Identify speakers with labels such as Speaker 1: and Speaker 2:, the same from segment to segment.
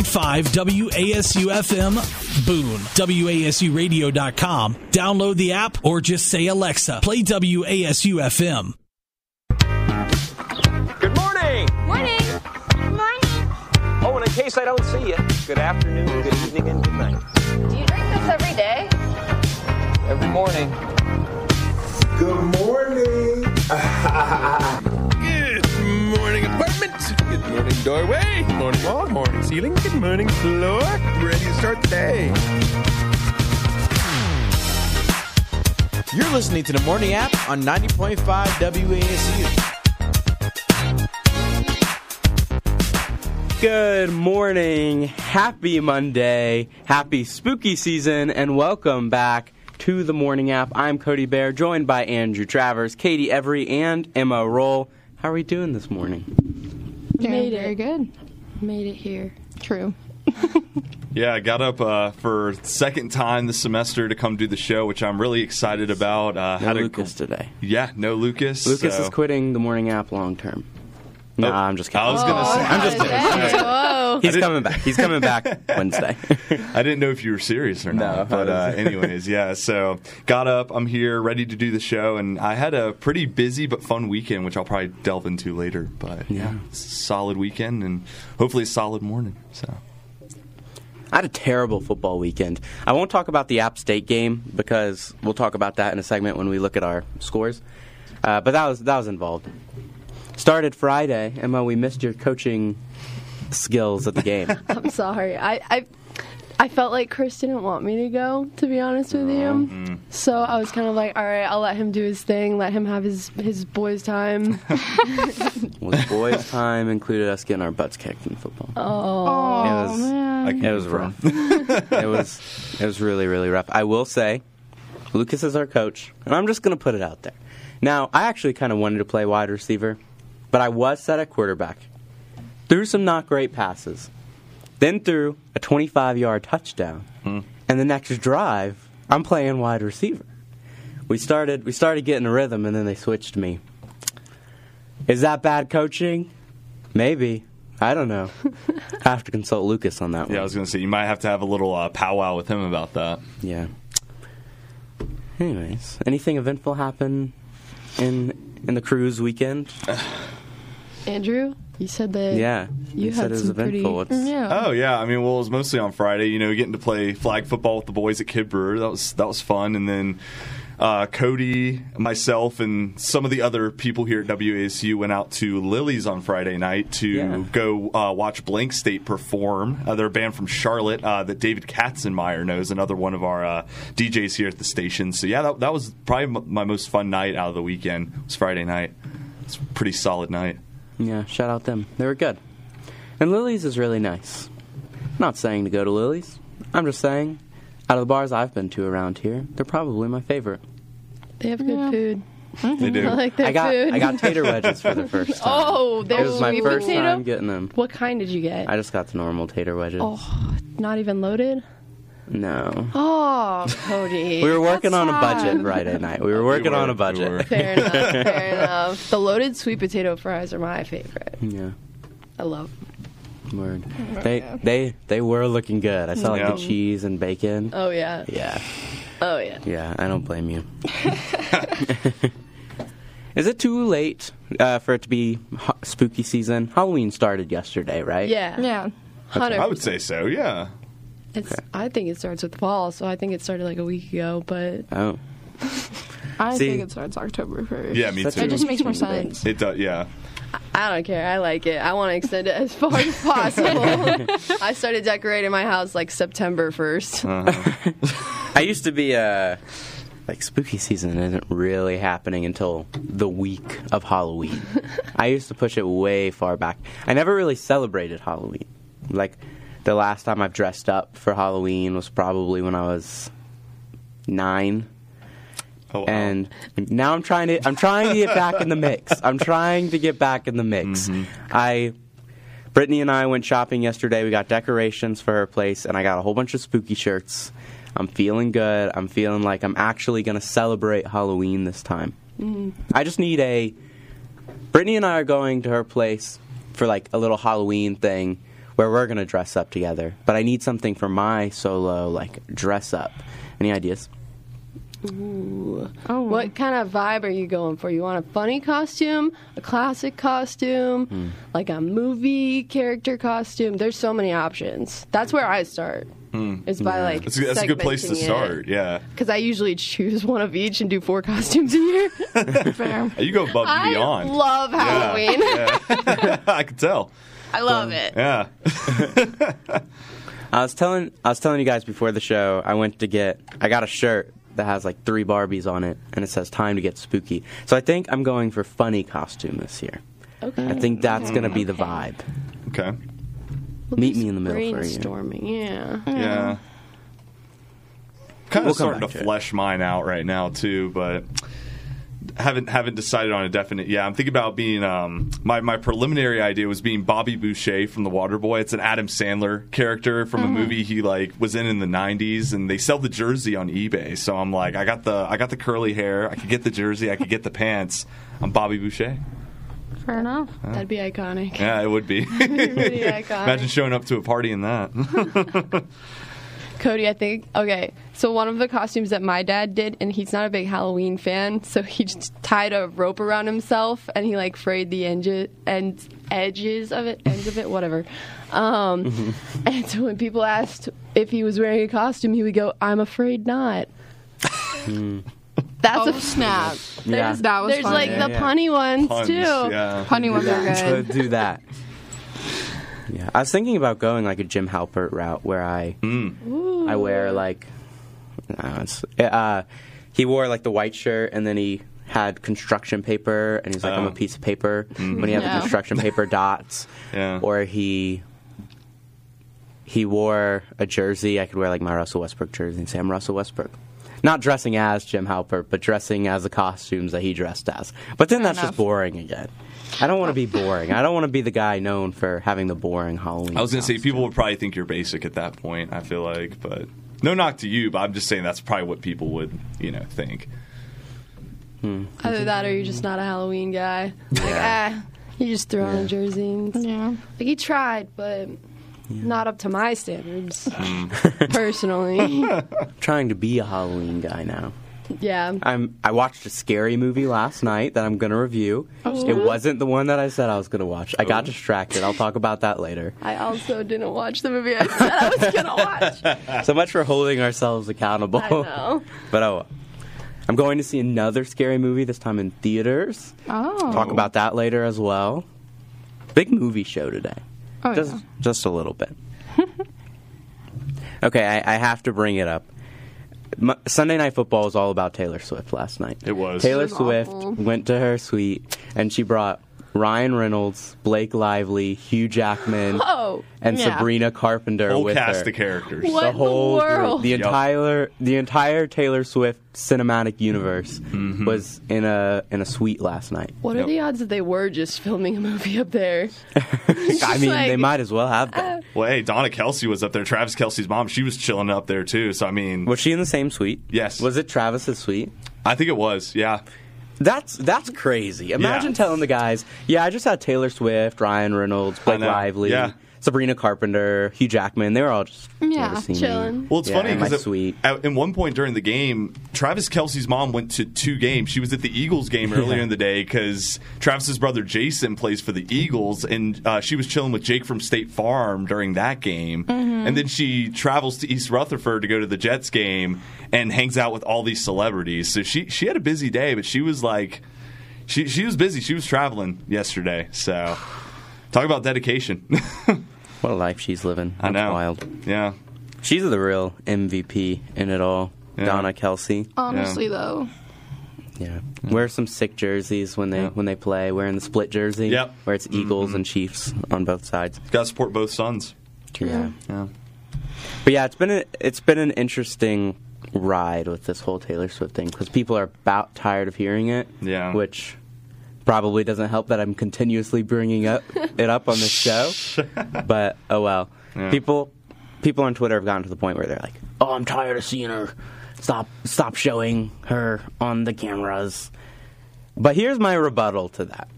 Speaker 1: 98.5 WASU FM Boone. WASUradio.com. Download the app or just say Alexa, play WASU FM.
Speaker 2: Good morning.
Speaker 3: Morning. Morning.
Speaker 2: Oh, and in case I don't see you, good afternoon, good evening, and good night.
Speaker 3: Do you drink this every day?
Speaker 2: Every morning.
Speaker 4: Good morning.
Speaker 5: Good morning, apartment. Good morning, doorway. Good morning, wall. Morning, ceiling. Good morning, floor. Ready to start the day.
Speaker 6: You're listening to the Morning App on 90.5 WASU.
Speaker 7: Good morning, happy Monday, happy spooky season, and welcome back to the morning app. I'm Cody Bear, joined by Andrew Travers, Katie Every, and Emma Roll. How are we doing this morning?
Speaker 8: Made
Speaker 9: very
Speaker 8: it.
Speaker 9: good.
Speaker 8: Made it here.
Speaker 9: True.
Speaker 5: Yeah, I got up uh, for second time this semester to come do the show, which I'm really excited about. Uh,
Speaker 7: No
Speaker 5: had a-
Speaker 7: Lucas today.
Speaker 5: yeah, no Lucas.
Speaker 7: Lucas
Speaker 5: so-
Speaker 7: is quitting the morning app long term. No,
Speaker 5: Oh,
Speaker 7: I'm just kidding.
Speaker 5: I was gonna say. I'm just kidding.
Speaker 9: Whoa.
Speaker 7: He's coming back. He's coming back Wednesday.
Speaker 5: I didn't know if you were serious or not. but uh, anyways, yeah. So got up. I'm here, ready to do the show, and I had a pretty busy but fun weekend, which I'll probably delve into later. But yeah, it's a solid weekend and hopefully a solid morning. So
Speaker 7: I had a terrible football weekend. I won't talk about the App State game because we'll talk about that in a segment when we look at our scores. Uh, but that was that was involved. Started Friday, Emma. We missed your coaching skills at the game.
Speaker 9: I'm sorry. I, I I felt like Chris didn't want me to go, to be honest with you.
Speaker 7: Mm-hmm. Um,
Speaker 9: So I was kind of like, all right, I'll let him do his thing, let him have his his boys' time.
Speaker 7: was boys' time included us getting our butts kicked in football.
Speaker 9: Oh,
Speaker 7: it was
Speaker 5: I can
Speaker 7: it was rough. it was it was really really rough. I will say, Lucas is our coach, and I'm just gonna put it out there. Now, I actually kind of wanted to play wide receiver, but I was set at quarterback. Threw some not great passes, then threw a 25 yard touchdown,
Speaker 5: Hmm.
Speaker 7: and the next drive, I'm playing wide receiver. We started we started getting a rhythm, and then they switched me. Is that bad coaching? Maybe. I don't know. I have to consult Lucas on that one.
Speaker 5: Yeah, I was gonna say you might have to have a little uh, powwow with him about that.
Speaker 7: Yeah. Anyways, anything eventful happen in in the cruise weekend?
Speaker 9: Uh, Andrew, you said that.
Speaker 7: Yeah,
Speaker 9: You
Speaker 7: said
Speaker 9: had
Speaker 7: it was
Speaker 9: some
Speaker 7: eventful.
Speaker 9: pretty- Mm,
Speaker 7: It's-
Speaker 9: Yeah.
Speaker 5: Oh yeah, I mean, well, it was mostly on Friday. You know, getting to play flag football with the boys at Kid Brewer that was that was fun, and then. Uh, Cody, myself, and some of the other people here at WASU went out to Lily's on Friday night to
Speaker 7: Yeah.
Speaker 5: go uh, watch Blank State perform. Uh, they're a band from Charlotte uh, that David Katzenmeyer knows, another one of our uh, DJs here at the station. So yeah, that, that was probably m- my most fun night out of the weekend. It was Friday night. It's a pretty solid night.
Speaker 7: Yeah, shout out them. They were good. And Lily's is really nice. Not saying to go to Lily's. I'm just saying, out of the bars I've been to around here, they're probably my favorite.
Speaker 9: They have good food.
Speaker 5: They do.
Speaker 9: I like their
Speaker 7: I got
Speaker 9: food.
Speaker 7: I got tater wedges for the first time.
Speaker 9: oh,
Speaker 7: it
Speaker 9: there's
Speaker 7: was my
Speaker 9: sweet
Speaker 7: first
Speaker 9: potato.
Speaker 7: time getting them.
Speaker 9: What kind did you get?
Speaker 7: I just got the normal tater wedges.
Speaker 9: oh, not even loaded.
Speaker 7: No,
Speaker 9: Oh, Cody.
Speaker 7: we were working on a budget Friday night. We were working on
Speaker 5: were,
Speaker 7: a
Speaker 5: we
Speaker 7: budget.
Speaker 5: were.
Speaker 9: Fair enough. Fair enough. The loaded sweet potato fries are my favorite.
Speaker 7: Yeah.
Speaker 9: I love.
Speaker 7: Word. They they they were looking good. I saw like the
Speaker 5: Yeah.
Speaker 7: cheese and bacon.
Speaker 9: Oh yeah.
Speaker 7: Yeah,
Speaker 9: Oh yeah.
Speaker 7: yeah. I don't blame you. Is it too late uh, for it to be ho- spooky season? Halloween started yesterday, right?
Speaker 8: Oh.
Speaker 9: Yeah. Yeah. Hunter.
Speaker 5: I would say so. Yeah.
Speaker 9: It's. I think it starts with fall, so I think it started like a week ago. But
Speaker 7: Oh,
Speaker 9: I
Speaker 7: See- think it
Speaker 9: starts October first.
Speaker 5: Yeah, me
Speaker 7: That's
Speaker 5: too.
Speaker 7: It just
Speaker 9: makes more
Speaker 7: sense.
Speaker 5: It does. Yeah.
Speaker 9: I don't care. I like it. I want to extend it as far as possible. I started decorating my house like September first.
Speaker 7: I used to be uh, like spooky season isn't really happening until the week of Halloween. I used to push it way far back. I never really celebrated Halloween. Like the last time I've dressed up for Halloween was probably when I was nine
Speaker 5: Oh, wow.
Speaker 7: and now I'm trying to I'm trying to get back in the mix. I'm trying to get back in the mix. I Brittany and I went shopping yesterday. We got decorations for her place and I got a whole bunch of spooky shirts. I'm feeling good. I'm feeling like I'm actually going to celebrate Halloween this time. I just need a Brittany and I are going to her place for like a little Halloween thing where we're gonna dress up together. But I need something for my solo like dress up. Any ideas?
Speaker 10: Oh,
Speaker 8: What kind of vibe are you going for? You want a funny costume, a classic costume,
Speaker 5: Hmm.
Speaker 8: like a movie character costume? There's so many options. That's where I start. Is by like
Speaker 5: Hmm. That's, a- that's a good place to start. Yeah,
Speaker 8: Because I usually choose one of each and do four costumes a year.
Speaker 10: fair.
Speaker 5: you go above and
Speaker 8: I
Speaker 5: beyond.
Speaker 8: love Halloween.
Speaker 5: I can tell. Um,
Speaker 8: I love it.
Speaker 5: Yeah,
Speaker 7: I was telling I was telling you guys before the show. I went to get I got a shirt that has like three Barbies on it, and it says "Time to get spooky." So I think I'm going for funny costume this year.
Speaker 8: Okay.
Speaker 7: I think that's gonna be the vibe.
Speaker 5: okay.
Speaker 7: Meet me in the middle for you.
Speaker 8: Brainstorming, yeah.
Speaker 5: Yeah. Kind
Speaker 7: We'll
Speaker 5: of
Speaker 7: come
Speaker 5: starting
Speaker 7: back
Speaker 5: to
Speaker 7: to it.
Speaker 5: flesh mine out right now too, but haven't haven't decided on a definite. Yeah, I'm thinking about being um my my preliminary idea was being Bobby Boucher from The Waterboy. It's an Adam Sandler character from a movie he like was in in the 90s and they sell the jersey on eBay. So I'm like, I got the I got the curly hair, I could get the jersey, I could get the pants. I'm Bobby Boucher.
Speaker 10: Fair enough.
Speaker 8: That'd be iconic.
Speaker 5: Yeah, it would be.
Speaker 8: Pretty iconic.
Speaker 5: Imagine showing up to a party in that.
Speaker 8: Cody, I think. Okay, so one of the costumes that my dad did, and he's not a big Halloween fan, so he just tied a rope around himself and he like frayed the enge- and edges of it, ends of it, whatever. Um, and so when people asked if he was wearing a costume, he would go, "I'm afraid not."
Speaker 7: Hmm.
Speaker 8: That's
Speaker 10: Oh
Speaker 8: a
Speaker 10: snap!
Speaker 7: Yeah.
Speaker 10: That was
Speaker 8: there's
Speaker 10: funny.
Speaker 8: like
Speaker 7: Yeah,
Speaker 8: the
Speaker 7: yeah.
Speaker 8: punny ones
Speaker 5: Puns,
Speaker 8: too.
Speaker 5: yeah.
Speaker 10: funny ones are
Speaker 7: So
Speaker 10: good.
Speaker 7: do that. Yeah, I was thinking about going like a Jim Halpert route where I
Speaker 5: Mm.
Speaker 7: I wear like no, it's, uh, he wore like the white shirt and then he had construction paper and he's like I'm
Speaker 5: Oh.
Speaker 7: a piece of paper when he had the
Speaker 10: Yeah.
Speaker 7: construction paper dots
Speaker 5: Yeah.
Speaker 7: or he he wore a jersey I could wear like my Russell Westbrook jersey and say I'm Russell Westbrook. Not dressing as Jim Halpert, but dressing as the costumes that he dressed as. But then that's just
Speaker 10: enough.
Speaker 7: boring again. I don't want to be boring. I don't want to be the guy known for having the boring Halloween.
Speaker 5: I was going to say
Speaker 7: costume.
Speaker 5: people would probably think you're basic at that point. I feel like, but no knock to you, but I'm just saying that's probably what people would you know think.
Speaker 8: Either that, or you're just not a Halloween guy. Like, ah, you just throw on a jersey. and-
Speaker 10: Yeah.
Speaker 8: Like he tried, but not up to my standards
Speaker 5: Hmm.
Speaker 8: personally.
Speaker 7: trying to be a Halloween guy now.
Speaker 8: yeah.
Speaker 7: I'm. I watched a scary movie last night that I'm going to review.
Speaker 8: Oh.
Speaker 7: It wasn't the one that I said I was going to watch. I
Speaker 5: Oh.
Speaker 7: got distracted. I'll talk about that later.
Speaker 8: I also didn't watch the movie I said I was gonna watch.
Speaker 7: So much for holding ourselves accountable.
Speaker 8: I know.
Speaker 7: But oh, I'm going to see another scary movie this time in theaters.
Speaker 10: Oh.
Speaker 7: Talk about that later as well. Big movie show today.
Speaker 10: Oh,
Speaker 7: just
Speaker 10: yeah.
Speaker 7: just a little bit. okay, I, I have to bring it up. M Sunday Night Football was all about Taylor Swift last night.
Speaker 5: It was.
Speaker 7: Taylor
Speaker 8: It was
Speaker 7: Swift
Speaker 8: awful.
Speaker 7: went to her suite and she brought Ryan Reynolds, Blake Lively, Hugh Jackman,
Speaker 8: Oh,
Speaker 7: and
Speaker 10: yeah.
Speaker 7: Sabrina Carpenter
Speaker 5: Whole
Speaker 7: with
Speaker 5: cast
Speaker 7: her.
Speaker 5: of characters.
Speaker 8: What?
Speaker 7: The
Speaker 8: in the
Speaker 7: whole group,
Speaker 8: world?
Speaker 7: the
Speaker 5: Yup.
Speaker 7: entire the entire Taylor Swift cinematic universe
Speaker 5: Mm-hmm.
Speaker 7: was in a in a suite last night.
Speaker 8: what are
Speaker 5: Yep.
Speaker 8: the odds that they were just filming a movie up there?
Speaker 7: I mean, they
Speaker 8: like- uh,
Speaker 7: might as well have that.
Speaker 5: Well, hey, Donna Kelsey was up there. Travis Kelsey's mom, she was chilling up there too. So I mean,
Speaker 7: Was she in the same suite?
Speaker 5: Yes.
Speaker 7: Was it Travis's suite?
Speaker 5: I think it was. Yeah,
Speaker 7: That's that's crazy. Imagine
Speaker 5: Yeah.
Speaker 7: telling the guys, "Yeah, I just had Taylor Swift, Ryan Reynolds, Blake
Speaker 5: know.
Speaker 7: Lively,
Speaker 5: Yeah.
Speaker 7: Sabrina Carpenter, Hugh Jackman. They were all just
Speaker 10: Yeah,
Speaker 7: never seen me."
Speaker 8: chilling.
Speaker 5: Well, it's
Speaker 7: Yeah,
Speaker 5: funny
Speaker 7: in my
Speaker 5: because
Speaker 7: suite.
Speaker 5: at, in one point during the game, Travis Kelsey's mom went to two games. She was at the Eagles game earlier in the day because Travis's brother Jason plays for the Eagles, and uh, she was chilling with Jake from State Farm during that game.
Speaker 7: Mm-hmm.
Speaker 5: And then she travels to East Rutherford to go to the Jets game and hangs out with all these celebrities. So she she had a busy day, but she was like. She, she was busy. She was traveling yesterday. So, talk about dedication.
Speaker 7: What a life she's living.
Speaker 5: I
Speaker 7: That's
Speaker 5: know.
Speaker 7: wild.
Speaker 5: Yeah.
Speaker 7: She's the real MVP in it all.
Speaker 5: Yeah.
Speaker 7: Donna Kelsey.
Speaker 10: Honestly, though,
Speaker 7: Yeah. Wear some sick jerseys when they
Speaker 5: Yeah.
Speaker 7: when they play. Wearing the split jersey.
Speaker 5: Yep. Mm-hmm.
Speaker 7: Where it's Eagles and Chiefs on both sides.
Speaker 5: Got to support both sons.
Speaker 7: Yeah.
Speaker 5: Yeah.
Speaker 7: But yeah, it's been a, it's been an interesting ride with this whole Taylor Swift thing because people are about tired of hearing it.
Speaker 5: Yeah.
Speaker 7: Which probably doesn't help that I'm continuously bringing up it up on this show. But oh well,
Speaker 5: Yeah.
Speaker 7: people people on Twitter have gotten to the point where they're like, "Oh, I'm tired of seeing her. Stop stop showing her on the cameras." But here's my rebuttal to that.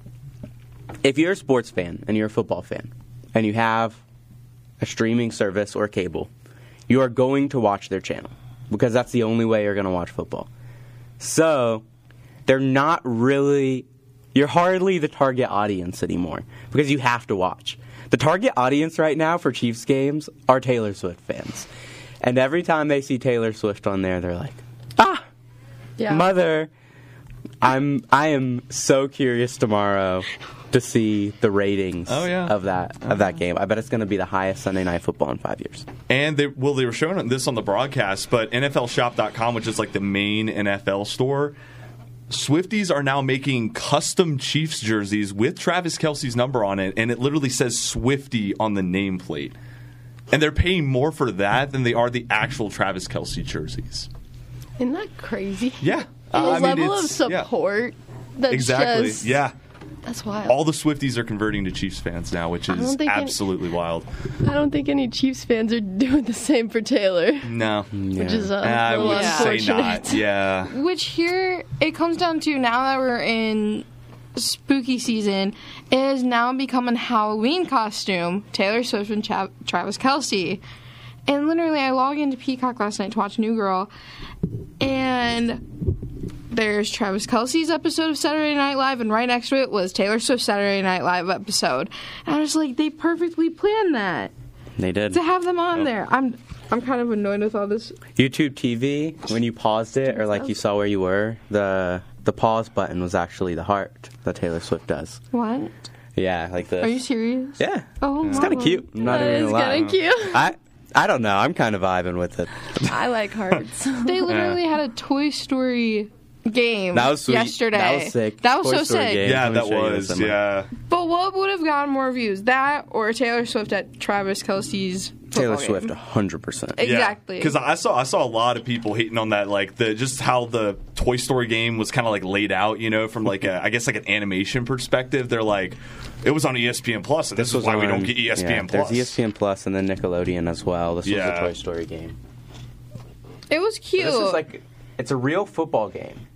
Speaker 7: If you're a sports fan and you're a football fan and you have a streaming service or cable, you are going to watch their channel because that's the only way you're going to watch football. So they're not really, you're hardly the target audience anymore because you have to watch. The target audience right now for Chiefs games are Taylor Swift fans. And every time they see Taylor Swift on there, they're like, ah,
Speaker 8: Oh.
Speaker 9: Yeah.
Speaker 7: mother. I'm I am so curious tomorrow to see the ratings
Speaker 5: Oh, yeah. Oh.
Speaker 7: of that of that game. I bet it's going to be the highest Sunday night football in 5 years.
Speaker 5: And they well, they were showing this on the broadcast, but NFLShop.com, which is like the main NFL store, Swifties are now making custom Chiefs jerseys with Travis Kelsey's number on it, and it literally says Swifty on the nameplate. And they're paying more for that than they are the actual Travis Kelsey jerseys.
Speaker 8: Isn't that crazy?
Speaker 5: Yeah.
Speaker 8: The
Speaker 5: Uh, I mean,
Speaker 8: level of
Speaker 5: it's- yeah.
Speaker 8: support. That's
Speaker 5: Exactly.
Speaker 8: Just,
Speaker 5: Yeah.
Speaker 8: That's wild.
Speaker 5: All the Swifties are converting to Chiefs fans now, which
Speaker 9: don't
Speaker 5: is
Speaker 9: think any-
Speaker 5: absolutely wild.
Speaker 9: I don't think any Chiefs fans are doing the same for Taylor,
Speaker 5: No.
Speaker 9: which is a
Speaker 5: I
Speaker 9: little
Speaker 5: would say
Speaker 9: unfortunate.
Speaker 5: not. Yeah.
Speaker 10: Which here it comes down to now that we're in spooky season it has now become a Halloween costume. Taylor Swift and Chav- Travis Kelsey. And literally, I log into Peacock last night to watch New Girl, and there's Travis Kelsey's episode of Saturday Night Live, and right next to it was Taylor Swift's Saturday Night Live episode. And I was like, they perfectly planned that
Speaker 7: They did.
Speaker 10: to have them on there. I'm I'm kind of annoyed with all this.
Speaker 7: YouTube TV when you paused it or like you saw where you were, the the pause button was actually the heart that Taylor Swift does.
Speaker 10: What?
Speaker 7: Yeah, like this.
Speaker 10: Are you serious?
Speaker 7: yeah.
Speaker 10: Oh,
Speaker 7: It's kind of
Speaker 10: wow.
Speaker 7: cute. I'm not
Speaker 9: That
Speaker 7: even
Speaker 9: is
Speaker 7: gonna lie.
Speaker 9: kinda cute.
Speaker 7: I I don't know. I'm kind of vibing with it.
Speaker 10: Oh,
Speaker 9: I like hearts.
Speaker 10: They literally had a Toy Story game
Speaker 7: That was sweet.
Speaker 10: yesterday.
Speaker 7: That was sick.
Speaker 10: That was
Speaker 7: Toy
Speaker 10: so
Speaker 7: Story
Speaker 10: sick.
Speaker 7: game.
Speaker 5: Yeah,
Speaker 7: Let me
Speaker 5: that
Speaker 7: show you this
Speaker 5: was.
Speaker 7: somewhere.
Speaker 5: Yeah.
Speaker 10: But what would have gotten more views? That or Taylor Swift at Travis Kelsey's
Speaker 7: Taylor
Speaker 10: football game?
Speaker 7: Swift 100%.
Speaker 10: Exactly.
Speaker 5: Because I saw I saw a lot of people hating on that, like the just how the Toy Story game was kind of like laid out, you know, from like a I guess like an animation perspective. They're like, it was on E ESPN Plus, and this, is
Speaker 7: was
Speaker 5: why we
Speaker 7: on-
Speaker 5: don't get E ESPN
Speaker 7: yeah,
Speaker 5: Plus.
Speaker 7: There's E ESPN Plus and then Nickelodeon as well. This was
Speaker 5: Yeah.
Speaker 7: the Toy Story game.
Speaker 10: it was cute.
Speaker 7: This is like it's a real football game.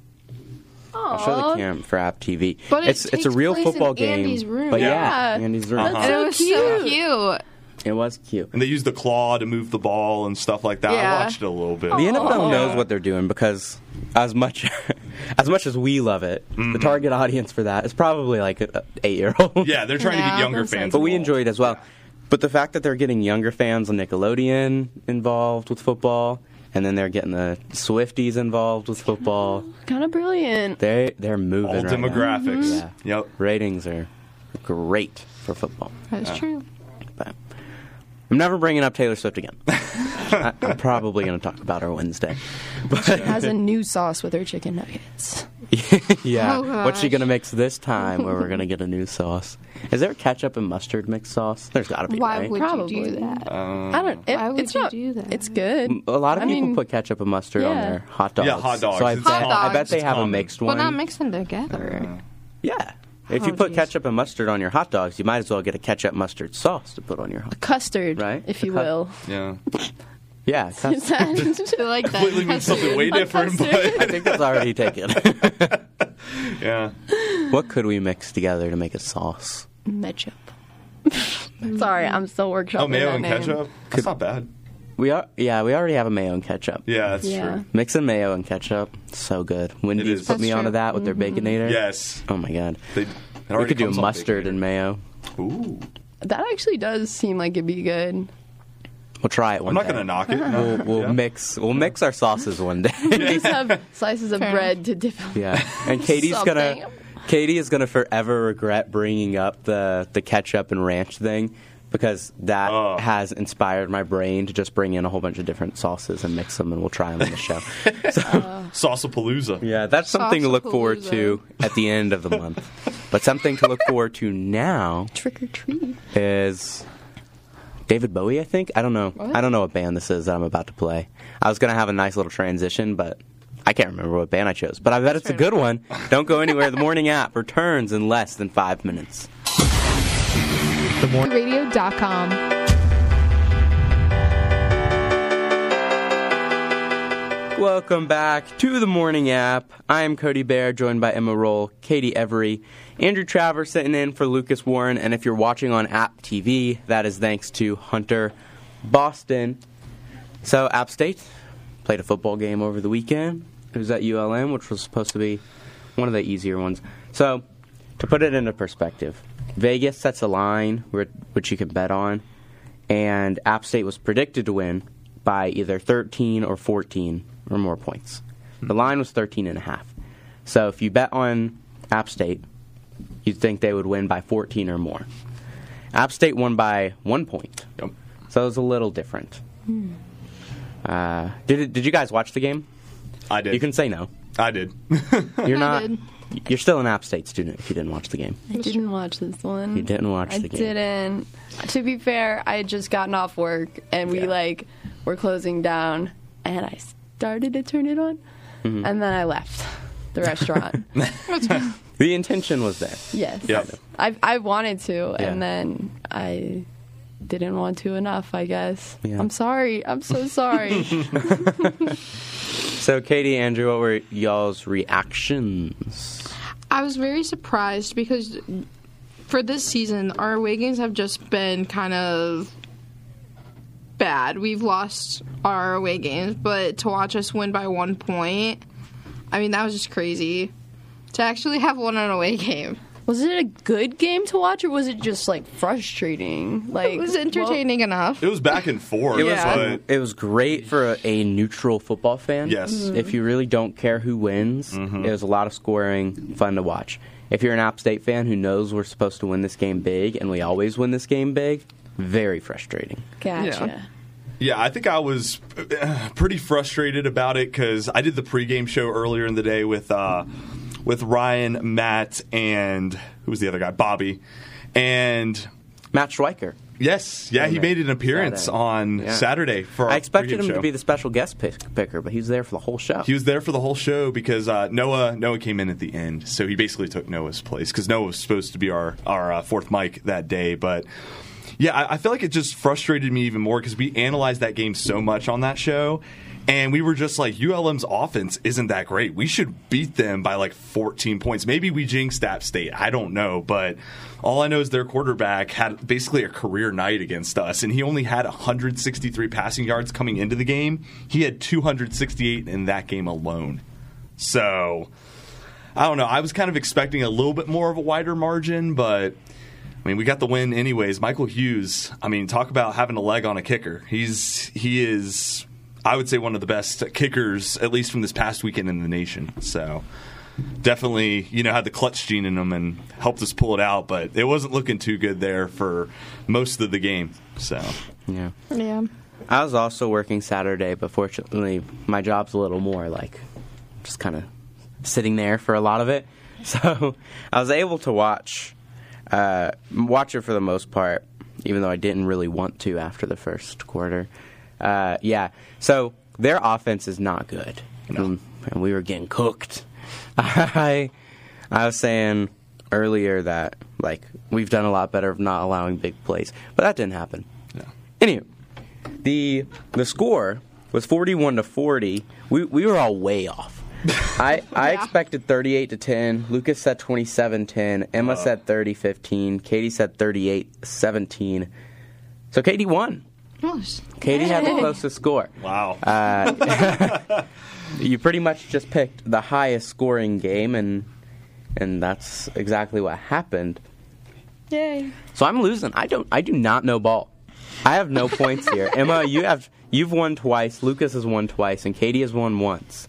Speaker 7: I'll show the cam for App TV.
Speaker 10: But it
Speaker 7: it's it's a
Speaker 10: takes
Speaker 7: real
Speaker 10: place
Speaker 7: football
Speaker 10: in
Speaker 7: game.
Speaker 10: Andy's room.
Speaker 7: But yeah,
Speaker 9: Yeah.
Speaker 7: Andy's room.
Speaker 5: Uh-huh.
Speaker 10: and it was so
Speaker 9: cute.
Speaker 10: cute.
Speaker 7: It was cute.
Speaker 5: And they use the claw to move the ball and stuff like that. I
Speaker 10: Yeah.
Speaker 5: watched it a little bit.
Speaker 7: The NFL knows what they're doing because as much as much as we love it, the target audience for that is probably like a eight year old.
Speaker 5: Mm-hmm. Yeah, they're trying to
Speaker 10: Yeah,
Speaker 5: get younger
Speaker 10: that's
Speaker 5: fans.
Speaker 10: like-
Speaker 7: But we
Speaker 5: involved.
Speaker 7: enjoy it as well. But the fact that they're getting younger fans on Nickelodeon involved with football, and then they're getting the Swifties involved with football,
Speaker 9: kind of brilliant.
Speaker 7: they they're moving.
Speaker 5: all
Speaker 7: right now.
Speaker 5: demographics.
Speaker 7: Yeah.
Speaker 9: Mm-hmm.
Speaker 5: Yep.
Speaker 7: Ratings are great for football.
Speaker 10: That's true.
Speaker 7: But I'm never bringing up Taylor Swift again. I, I'm probably going to talk about her Wednesday. But
Speaker 8: Has a new sauce with her chicken nuggets.
Speaker 7: yeah,
Speaker 10: Oh, gosh.
Speaker 7: what's she going to mix this time? Where we're going to get a new sauce? Is there ketchup and mustard mixed sauce? There's got to be.
Speaker 10: Why
Speaker 7: right?
Speaker 10: would you
Speaker 9: Probably.
Speaker 10: do that?
Speaker 5: uh,
Speaker 9: I don't. It,
Speaker 10: Why would
Speaker 9: it's
Speaker 10: you
Speaker 9: not.
Speaker 10: do that?
Speaker 9: It's good.
Speaker 5: Mm.
Speaker 7: A lot of
Speaker 9: I
Speaker 7: people
Speaker 9: mean-
Speaker 7: put ketchup and mustard on
Speaker 9: Yeah.
Speaker 7: their hot dogs.
Speaker 5: Yeah, hot dogs.
Speaker 7: So I
Speaker 5: It's
Speaker 7: bet,
Speaker 10: common.
Speaker 7: I bet they
Speaker 5: It's
Speaker 7: have
Speaker 5: common.
Speaker 7: a mixed
Speaker 10: Well,
Speaker 7: one.
Speaker 10: not mix them together.
Speaker 7: yeah. If you
Speaker 10: Oh,
Speaker 7: put
Speaker 10: geez.
Speaker 7: ketchup and mustard on your hot dogs, you might as well get a ketchup mustard sauce to put on your hot dogs.
Speaker 9: Custard,
Speaker 7: Right?
Speaker 9: if
Speaker 7: The
Speaker 9: you
Speaker 7: cu-
Speaker 9: will.
Speaker 5: Yeah.
Speaker 7: Yeah,
Speaker 9: Is that-
Speaker 10: I like that.
Speaker 5: Completely means something way different,
Speaker 7: I
Speaker 5: but
Speaker 7: think that's already taken.
Speaker 5: yeah.
Speaker 7: what could we mix together to make a sauce?
Speaker 8: Matchup.
Speaker 9: Sorry, I'm still workshopping.
Speaker 5: Oh, mayo
Speaker 9: that
Speaker 5: and
Speaker 9: name.
Speaker 5: ketchup. That's not bad.
Speaker 7: We are yeah, we already have a mayo and ketchup.
Speaker 5: Yeah, that's
Speaker 9: Yeah.
Speaker 5: true.
Speaker 7: Mixing mayo and ketchup, so good. Wendy's
Speaker 5: is.
Speaker 7: put me
Speaker 10: That's
Speaker 7: onto
Speaker 10: true. Mm-hmm.
Speaker 7: that with their baconator.
Speaker 5: Yes.
Speaker 7: Oh my god.
Speaker 5: They, it
Speaker 7: We
Speaker 5: already
Speaker 7: could do
Speaker 5: comes on
Speaker 7: mustard and mayo.
Speaker 5: bacon. Ooh.
Speaker 9: That actually does seem like it'd be good.
Speaker 7: We'll try it
Speaker 5: I'm
Speaker 7: one
Speaker 5: not
Speaker 7: day.
Speaker 5: going to knock it.
Speaker 7: We'll, we'll mix we'll mix our sauces one day.
Speaker 9: Just have slices of bread to dip.
Speaker 7: Yeah, and Katie's
Speaker 9: Something.
Speaker 7: gonna Katie is gonna forever regret bringing up the the ketchup and ranch thing because that
Speaker 5: Oh.
Speaker 7: has inspired my brain to just bring in a whole bunch of different sauces and mix them, and we'll try them on the show.
Speaker 5: Salsapalooza.
Speaker 7: yeah, that's something to look forward to
Speaker 10: Sauce-a-palooza.
Speaker 7: at the end of the month. but something to look forward to now
Speaker 9: Trick or treat.
Speaker 7: is. David Bowie, I think. I don't know. I don't know what band this is that I'm about to play. I was gonna have a nice little transition, but I can't remember what band I chose. But I bet it's a good one. Don't go anywhere. The morning app returns in less than five minutes.
Speaker 10: Radio.com.
Speaker 7: Welcome back to the morning app. I am Cody Bear, joined by Emma Roll, Katie Every, Andrew Travers sitting in for Lucas Warren, and if you're watching on App TV, that is thanks to Hunter Boston. So App State played a football game over the weekend. It was at ULM, which was supposed to be one of the easier ones. So to put it into perspective, Vegas sets a line where, which you can bet on, and App State was predicted to win by either 13 or 14 or more points. The line was 13 and a half. So if you bet on App State, you'd think they would win by 14 or more. App State won by one point. So it was a little different.
Speaker 11: Hmm.
Speaker 7: Uh, did, it- did you guys watch the game?
Speaker 5: I did.
Speaker 7: You can say no.
Speaker 5: I did.
Speaker 7: You're not. You're still an App State student if you didn't watch the game.
Speaker 8: I didn't watch this one.
Speaker 7: You didn't watch
Speaker 8: I
Speaker 7: the game.
Speaker 8: didn't. To be fair, I had just gotten off work and we like were closing down and I started to turn it on
Speaker 7: Mhm.
Speaker 8: and then I left the restaurant.
Speaker 7: The intention was there.
Speaker 8: Yes.
Speaker 7: Yep.
Speaker 8: I I wanted to
Speaker 7: Yeah.
Speaker 8: and then I didn't want to enough, I guess.
Speaker 7: Yeah.
Speaker 8: I'm sorry. I'm so sorry.
Speaker 7: So, Katie, Andrew, what were y'all's reactions?
Speaker 10: I was very surprised because for this season, our away games have just been kind of bad. We've lost our away games, but to watch us win by one point, I mean, that was just crazy. To actually have won an away game.
Speaker 8: was it a good game to watch or was it just like frustrating? Like
Speaker 10: it was entertaining enough.
Speaker 5: It was back and forth.
Speaker 7: It was
Speaker 5: but-
Speaker 7: it was great for a, a neutral football fan.
Speaker 5: Yes. Mm-hmm. Mhm.
Speaker 7: If you really don't care who wins, it was a lot of scoring, fun to watch. If you're an App State fan who knows we're supposed to win this game big and we always win this game big, very frustrating.
Speaker 8: Gotcha.
Speaker 5: Yeah, I think I was uh, pretty frustrated about it because I did the pregame show earlier in the day with uh, with Ryan, Matt, and who was the other guy? Bobby and
Speaker 7: Matt Schweiker.
Speaker 5: Yes, yeah, he
Speaker 7: Saturday.
Speaker 5: made an appearance
Speaker 7: Saturday.
Speaker 5: on
Speaker 7: Yeah.
Speaker 5: Saturday for. Our
Speaker 7: I expected
Speaker 5: pregame
Speaker 7: him
Speaker 5: show.
Speaker 7: to be the special guest pick, picker, but he was there for the whole show.
Speaker 5: He was there for the whole show because uh, Noah Noah came in at the end, so he basically took Noah's place because Noah was supposed to be our our uh, fourth mic that day. But yeah, I, I feel like it just frustrated me even more because we analyzed that game so much on that show. And we were just like, ULM's offense isn't that great. We should beat them by like 14 points. Maybe we jinxed App State. I don't know. But all I know is their quarterback had basically a career night against us, and he only had 163 passing yards coming into the game. He had 268 in that game alone. So I don't know. I was kind of expecting a little bit more of a wider margin, but I mean, we got the win anyways. Michael Hughes. I mean, talk about having a leg on a kicker. He's he is. I would say one of the best kickers, at least from this past weekend in the nation. So definitely, you know, had the clutch gene in him and helped us pull it out. But it wasn't looking too good there for most of the game. So
Speaker 7: yeah.
Speaker 10: Yeah.
Speaker 7: I was also working Saturday, but fortunately, my job's a little more like just kind of sitting there for a lot of it. So I was able to watch uh, watch it for the most part, even though I didn't really want to after the first quarter. Uh, yeah, so their offense is not good, and, and we were getting cooked. I I was saying earlier that like we've done a lot better of not allowing big plays, but that didn't happen. Anywho, the the score was forty one to forty. We we were all way off. I, I expected 38 to 10. Lucas said 27 10. Emma said 30 15. Katie said 38 17. So Katie won. Katie had the closest score.
Speaker 5: Wow.
Speaker 7: Uh, you pretty much just picked the highest scoring game, and and that's exactly what happened.
Speaker 10: Yay.
Speaker 7: So I'm losing. I don't. I do not know ball. I have no points here. Emma, you have you've won twice. Lucas has won twice, and Katie has won once.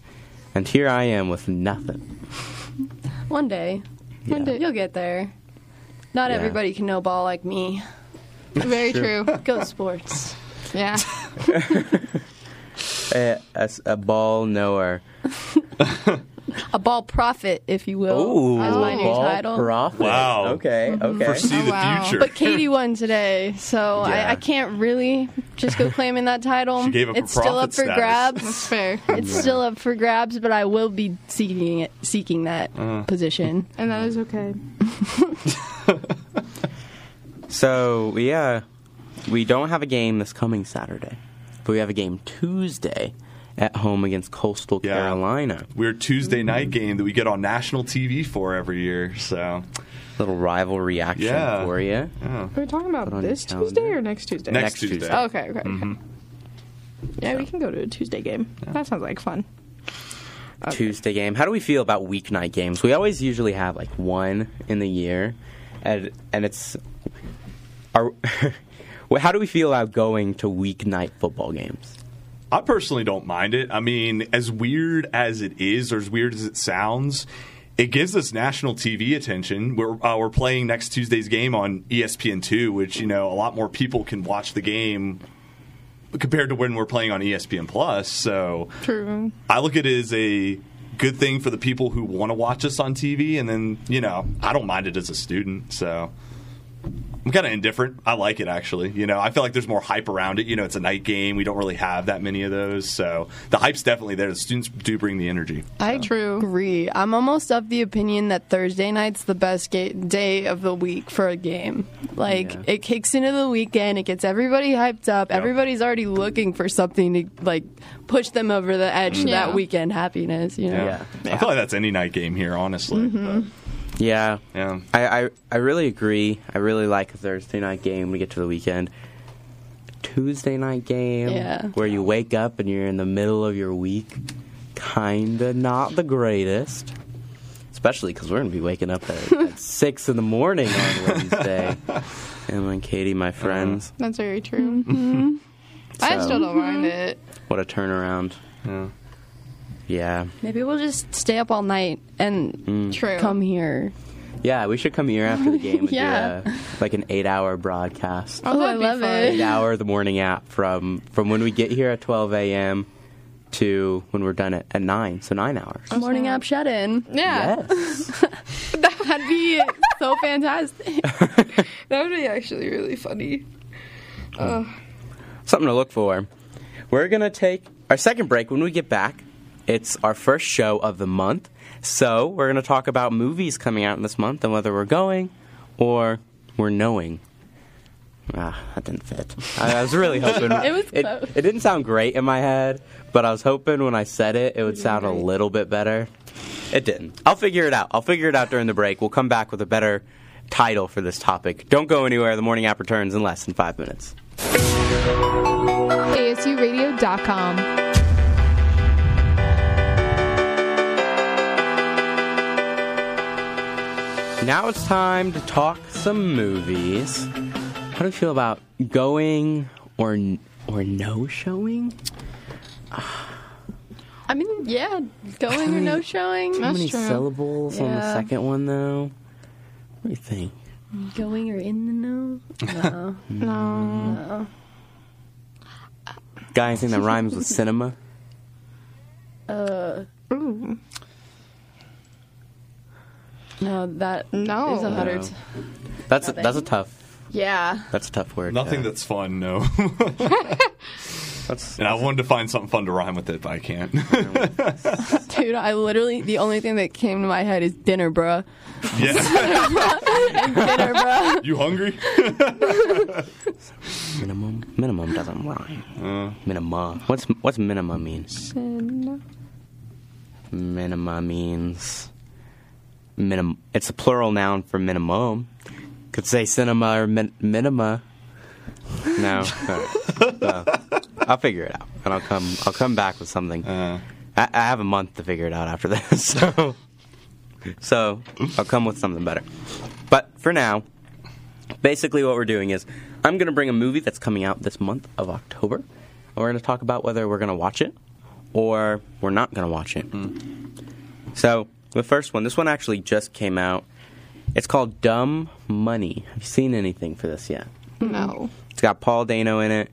Speaker 7: And here I am with nothing.
Speaker 8: One day. One day you'll get there. Not
Speaker 7: Yeah.
Speaker 8: everybody can know ball like me.
Speaker 10: Very True. true.
Speaker 8: Go sports.
Speaker 10: Yeah.
Speaker 7: A, a s- a ball knower.
Speaker 8: A ball prophet, if you will.
Speaker 7: Ooh,
Speaker 8: as my new
Speaker 7: ball
Speaker 8: title. Mm-hmm.
Speaker 7: prophet.
Speaker 5: Wow.
Speaker 7: Okay. Okay.
Speaker 5: Foresee the
Speaker 10: wow.
Speaker 5: future.
Speaker 8: But Katie won today, so
Speaker 7: Yeah.
Speaker 8: I, I can't really just go claiming that title.
Speaker 5: She gave up her
Speaker 8: it's still up
Speaker 5: prophet
Speaker 8: for
Speaker 5: status.
Speaker 8: grabs.
Speaker 10: That's fair.
Speaker 8: It's still up for grabs, but I will be seeking it, seeking that
Speaker 7: Mm.
Speaker 8: position.
Speaker 10: And that is okay.
Speaker 7: So yeah, we don't have a game this coming Saturday, but we have a game Tuesday, at home against Coastal Carolina.
Speaker 5: Weird Tuesday night game that we get on national TV for every year. So
Speaker 7: little rivalry action
Speaker 5: yeah.
Speaker 7: for you.
Speaker 5: Yeah.
Speaker 10: Are we talking
Speaker 7: Put
Speaker 10: about
Speaker 7: on your
Speaker 10: this
Speaker 7: calendar.
Speaker 10: Tuesday or next Tuesday?
Speaker 5: Next Next Tuesday. Tuesday.
Speaker 10: Oh, okay, okay. okay.
Speaker 7: Mm-hmm.
Speaker 5: Mhm.
Speaker 10: Yeah, we can go to a Tuesday game. That sounds like fun. Okay.
Speaker 7: Tuesday game. How do we feel about weeknight games? We always usually have like one in the year, and and it's are. well, how do we feel about going to weeknight football games?
Speaker 5: I personally don't mind it. I mean, as weird as it is, or as weird as it sounds, it gives us national TV attention. We're uh, we're playing next Tuesday's game on E ESPN two, which you know a lot more people can watch the game compared to when we're playing on E ESPN plus. So
Speaker 10: True.
Speaker 5: I look at it as a good thing for the people who want to watch us on TV, and then you know I don't mind it as a student. So I'm kind of indifferent. I like it actually. You know, I feel like there's more hype around it. You know, it's a night game. We don't really have that many of those, so the hype's definitely there. The students do bring the energy.
Speaker 8: I agree. I'm almost of the opinion that Thursday night's the best ga- day of the week for a game. Like
Speaker 7: Yeah.
Speaker 8: it kicks into the weekend, it gets everybody hyped up. Everybody's already looking for something to like push them over the edge to
Speaker 10: Yeah.
Speaker 8: that weekend happiness. You know,
Speaker 7: Yeah. Mm-hmm.
Speaker 5: I feel like that's any night game here, honestly.
Speaker 7: Yeah,
Speaker 5: But, yeah.
Speaker 7: I, I I really agree. I really like a Thursday night game. We get to the weekend. Tuesday night game,
Speaker 8: Yeah.
Speaker 7: where you wake up and you're in the middle of your week, kinda not the greatest. Especially because we're gonna be waking up at, at six in the morning on Wednesday. and then Katie, my friends,
Speaker 10: That's very true. I
Speaker 7: So-
Speaker 10: still don't mind it.
Speaker 7: what a turnaround!
Speaker 5: Yeah.
Speaker 7: Yeah,
Speaker 8: maybe we'll just stay up all night and
Speaker 7: Mm.
Speaker 10: True.
Speaker 8: come here.
Speaker 7: yeah, we should come here after the game and
Speaker 8: Yeah.
Speaker 7: do a, like an eight-hour broadcast.
Speaker 10: Oh,
Speaker 8: Oh, I
Speaker 10: that'd be
Speaker 8: love
Speaker 10: fun.
Speaker 8: it.
Speaker 7: eight hour of the morning app from from when we get here at 12 a.m. to when we're done at, at nine, so nine hours.
Speaker 8: Morning app shut in.
Speaker 10: Yeah,
Speaker 7: Yes.
Speaker 8: That'd be so fantastic.
Speaker 10: that would be actually really funny.
Speaker 7: Something to look for. We're gonna take our second break. When we get back, it's our first show of the month, so we're gonna talk about movies coming out this month and whether we're going or we're knowing. Ah, that didn't fit. I, I was really hoping
Speaker 8: It was
Speaker 7: It,
Speaker 8: close.
Speaker 7: it didn't sound great in my head, but I was hoping when I said it, it would sound a little bit better. It didn't. I'll figure it out. I'll figure it out during the break. We'll come back with a better title for this topic. Don't go anywhere. The morning app returns in less than five minutes.
Speaker 11: ASUradio.com.
Speaker 7: Now it's time to talk some movies. How do you feel about going or n- or no showing?
Speaker 8: I mean, yeah, going or no showing,
Speaker 7: How
Speaker 10: That's
Speaker 7: many
Speaker 10: true.
Speaker 7: syllables on the
Speaker 8: Yeah.
Speaker 7: second one though? What do you think?
Speaker 8: going or in the know. No.
Speaker 10: No,
Speaker 7: Got anything that rhymes with cinema?
Speaker 8: No, that
Speaker 10: No.
Speaker 8: is a hundred.
Speaker 7: No. That's a, that's a tough
Speaker 8: Yeah,
Speaker 7: that's a tough word.
Speaker 5: Nothing
Speaker 7: yeah.
Speaker 5: that's fun, no.
Speaker 7: that's
Speaker 5: and I wanted to find something fun to rhyme with it, but I can't.
Speaker 8: dude. I literally the only thing that came to my head is dinner, bruh.
Speaker 5: yeah.
Speaker 8: Dinner, bruh.
Speaker 5: You hungry?
Speaker 7: minimum. Minimum doesn't rhyme. Minima. What's what's minima mean?
Speaker 10: Sin.
Speaker 7: Minima means minim. It's a plural noun for minimum. Could say cinema or min- minima. No, no. No. I'll figure it out, and I'll come. I'll come back with something. I, I have a month to figure it out after this, so so I'll come with something better. But for now, basically what we're doing is I'm going to bring a movie that's coming out this month of October, and we're going to talk about whether we're going to watch it or we're not going to watch it. So the first one, this one actually just came out. It's called Dumb Money. Have you seen anything for this yet?
Speaker 10: no.
Speaker 7: It's got Paul Dano in it,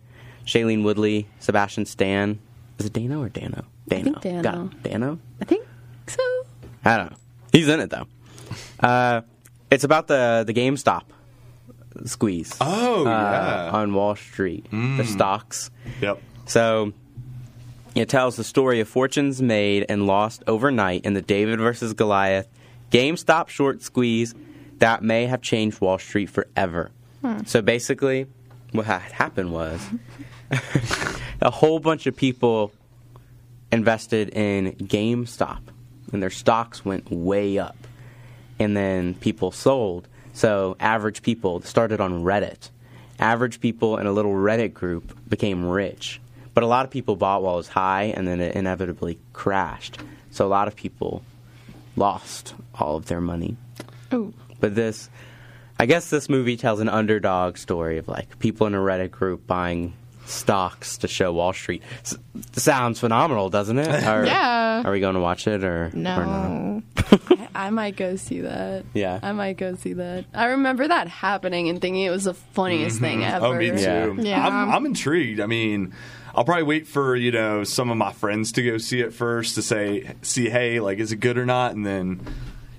Speaker 7: Shailene Woodley, Sebastian Stan. Is it Dano or Dano? Dano.
Speaker 8: think Dano.
Speaker 7: Got it. Dano?
Speaker 8: I think so.
Speaker 7: I don't know. He's in it though. Uh, it's about the the GameStop squeeze
Speaker 5: Oh,
Speaker 7: uh,
Speaker 5: yeah.
Speaker 7: on Wall Street, the stocks.
Speaker 5: yep.
Speaker 7: So it tells the story of fortunes made and lost overnight in the David versus Goliath GameStop short squeeze that may have changed Wall Street forever. So basically, what had happened was a whole bunch of people invested in GameStop, and their stocks went way up. And then people sold. So average people started on Reddit. Average people in a little Reddit group became rich. But a lot of people bought while it was high, and then it inevitably crashed. So a lot of people lost all of their money.
Speaker 10: Ooh.
Speaker 7: But this, I guess this movie tells an underdog story of like people in a Reddit group buying stocks to show Wall Street. S- sounds phenomenal, doesn't it? Are,
Speaker 8: Yeah.
Speaker 7: Are we going to watch it or Or not?
Speaker 8: No. I, I might go see that.
Speaker 7: Yeah.
Speaker 8: I might go see that. I remember that happening and thinking it was the funniest thing
Speaker 5: Mhm.
Speaker 8: ever.
Speaker 5: Oh, me too. I'm, I'm intrigued. I mean, I'll probably wait for you know some of my friends to go see it first to say, see, hey, like, is it good or not? And then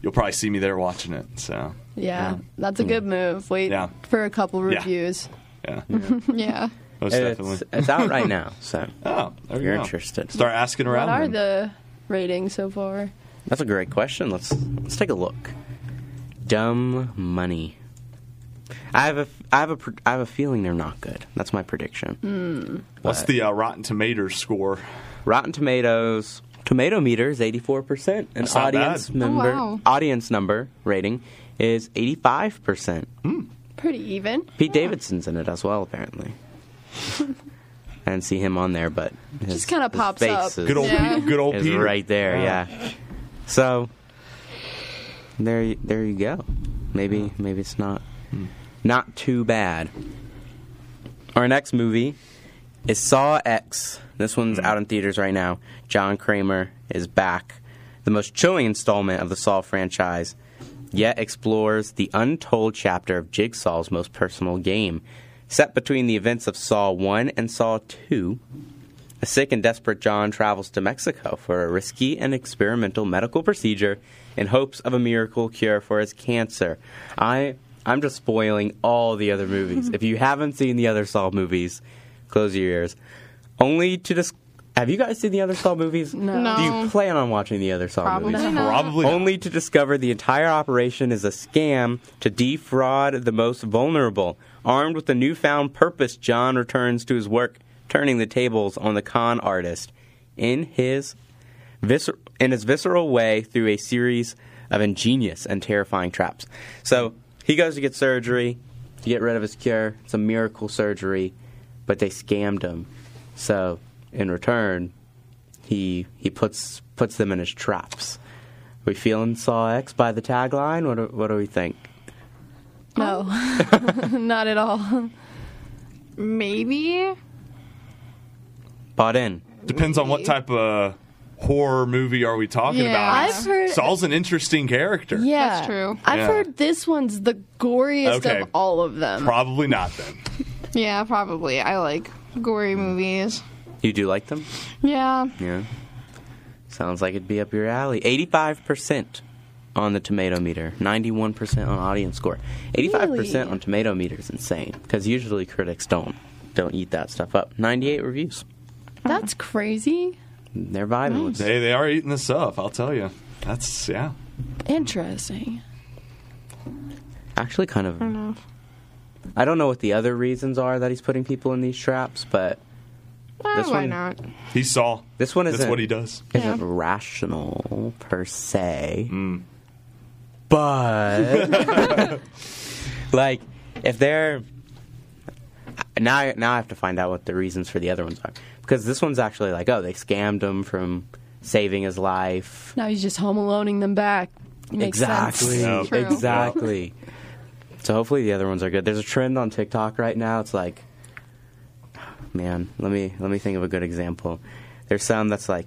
Speaker 5: you'll probably see me there watching it. So
Speaker 8: yeah, that's a good move. Wait
Speaker 5: Yeah.
Speaker 8: for a couple
Speaker 5: Yeah.
Speaker 8: reviews.
Speaker 5: yeah,
Speaker 8: yeah.
Speaker 5: most
Speaker 7: It's-
Speaker 5: definitely.
Speaker 7: it's out right now, so
Speaker 5: oh, there
Speaker 7: if
Speaker 5: you
Speaker 7: you're
Speaker 5: go.
Speaker 7: interested,
Speaker 5: Start asking
Speaker 8: What
Speaker 5: around.
Speaker 8: are
Speaker 5: then.
Speaker 8: the ratings so far?
Speaker 7: That's a great question. Let's let's take a look. Dumb money. I have a I have a pr- I have a feeling they're not good. That's my prediction.
Speaker 8: Mm.
Speaker 5: What's the uh, Rotten Tomatoes score?
Speaker 7: Rotten Tomatoes Tomato meter is 84%. An
Speaker 5: That's not
Speaker 7: audience
Speaker 5: bad. Oh,
Speaker 7: member
Speaker 8: wow.
Speaker 7: audience number rating is 85%.
Speaker 5: Mm.
Speaker 8: Pretty even.
Speaker 7: Pete Davidson's in it as well apparently. I didn't see him on there, but his,
Speaker 8: Just kinda
Speaker 7: his
Speaker 8: pops
Speaker 7: face
Speaker 8: up.
Speaker 7: Is,
Speaker 8: Good old Yeah. Pete-
Speaker 5: good old
Speaker 7: is
Speaker 5: Peter.
Speaker 7: right there.
Speaker 5: Yeah.
Speaker 7: Yeah. So there, y- there you go. Maybe, maybe it's not, not too bad. Our next movie is Saw X. This one's out in theaters right now. John Kramer is back. The most chilling installment of the Saw franchise, yet explores the untold chapter of Jigsaw's most personal game. Set between the events of Saw 1 and Saw 2, a sick and desperate John travels to Mexico for a risky and experimental medical procedure in hopes of a miracle cure for his cancer. I I'm just spoiling all the other movies. if you haven't seen the other Saw movies, close your ears. Only to dis- have you guys seen the other Saw movies?
Speaker 10: No.
Speaker 7: Do you plan on watching the other Saw
Speaker 10: Probably
Speaker 7: movies?
Speaker 10: not. Probably not.
Speaker 7: Only to discover the entire operation is a scam to defraud the most vulnerable. Armed with a newfound purpose, John returns to his work, turning the tables on the con artist in his viscer- in his visceral way through a series of ingenious and terrifying traps. So he goes to get surgery to get rid of his cure. It's a miracle surgery, but they scammed him. So in return, he he puts puts them in his traps. We feeling Saw X by the tagline? What do, what do we think?
Speaker 8: No, not at all.
Speaker 10: Maybe.
Speaker 7: Bought in.
Speaker 5: Depends on what type of horror movie are we talking
Speaker 8: Yeah.
Speaker 5: about.
Speaker 8: I've
Speaker 5: It's-
Speaker 8: heard-
Speaker 5: Saul's an interesting character.
Speaker 8: Yeah,
Speaker 10: That's true.
Speaker 8: I've
Speaker 5: Yeah.
Speaker 8: heard this one's the goriest
Speaker 5: Okay.
Speaker 8: of all of them.
Speaker 5: Probably not then.
Speaker 10: Yeah, probably. I like gory movies.
Speaker 7: You do like them?
Speaker 10: Yeah.
Speaker 7: Yeah. Sounds like it'd be up your alley. 85% on the tomato meter, 91% on audience score. 85%
Speaker 10: Really?
Speaker 7: on tomato meter is insane because usually critics don't don't eat that stuff up. 98 reviews.
Speaker 8: That's crazy.
Speaker 7: They're vibing with
Speaker 5: They they are eating this up. I'll tell you. That's yeah.
Speaker 8: Interesting.
Speaker 7: Actually, kind of.
Speaker 8: don't know.
Speaker 7: I don't know what the other reasons are that he's putting people in these traps, but this
Speaker 10: why
Speaker 7: one,
Speaker 10: not?
Speaker 5: He saw.
Speaker 7: This one
Speaker 5: That's
Speaker 7: isn't.
Speaker 5: what he does.
Speaker 7: Isn't rational per se, but like if they're now, I- now I have to find out what the reasons for the other ones are because this one's actually like, oh, they scammed him from saving his life.
Speaker 8: Now he's just home aloneing them back. Makes
Speaker 7: exactly.
Speaker 8: sense.
Speaker 7: Exactly. so hopefully the other ones are good. There's a trend on TikTok right now. It's like, man, let me let me think of a good example. There's some that's like,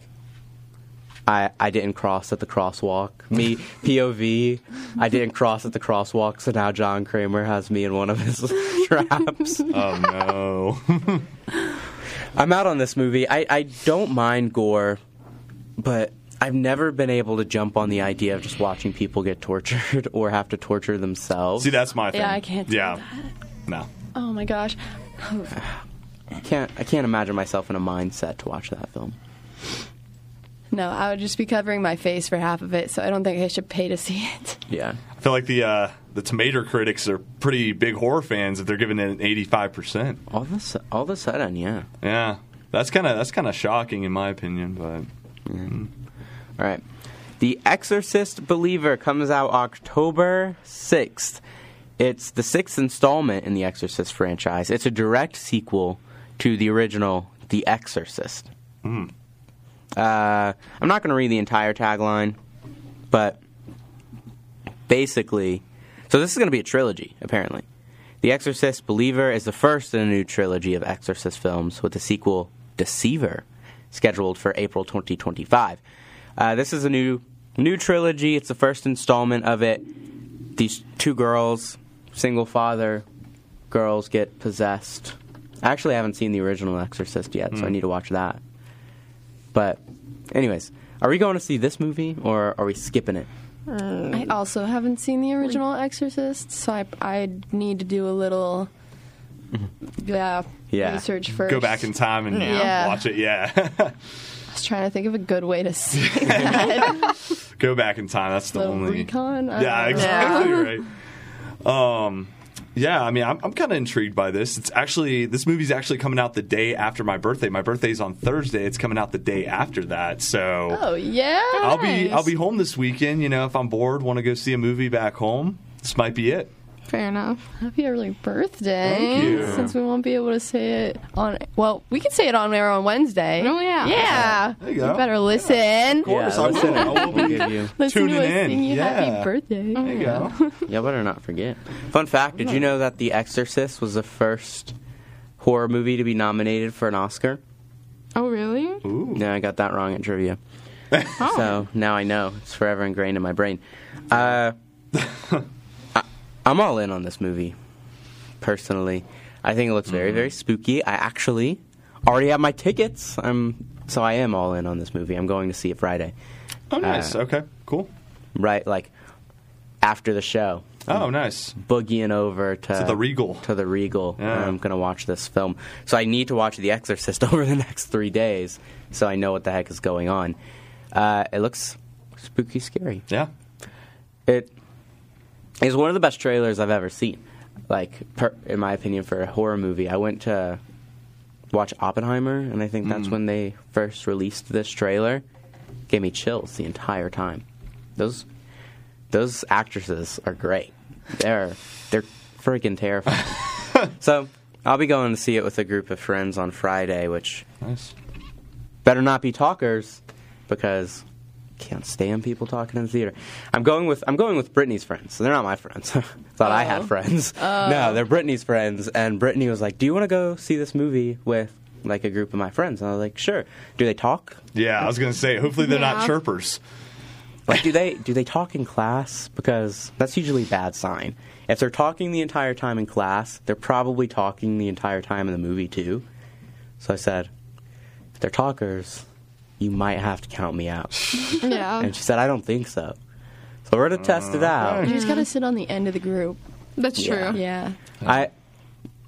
Speaker 7: I I didn't cross at the crosswalk. Me POV. I didn't cross at the crosswalk. So now John Kramer has me in one of his traps.
Speaker 5: Oh
Speaker 7: no. I'm out on this movie. I, I don't mind gore, but I've never been able to jump on the idea of just watching people get tortured or have to torture themselves.
Speaker 5: See, that's my
Speaker 8: Yeah, I can't do
Speaker 7: Yeah.
Speaker 5: No.
Speaker 8: Oh my gosh.
Speaker 7: I can't I can't imagine myself in a mindset to watch that film.
Speaker 8: No, I would just be covering my face for half of it, so I don't think I should pay to see it.
Speaker 7: Yeah.
Speaker 5: I feel like the uh, the tomato critics are pretty big horror fans if they're giving it an eighty five percent.
Speaker 7: All this all of a sudden, yeah.
Speaker 5: Yeah. That's kind of that's kind of shocking in my opinion, but
Speaker 7: all right. The Exorcist Believer comes out October 6th. It's the sixth installment in the Exorcist franchise. It's a direct sequel to the original The Exorcist.
Speaker 5: Mm.
Speaker 7: Uh, I'm not going to read the entire tagline, but basically, so this is going to be a trilogy, apparently. The Exorcist Believer is the first in a new trilogy of Exorcist films, with the sequel Deceiver scheduled for April 2025. Uh, this is a new new trilogy. It's the first installment of it. These two girls, single father girls, get possessed. I actually haven't seen the original Exorcist yet, so I
Speaker 12: Mm.
Speaker 7: need to watch that. But, anyways, are we going to see this movie or are we skipping it?
Speaker 5: Mm.
Speaker 8: I also haven't seen the original Exorcist, so I, I need to do a little yeah,
Speaker 5: Mm-hmm. yeah,
Speaker 8: research first.
Speaker 5: Go back in time and
Speaker 8: Mm, Yeah.
Speaker 5: watch it. Yeah,
Speaker 8: I was trying to think of a good way to see it.
Speaker 5: go back in time. That's the
Speaker 8: Little
Speaker 5: only
Speaker 8: recon? I
Speaker 5: Yeah,
Speaker 8: don't know.
Speaker 5: exactly
Speaker 8: Uh, Yeah.
Speaker 5: right. Um, yeah, I mean, I'm, I'm kind of intrigued by this. It's actually this movie's actually coming out the day after my birthday. My birthday's on Thursday. It's coming out the day after that. So
Speaker 8: oh yeah,
Speaker 5: I'll be I'll be home this weekend. You know, if I'm bored, want to go see a movie back home. This might be it.
Speaker 10: Fair enough.
Speaker 8: Happy early birthday!
Speaker 5: Thank you.
Speaker 8: Since we won't be able to say it on well, we can say it on air on Wednesday. Oh
Speaker 10: yeah,
Speaker 8: yeah.
Speaker 5: There you go.
Speaker 8: better listen. of
Speaker 7: course, Yeah, I listen. will. I will be Give you-
Speaker 8: listen
Speaker 7: tuning
Speaker 8: to us
Speaker 7: in.
Speaker 8: sing you
Speaker 7: Yeah.
Speaker 8: happy birthday. There
Speaker 5: you go.
Speaker 7: Y'all better not forget. Fun fact did you know that The Exorcist was the first horror movie to be nominated for an Oscar?
Speaker 10: Oh, really?
Speaker 7: No, I got that wrong at trivia. So now I know. It's forever ingrained in my brain. Uh, I, I'm all in on this movie, personally. I think it looks very, very spooky. I actually already have my tickets. I'm so I am all in on this movie. I'm going to see it Friday.
Speaker 5: Oh, nice. okay, cool.
Speaker 7: Right, like after the show.
Speaker 5: Oh, nice.
Speaker 7: Boogieing over to,
Speaker 5: To the Regal.
Speaker 7: To the Regal. And I'm going to watch this film. So I need to watch The Exorcist over the next three days so I know what the heck is going on. Uh, it looks spooky scary.
Speaker 5: Yeah.
Speaker 7: It is one of the best trailers I've ever seen. Like, per, in my opinion, for a horror movie. I went to watch Oppenheimer, and I think that's when they first released this trailer. Gave me chills the entire time. Those those actresses are great. They're they're freaking terrifying. so I'll be going to see it with a group of friends on Friday, which
Speaker 5: nice.
Speaker 7: better not be talkers because can't stand people talking in the theater. I'm going with I'm going with Brittany's friends. They're not my friends. Thought I
Speaker 12: Oh.
Speaker 7: had friends.
Speaker 12: Oh.
Speaker 7: No, they're Brittany's friends. And Brittany was like, "Do you want to go see this movie with like a group of my friends?" And I was like, "Sure." Do they talk?
Speaker 5: Yeah, I was gonna say. Hopefully, they're not chirpers.
Speaker 7: Like, do they do they talk in class? Because that's usually a bad sign. If they're talking the entire time in class, they're probably talking the entire time in the movie too. So I said, if they're talkers, you might have to count me out.
Speaker 8: Yeah.
Speaker 7: And she said, I don't think so. So we're gonna test it out.
Speaker 8: You just gotta sit on the end of the group.
Speaker 10: That's
Speaker 7: Yeah.
Speaker 8: true. Yeah.
Speaker 7: I,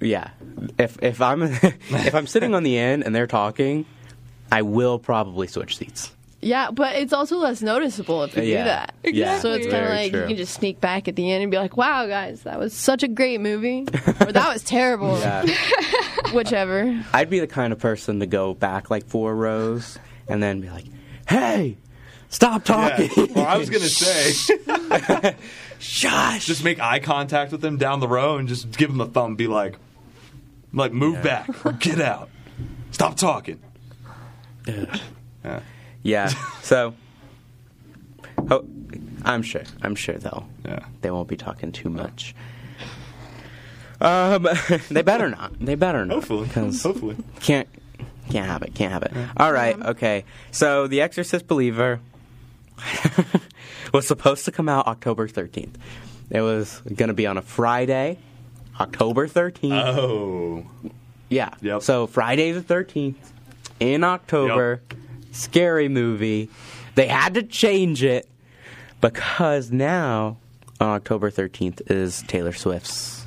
Speaker 7: yeah. If if I'm if I'm sitting on the end and they're talking, I will probably switch seats.
Speaker 8: Yeah, but it's also less noticeable if you
Speaker 7: Yeah.
Speaker 8: do that.
Speaker 7: Yeah,
Speaker 8: So it's kind of
Speaker 7: very
Speaker 8: like
Speaker 7: true.
Speaker 8: you can just sneak back at the end and be like, "Wow, guys, that was such a great movie," or "That was terrible."
Speaker 7: Yeah.
Speaker 8: Whichever.
Speaker 7: I'd be the kind of person to go back like four rows and then be like, "Hey, stop talking."
Speaker 5: Well, I was gonna say,
Speaker 7: shush.
Speaker 5: Just make eye contact with them down the row and just give them a thumb. Be like, like move back or get out. Stop talking. Yeah.
Speaker 7: Yeah. So, oh, I'm sure. I'm sure they'll. Yeah. They won't be talking too much. Um, they better not. They better not. Hopefully.
Speaker 5: Hopefully.
Speaker 7: Can't. Can't have it. Can't have it. All right. Okay. So, The Exorcist Believer was supposed to come out October 13th. It was going to be on a Friday, October 13th.
Speaker 5: Oh.
Speaker 7: Yeah. So Friday the 13th in October, scary movie. They had to change it because now on October 13th is Taylor Swift's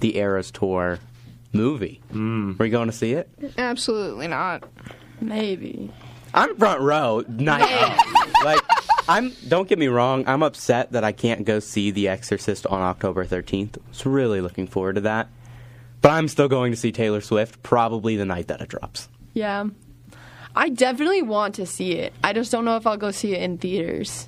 Speaker 7: The Eras Tour movie. Mm. Are you going to see it?
Speaker 10: Absolutely not.
Speaker 8: Maybe.
Speaker 7: I'm front row night of. Like I'm don't get me wrong, I'm upset that I can't go see The Exorcist on October 13th. So really looking forward to that. But I'm still going to see Taylor Swift probably the night that it drops.
Speaker 8: Yeah. I definitely want to see it. I just don't know if I'll go see it in theaters.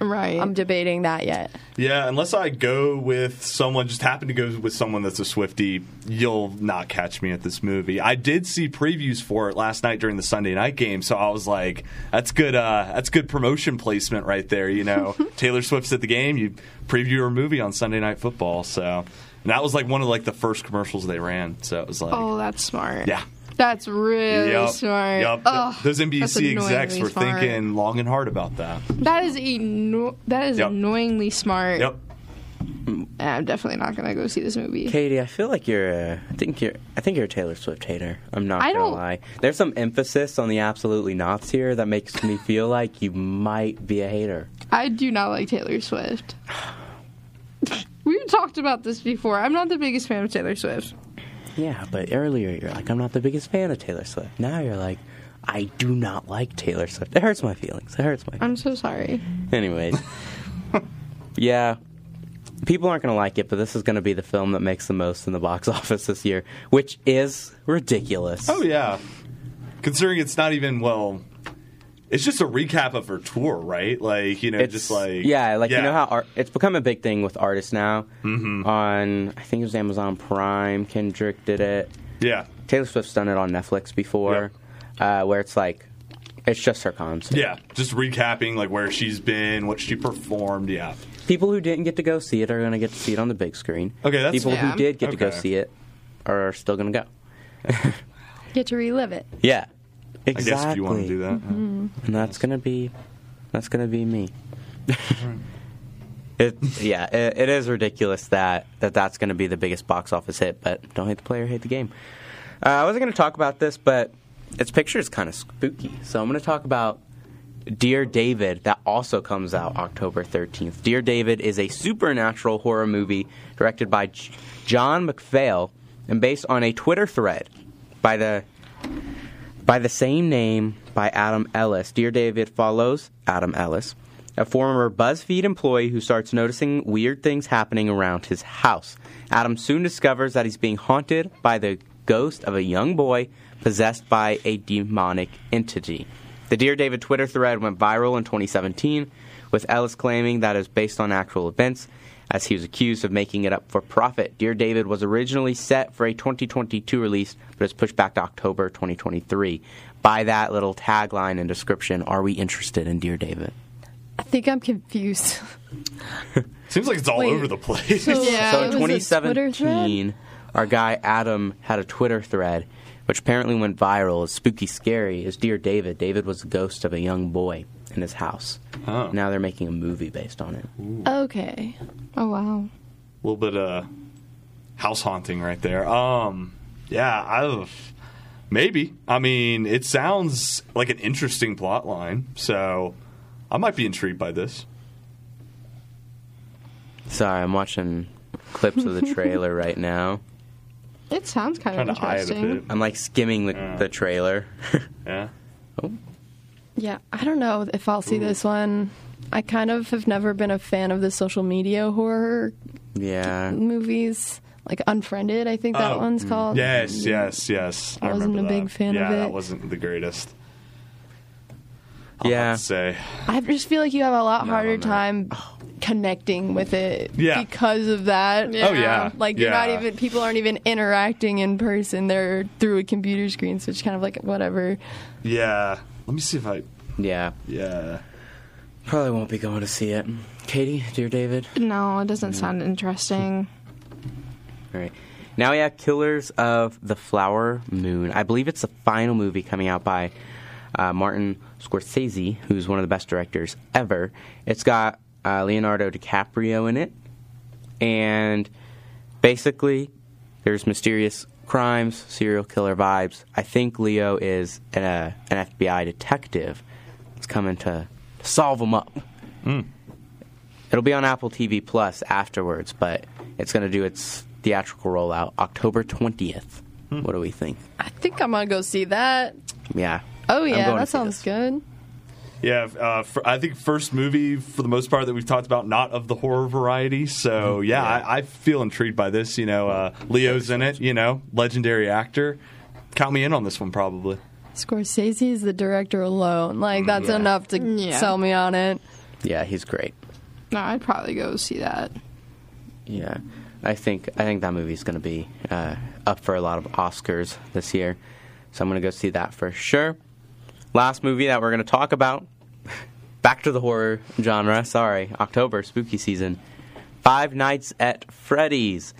Speaker 10: Right.
Speaker 8: I'm debating that yet.
Speaker 5: Yeah, unless I go with someone, just happen to go with someone that's a Swifty, you'll not catch me at this movie. I did see previews for it last night during the Sunday night game, so I was like, "That's good. Uh, that's good promotion placement right there." You know, Taylor Swift's at the game. You preview her movie on Sunday Night Football, so and that was like one of like the first commercials they ran. So it was like,
Speaker 10: oh, that's smart.
Speaker 5: Yeah.
Speaker 10: That's really
Speaker 5: Yep,
Speaker 10: smart.
Speaker 5: yep.
Speaker 10: Ugh,
Speaker 5: Those
Speaker 10: that's
Speaker 5: NBC execs
Speaker 10: annoyingly
Speaker 5: were
Speaker 10: smart.
Speaker 5: thinking long and hard about that.
Speaker 10: That is eno- that is
Speaker 5: Yep.
Speaker 10: annoyingly smart.
Speaker 5: Yep.
Speaker 10: And I'm definitely not gonna go see this movie.
Speaker 7: Katie, I feel like you're. A, I think you're. I think you're a Taylor Swift hater. I'm not
Speaker 10: I
Speaker 7: gonna
Speaker 10: don't-
Speaker 7: lie. There's some emphasis on the absolutely nots here that makes me feel like you might be a hater.
Speaker 10: I do not like Taylor Swift. We've talked about this before. I'm not the biggest fan of Taylor Swift.
Speaker 7: Yeah, but earlier you're like, I'm not the biggest fan of Taylor Swift. Now you're like, I do not like Taylor Swift. It hurts my feelings. It hurts my.
Speaker 10: I'm so sorry.
Speaker 7: Anyways, yeah, people aren't going to like it, but this is going to be the film that makes the most in the box office this year, which is ridiculous.
Speaker 5: Oh yeah, considering it's not even well. It's just a recap of her tour, right? Like you know, just like
Speaker 7: yeah, like you know how art, it's become a big thing with artists now. Mm-hmm. On I think it was Amazon Prime. Kendrick did it.
Speaker 5: Yeah,
Speaker 7: Taylor Swift's done it on Netflix before, uh, where it's like it's just her concert.
Speaker 5: yeah, just recapping like where she's been, what she performed. Yeah,
Speaker 7: People who didn't get to go see it are going to get to see it on the big screen.
Speaker 5: Okay, that's
Speaker 7: people
Speaker 5: Yeah.
Speaker 7: who did get to go
Speaker 5: Okay.
Speaker 7: see it are still going to go.
Speaker 8: Get to relive it.
Speaker 7: Yeah,
Speaker 5: I guess
Speaker 7: exactly. Mm-hmm.
Speaker 5: if you wanna do that, yeah.
Speaker 8: Mhm.
Speaker 7: and that's gonna be that's gonna be me. it yeah, it, it is ridiculous that that that's gonna be the biggest box office hit. But don't hate the player, hate the game. Uh, I wasn't gonna talk about this, but its picture is kind of spooky, so I'm gonna talk about. Dear David, that also comes out October 13th. Dear David is a supernatural horror movie directed by J- John McPhail and based on a Twitter thread by the by the same name by Adam Ellis. Dear David follows Adam Ellis, a former BuzzFeed employee who starts noticing weird things happening around his house. Adam soon discovers that he's being haunted by the ghost of a young boy possessed by a demonic entity. The Dear David Twitter thread went viral in 2017, with Ellis claiming that it was based on actual events, as he was accused of making it up for profit. Dear David was originally set for a 2022 release, but it's pushed back to October 2023. By that little tagline and description, are we interested in Dear David?
Speaker 8: I think I'm confused.
Speaker 5: seems like it's all
Speaker 8: Wait,
Speaker 5: over the place.
Speaker 8: so- Yeah,
Speaker 7: so
Speaker 8: Uh, it
Speaker 7: in
Speaker 8: was a Twitter
Speaker 7: 2017, our guy Adam had a Twitter thread, which apparently went viral. It's spooky, scary. Is Dear David? David was the ghost of a young boy in his house. Now they're making a movie based on it.
Speaker 8: Okay.
Speaker 10: Oh wow.
Speaker 5: a little bit uh house haunting right there. Um yeah, I maybe. I mean, it sounds like an interesting plot line, so I might be intrigued by this.
Speaker 7: Sorry, I'm watching clips of the trailer right now.
Speaker 10: It sounds kind
Speaker 7: Trying
Speaker 10: of
Speaker 7: to eye it a
Speaker 10: interesting.
Speaker 7: I'm like skimming the, the trailer.
Speaker 5: yeah.
Speaker 8: Yeah, I don't know if I'll see this one. I kind of have never been a fan of the social media horror
Speaker 7: Yeah.
Speaker 8: movies. Like Unfriended, I think that
Speaker 5: Oh,
Speaker 8: one's called.
Speaker 5: Yes, yes, yes. I,
Speaker 8: I wasn't
Speaker 5: remember
Speaker 8: a big
Speaker 5: that.
Speaker 8: fan of
Speaker 5: yeah, that
Speaker 8: it.
Speaker 5: wasn't the greatest.
Speaker 7: yeah.
Speaker 5: Say.
Speaker 8: I just feel like you have a lot harder
Speaker 5: I'm not. Oh.
Speaker 8: time connecting with it
Speaker 5: Yeah.
Speaker 8: because of that.
Speaker 5: Oh, yeah.
Speaker 8: Like you're not
Speaker 5: Yeah.
Speaker 8: even people aren't even interacting in person. They're through a computer screen, so it's kind of like whatever.
Speaker 5: Yeah. Let me see if I
Speaker 7: Yeah.
Speaker 5: Yeah.
Speaker 7: Probably won't be going to see it. Katie, dear David.
Speaker 10: No, it
Speaker 7: Mm.
Speaker 10: doesn't sound interesting.
Speaker 7: All right. Now we have Killers of the Flower Moon. I believe it's the final movie coming out by uh, Martin Scorsese, who's one of the best directors ever. It's got uh, Leonardo DiCaprio in it, and basically, there's mysterious crimes, serial killer vibes. I think Leo is an, uh, an FBI detective. It's coming to solve them up. It'll be on Apple TV Plus afterwards, but it's going to do its theatrical rollout October 20th. What do we think?
Speaker 8: I think I'm gonna go see that.
Speaker 7: Yeah.
Speaker 8: Oh
Speaker 7: I'm
Speaker 8: yeah,
Speaker 7: going
Speaker 8: that
Speaker 7: to see
Speaker 8: sounds
Speaker 7: this.
Speaker 8: good.
Speaker 5: Yeah, uh, for, I think first movie for the most part that we've talked about, not of the horror variety. So yeah, I, I feel intrigued by this. You know, uh, Leo's in it. You know, legendary actor. Count me in on this one, probably.
Speaker 8: Scorsese is the director alone.
Speaker 7: Mm,
Speaker 8: Like that's
Speaker 5: Yeah.
Speaker 8: enough to
Speaker 10: Yeah.
Speaker 8: sell me on it.
Speaker 7: Yeah, he's great.
Speaker 10: No, I'd probably go see that.
Speaker 7: Yeah, I think I think that movie's going to be uh, up for a lot of Oscars this year, so I'm going to go see that for sure. Last movie that we're going to talk about, back to the horror genre. Sorry, October spooky season. Five Nights at Freddy's.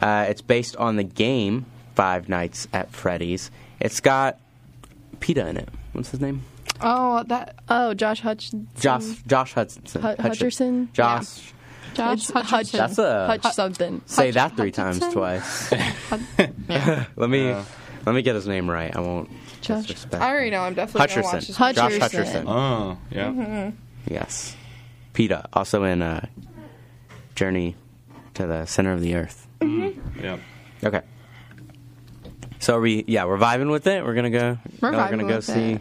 Speaker 7: Uh, it's based on the game Five Nights at Freddy's. It's got Peta in it. What's his name?
Speaker 9: Oh, that.
Speaker 10: uh,
Speaker 9: Oh, Josh Hutchinson.
Speaker 7: Josh Josh Hudson.
Speaker 8: Hut- Hutcherson?
Speaker 7: Josh.
Speaker 8: Josh Hutch,
Speaker 7: That's a-
Speaker 8: Hutch something.
Speaker 7: Say that three times twice. let me let me get his name right. I won't
Speaker 10: Josh-
Speaker 7: disrespect.
Speaker 10: I already know. I'm definitely gonna watch
Speaker 7: Hutcherson.
Speaker 10: this.
Speaker 7: Josh Hutcherson. Oh,
Speaker 8: Mm-hmm.
Speaker 10: Mhm.
Speaker 7: Yes. PETA, also in uh, Journey to the Center of the Earth.
Speaker 5: Yep.
Speaker 7: Okay. So are we yeah, we're vibing with it. We're gonna go
Speaker 10: We're
Speaker 7: now we're gonna
Speaker 10: vibing
Speaker 7: go
Speaker 10: with
Speaker 7: see
Speaker 10: it.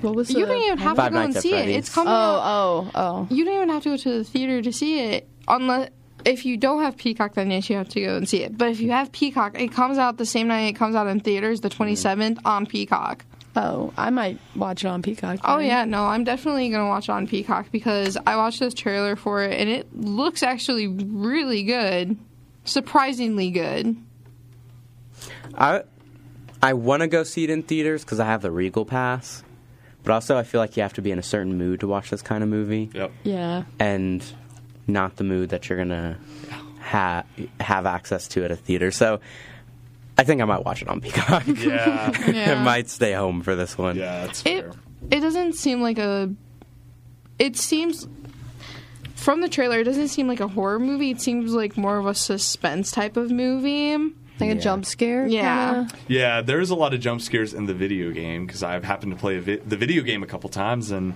Speaker 10: you don't even have
Speaker 7: Five
Speaker 10: to go
Speaker 7: Nights
Speaker 10: and
Speaker 7: at
Speaker 10: see it.
Speaker 7: Freddy's.
Speaker 10: It's coming.
Speaker 7: Oh,
Speaker 8: oh, oh.
Speaker 10: You don't even have to go to the theater to see it, unless if you don't have Peacock, then yes, you have to go and see it. But if you have Peacock, it comes out the same night it comes out in theaters, the 27th on Peacock.
Speaker 8: Oh, I might watch it on Peacock.
Speaker 10: Oh
Speaker 8: then.
Speaker 10: yeah, no, I'm definitely gonna watch it on Peacock because I watched this trailer for it and it looks actually really good, surprisingly good.
Speaker 7: I I want to go see it in theaters because I have the Regal pass, but also I feel like you have to be in a certain mood to watch this kind of movie.
Speaker 5: Yep.
Speaker 8: Yeah.
Speaker 7: And not the mood that you're gonna ha- have access to at a theater. So I think I might watch it on Peacock.
Speaker 5: Yeah.
Speaker 10: Yeah.
Speaker 7: I might stay home for this one.
Speaker 5: Yeah, that's
Speaker 10: It it doesn't seem like a. It seems from the trailer, it doesn't seem like a horror movie. It seems like more of a suspense type of movie,
Speaker 8: like a jump scare.
Speaker 10: Yeah,
Speaker 5: Yeah, there's a lot of jump scares in the video game because I've happened to play a vi- the video game a couple times, and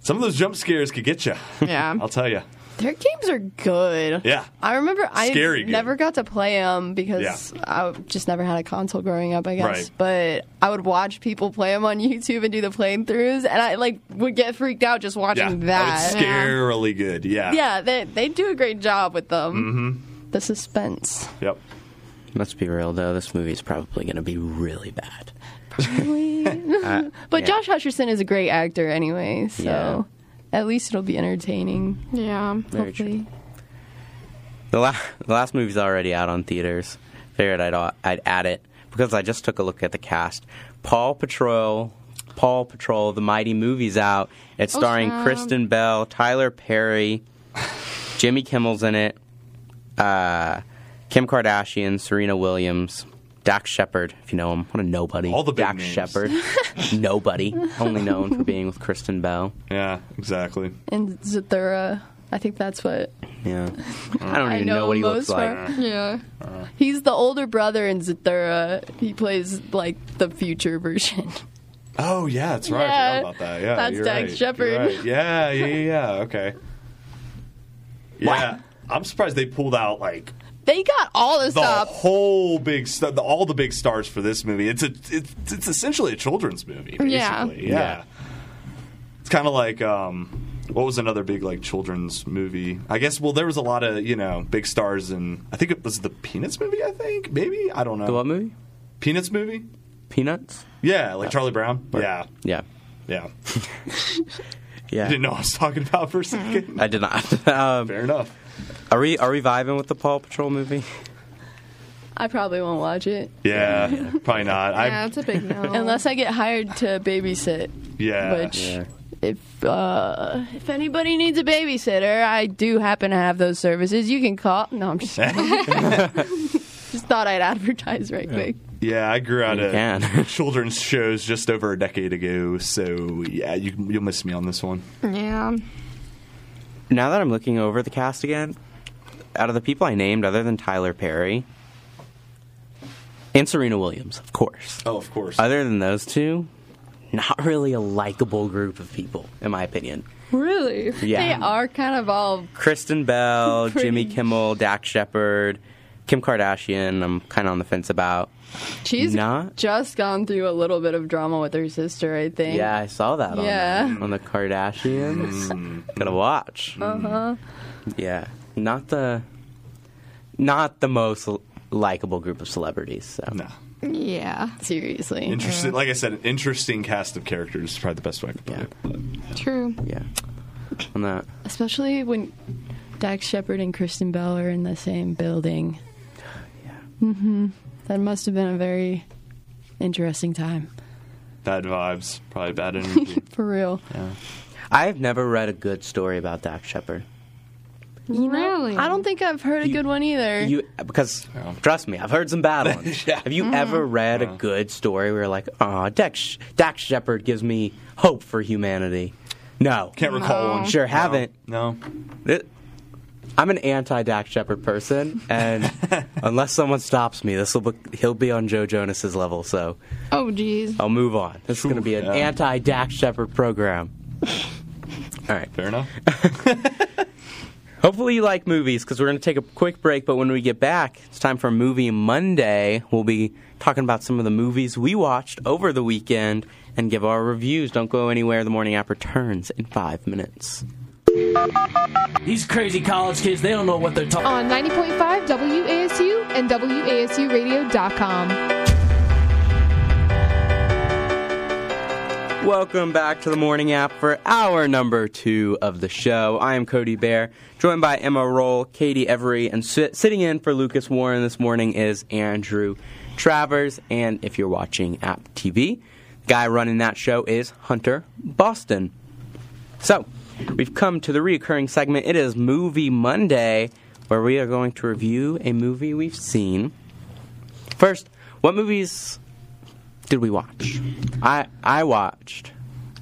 Speaker 5: some of those jump scares could get you.
Speaker 10: Yeah.
Speaker 5: I'll tell you.
Speaker 8: Their games are good.
Speaker 5: Yeah.
Speaker 8: I remember I
Speaker 5: Scary good.
Speaker 8: never got to play them because
Speaker 5: Yeah.
Speaker 8: I just never had a console growing up, I guess.
Speaker 5: Right.
Speaker 8: But I would watch people play them on YouTube and do the playthroughs, and I like would get freaked out just
Speaker 5: Yeah,
Speaker 8: watching
Speaker 5: It's
Speaker 8: that.
Speaker 5: scarily good. Yeah.
Speaker 8: Yeah, they they do a great job with them.
Speaker 7: Mm-hmm.
Speaker 8: The suspense.
Speaker 5: Yep.
Speaker 7: Let's be real though. This movie's probably gonna be really bad. Uh,
Speaker 8: but Josh Hutcherson is a great actor anyway, so
Speaker 7: Yeah.
Speaker 8: at least it'll be entertaining.
Speaker 10: Yeah,
Speaker 7: Very true.
Speaker 8: hopefully.
Speaker 7: The, la- the last movie's already out on theaters. Figured I'd au- I'd add it because I just took a look at the cast. Paul Patrol, Paul Patrol, the Mighty Movie's out. It's
Speaker 12: Oh,
Speaker 7: starring
Speaker 12: snap.
Speaker 7: Kristen Bell, Tyler Perry, Jimmy Kimmel's in it, uh, Kim Kardashian, Serena Williams, Dax Shepard, if you know him. What a nobody. All the big Dax Shepard, nobody, only known for being with Kristen Bell.
Speaker 5: Yeah, exactly.
Speaker 8: And Zathura, I think that's what
Speaker 7: Yeah, I don't
Speaker 8: I
Speaker 7: even
Speaker 8: know
Speaker 7: know, what he
Speaker 8: him
Speaker 7: looks
Speaker 8: most
Speaker 7: like.
Speaker 8: from- Yeah. He's the older brother in Zathura. He plays like the future version.
Speaker 5: Oh yeah, that's right. I
Speaker 8: Yeah.
Speaker 5: forgot about that. Yeah,
Speaker 8: That's
Speaker 5: you're
Speaker 8: Dax
Speaker 5: right.
Speaker 8: Shepard.
Speaker 5: You're right. Yeah, yeah, yeah. yeah. Okay. Yeah, I'm surprised they pulled out like
Speaker 8: They got all
Speaker 5: the
Speaker 8: this up.
Speaker 5: whole big st- the, all the big stars for this movie. It's a it's, it's essentially a children's movie. Basically.
Speaker 8: Yeah.
Speaker 5: Yeah. It's kind of like um, what was another big like children's movie? I guess well there was a lot of you know big stars and I think it was the Peanuts movie. I think maybe I don't know
Speaker 7: The what movie?
Speaker 5: Peanuts movie.
Speaker 7: Peanuts.
Speaker 5: Yeah, like Charlie Brown. Yeah.
Speaker 7: Yeah.
Speaker 5: Yeah.
Speaker 7: Yeah.
Speaker 5: You didn't know what I was talking about for a second.
Speaker 7: I did not. um,
Speaker 5: Fair enough.
Speaker 7: Are we are we vibing with the Paw Patrol movie?
Speaker 8: I probably won't watch it.
Speaker 5: Yeah, probably not.
Speaker 8: Yeah,
Speaker 5: I
Speaker 8: it's a big no. Unless I get hired to babysit.
Speaker 5: yeah.
Speaker 8: Which, if uh, if anybody needs a babysitter, I do happen to have those services. You can call. No, I'm just just thought I'd advertise right quick.
Speaker 5: Yeah, I grew out
Speaker 7: You
Speaker 5: of children's shows just over a decade ago, so yeah, you, you'll miss me on this one.
Speaker 10: yeah.
Speaker 7: Now that I'm looking over the cast again, out of the people I named, other than Tyler Perry and Serena Williams, of course.
Speaker 5: Oh, of course.
Speaker 7: Other than those two, not really a likable group of people, in my opinion.
Speaker 8: Really?
Speaker 7: Yeah.
Speaker 8: They are kind of all
Speaker 7: Kristen Bell,
Speaker 8: Pretty-
Speaker 7: Jimmy Kimmel, Dax Shepard, Kim Kardashian. I'm kind of on the fence about.
Speaker 8: She's
Speaker 7: Not-
Speaker 8: just gone through a little bit of drama with her sister, I think.
Speaker 7: Yeah, I saw that
Speaker 8: Yeah.
Speaker 7: on,
Speaker 5: Mm.
Speaker 7: the- on the Kardashians. Gotta watch. Mm.
Speaker 8: Uh huh.
Speaker 7: Yeah, not the, not the most likable group of celebrities. So.
Speaker 5: Nah.
Speaker 10: Yeah.
Speaker 8: Seriously.
Speaker 5: Interesting. Like I said, an interesting cast of characters is probably the best way I could put it.
Speaker 10: True.
Speaker 7: Yeah. On that.
Speaker 8: Especially when Dax Shepard and Kristen Bell are in the same building. Yeah. hmm That must have been a very interesting time.
Speaker 5: Bad vibes, probably bad energy.
Speaker 8: For real.
Speaker 7: Yeah. I've never read a good story about Dax Shepard.
Speaker 8: You know, I don't think I've heard a good one either.
Speaker 7: You because
Speaker 5: Oh.
Speaker 7: trust me, I've heard some bad ones. Have you
Speaker 8: Mhm.
Speaker 7: ever read
Speaker 5: Uh-huh.
Speaker 7: a good story where you're like, "Ah, Dax, Dax Shepard gives me hope for humanity"? No,
Speaker 5: Can't recall No. one.
Speaker 7: Sure,
Speaker 5: No.
Speaker 7: haven't.
Speaker 5: No,
Speaker 7: I'm an anti Dax Shepard person, and unless someone stops me, this will be, he'll be on Joe Jonas's level. So
Speaker 10: Oh, geez.
Speaker 7: I'll move on. This is going to be an
Speaker 10: yeah.
Speaker 7: anti Dax Shepard program. All right.
Speaker 5: Fair enough.
Speaker 7: Hopefully you like movies because we're going to take a quick break, but when we get back, it's time for Movie Monday. We'll be talking about some of the movies we watched over the weekend and give our reviews. Don't go anywhere. The morning app returns in five minutes.
Speaker 12: These crazy college kids, they don't know what they're talking
Speaker 11: On 90.5 WASU and WASUradio.com.
Speaker 7: Welcome back to the morning app for hour number two of the show. I am Cody Bear, joined by Emma Roll, Katie Every, and sit- sitting in for Lucas Warren this morning is Andrew Travers. And if you're watching App TV, the guy running that show is Hunter Boston. So, we've come to the reoccurring segment. It is Movie Monday, where we are going to review a movie we've seen. First, what movies did we watch? I I watched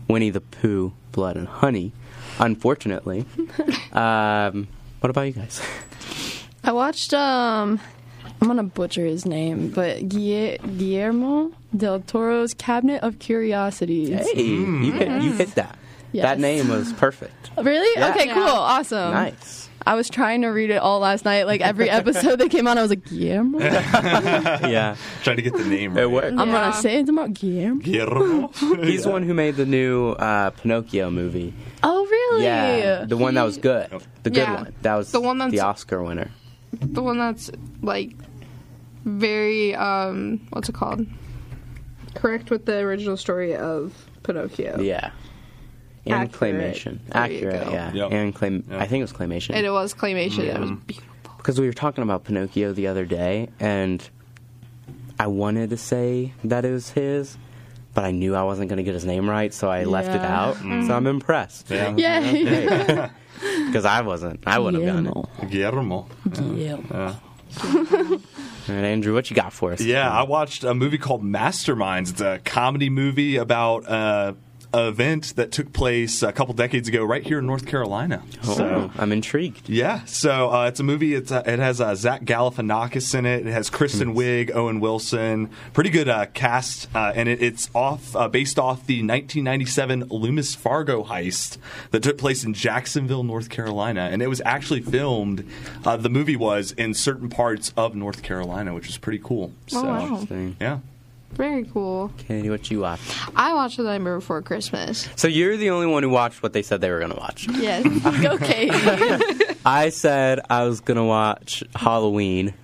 Speaker 7: Winnie the Pooh, Blood and Honey. Unfortunately, um, what about you guys?
Speaker 8: I watched um I'm gonna butcher his name, but Guille- Guillermo del Toro's Cabinet of Curiosities.
Speaker 7: Hey, you, hit, you hit that.
Speaker 8: Yes.
Speaker 7: That name was perfect.
Speaker 8: Really?
Speaker 7: Yeah.
Speaker 8: Okay,
Speaker 7: Yeah.
Speaker 8: cool,
Speaker 10: Um,
Speaker 8: awesome.
Speaker 7: Nice.
Speaker 8: I was trying to read it all last night. Like every episode that came on, I was like, Guillermo.
Speaker 7: yeah,
Speaker 5: trying to get the name right.
Speaker 7: It worked.
Speaker 8: I'm gonna say it tomorrow, Guillermo.
Speaker 7: He's the one who made the new uh, Pinocchio movie.
Speaker 8: Oh, really?
Speaker 7: Yeah, the one that was good. The good
Speaker 10: Yeah.
Speaker 7: one. That was
Speaker 10: The one
Speaker 7: the
Speaker 10: that's-
Speaker 7: Oscar winner.
Speaker 10: The one that's like very um what's it called? Correct with the original story of Pinocchio.
Speaker 7: Yeah. And
Speaker 10: Accurate.
Speaker 7: claymation,
Speaker 10: There you
Speaker 7: accurate,
Speaker 10: go.
Speaker 7: yeah. And claim, I think it was claymation.
Speaker 10: And it was claymation. It was
Speaker 7: because we were talking about Pinocchio the other day, and I wanted to say that it was his, but I knew I wasn't going to get his name right, so I left it
Speaker 8: Yeah.
Speaker 7: out.
Speaker 8: Mm.
Speaker 7: So I'm impressed.
Speaker 8: Yeah. Yay.
Speaker 7: Because I wasn't. I wouldn't have gotten it.
Speaker 5: Guillermo.
Speaker 8: Yeah.
Speaker 5: Yeah.
Speaker 7: All right, Andrew, what you got for us?
Speaker 5: Yeah, I watched a movie called Masterminds. It's a comedy movie about uh, an event that took place a couple decades ago right here in North Carolina. So.
Speaker 7: Oh, I'm intrigued.
Speaker 5: Yeah, so uh, it's a movie. It's, uh, it has uh, Zach Galifianakis in it. It has Kristen Wiig, Owen Wilson. Pretty good uh, cast, uh, and it, it's off uh, based off the 1997 Loomis Fargo heist that took place in Jacksonville, North Carolina, and it was actually filmed. Uh, the movie was in certain parts of North Carolina, which is pretty cool.
Speaker 10: Oh,
Speaker 5: So,
Speaker 10: wow.
Speaker 7: Interesting.
Speaker 5: yeah,
Speaker 10: very cool.
Speaker 7: Katie, what you watch?
Speaker 10: I watched The Nightmare Before Christmas.
Speaker 7: So you're the only one who watched what they said they were going to watch.
Speaker 10: Yes. Go Katie.
Speaker 7: I said I was going to watch Halloween.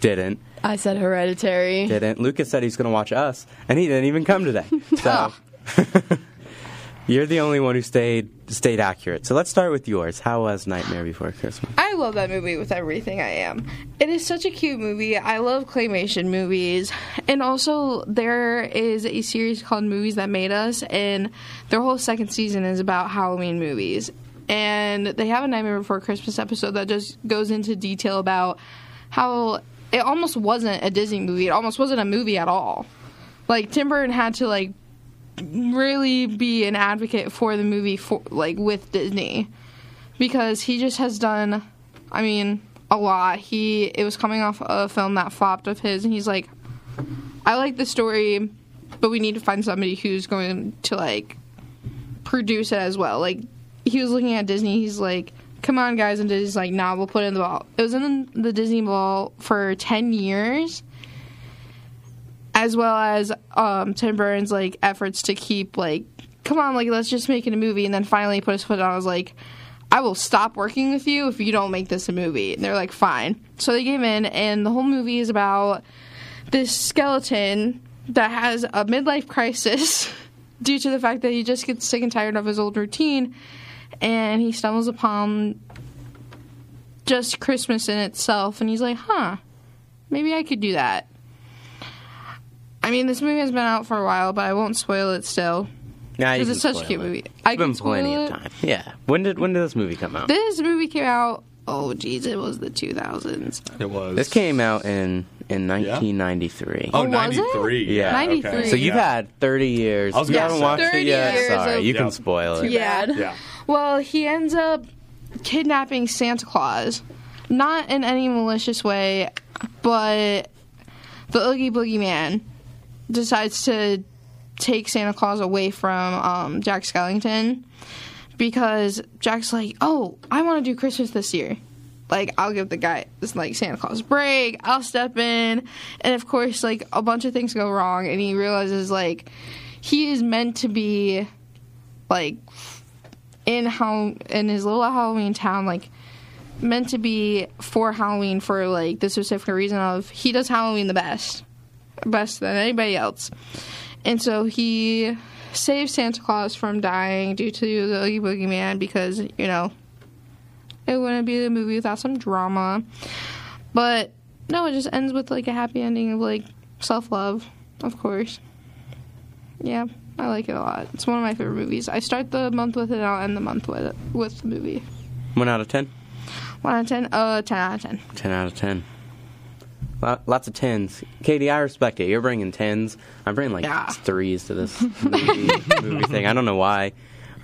Speaker 7: Didn't.
Speaker 8: I said hereditary.
Speaker 7: Didn't. Lucas said he's going to watch us, and he didn't even come today. So you're the only one who stayed stayed accurate. So let's start with yours. How was Nightmare Before Christmas?
Speaker 10: I love that movie with everything I am. It is such a cute movie. I love claymation movies. And also, there is a series called Movies That Made Us, and their whole second season is about Halloween movies. And they have a Nightmare Before Christmas episode that just goes into detail about how it almost wasn't a Disney movie. It almost wasn't a movie at all. Like, Tim Burton had to, like, really be an advocate for the movie for like with Disney because he just has done I mean a lot. He it was coming off a film that flopped of his and he's like I like the story but we need to find somebody who's going to like produce it as well. Like he was looking at Disney, he's like Come on, guys! And Disney's like, "Nah, we'll put it in the ball." It was in the Disney ball for ten years, as well as um, Tim Burton's like efforts to keep like, come on, like let's just make it a movie, and then finally put his foot down. I was like, I will stop working with you if you don't make this a movie. And they're like, fine. So they gave in, and the whole movie is about this skeleton that has a midlife crisis due to the fact that he just gets sick and tired of his old routine, and he stumbles upon just Christmas in itself, and he's like, huh, maybe I could do that. I mean, this movie has been out for a while, but I won't spoil it still.
Speaker 7: Nah, you
Speaker 10: Because
Speaker 7: can
Speaker 10: it's such a
Speaker 7: spoil
Speaker 10: cute
Speaker 7: it.
Speaker 10: movie. I
Speaker 7: It's been
Speaker 10: can spoil
Speaker 7: plenty
Speaker 10: it.
Speaker 7: of time. Yeah. When did when did this movie come out?
Speaker 10: This movie came out. Oh, geez, it was the 2000s.
Speaker 7: It was. This came out in in 1993.
Speaker 10: Oh, Oh, was it? 93.
Speaker 7: Yeah.
Speaker 10: 93.
Speaker 7: So you've
Speaker 10: Yeah.
Speaker 7: had 30 years.
Speaker 10: I was
Speaker 7: you
Speaker 10: gonna
Speaker 7: haven't
Speaker 10: say.
Speaker 7: watched it
Speaker 10: 30
Speaker 7: yet.
Speaker 10: years
Speaker 7: Sorry,
Speaker 10: of-
Speaker 7: you
Speaker 10: Yeah.
Speaker 7: can spoil it.
Speaker 10: Too bad.
Speaker 7: Yeah.
Speaker 10: Well, he ends up kidnapping Santa Claus. Not in any malicious way, but the Oogie Boogie Man decides to take Santa Claus away from um, Jack Skellington because Jack's like, oh, I want to do Christmas this year. Like, I'll give the guy, this, like, Santa Claus a break. I'll step in. And of course, like, a bunch of things go wrong, and he realizes, like, he is meant to be, like, in how in his little Halloween town, like meant to be for Halloween for like the specific reason of he does Halloween the best, best than anybody else, and so he saves Santa Claus from dying due to the Oogie Boogie Man because you know it wouldn't be a movie without some drama, but no, it just ends with like a happy ending of like self love, of course. Yeah, I like it a lot. It's one of my favorite movies. I start the month with it, and I'll end the month with it, with the movie.
Speaker 7: One out of ten.
Speaker 10: One out of ten. Uh, ten out of ten.
Speaker 7: Ten out of ten. Lo- Lots of tens. Katie, I respect it. You're bringing tens. I'm bringing like
Speaker 10: Yeah.
Speaker 7: threes to this movie, movie thing. I don't know why.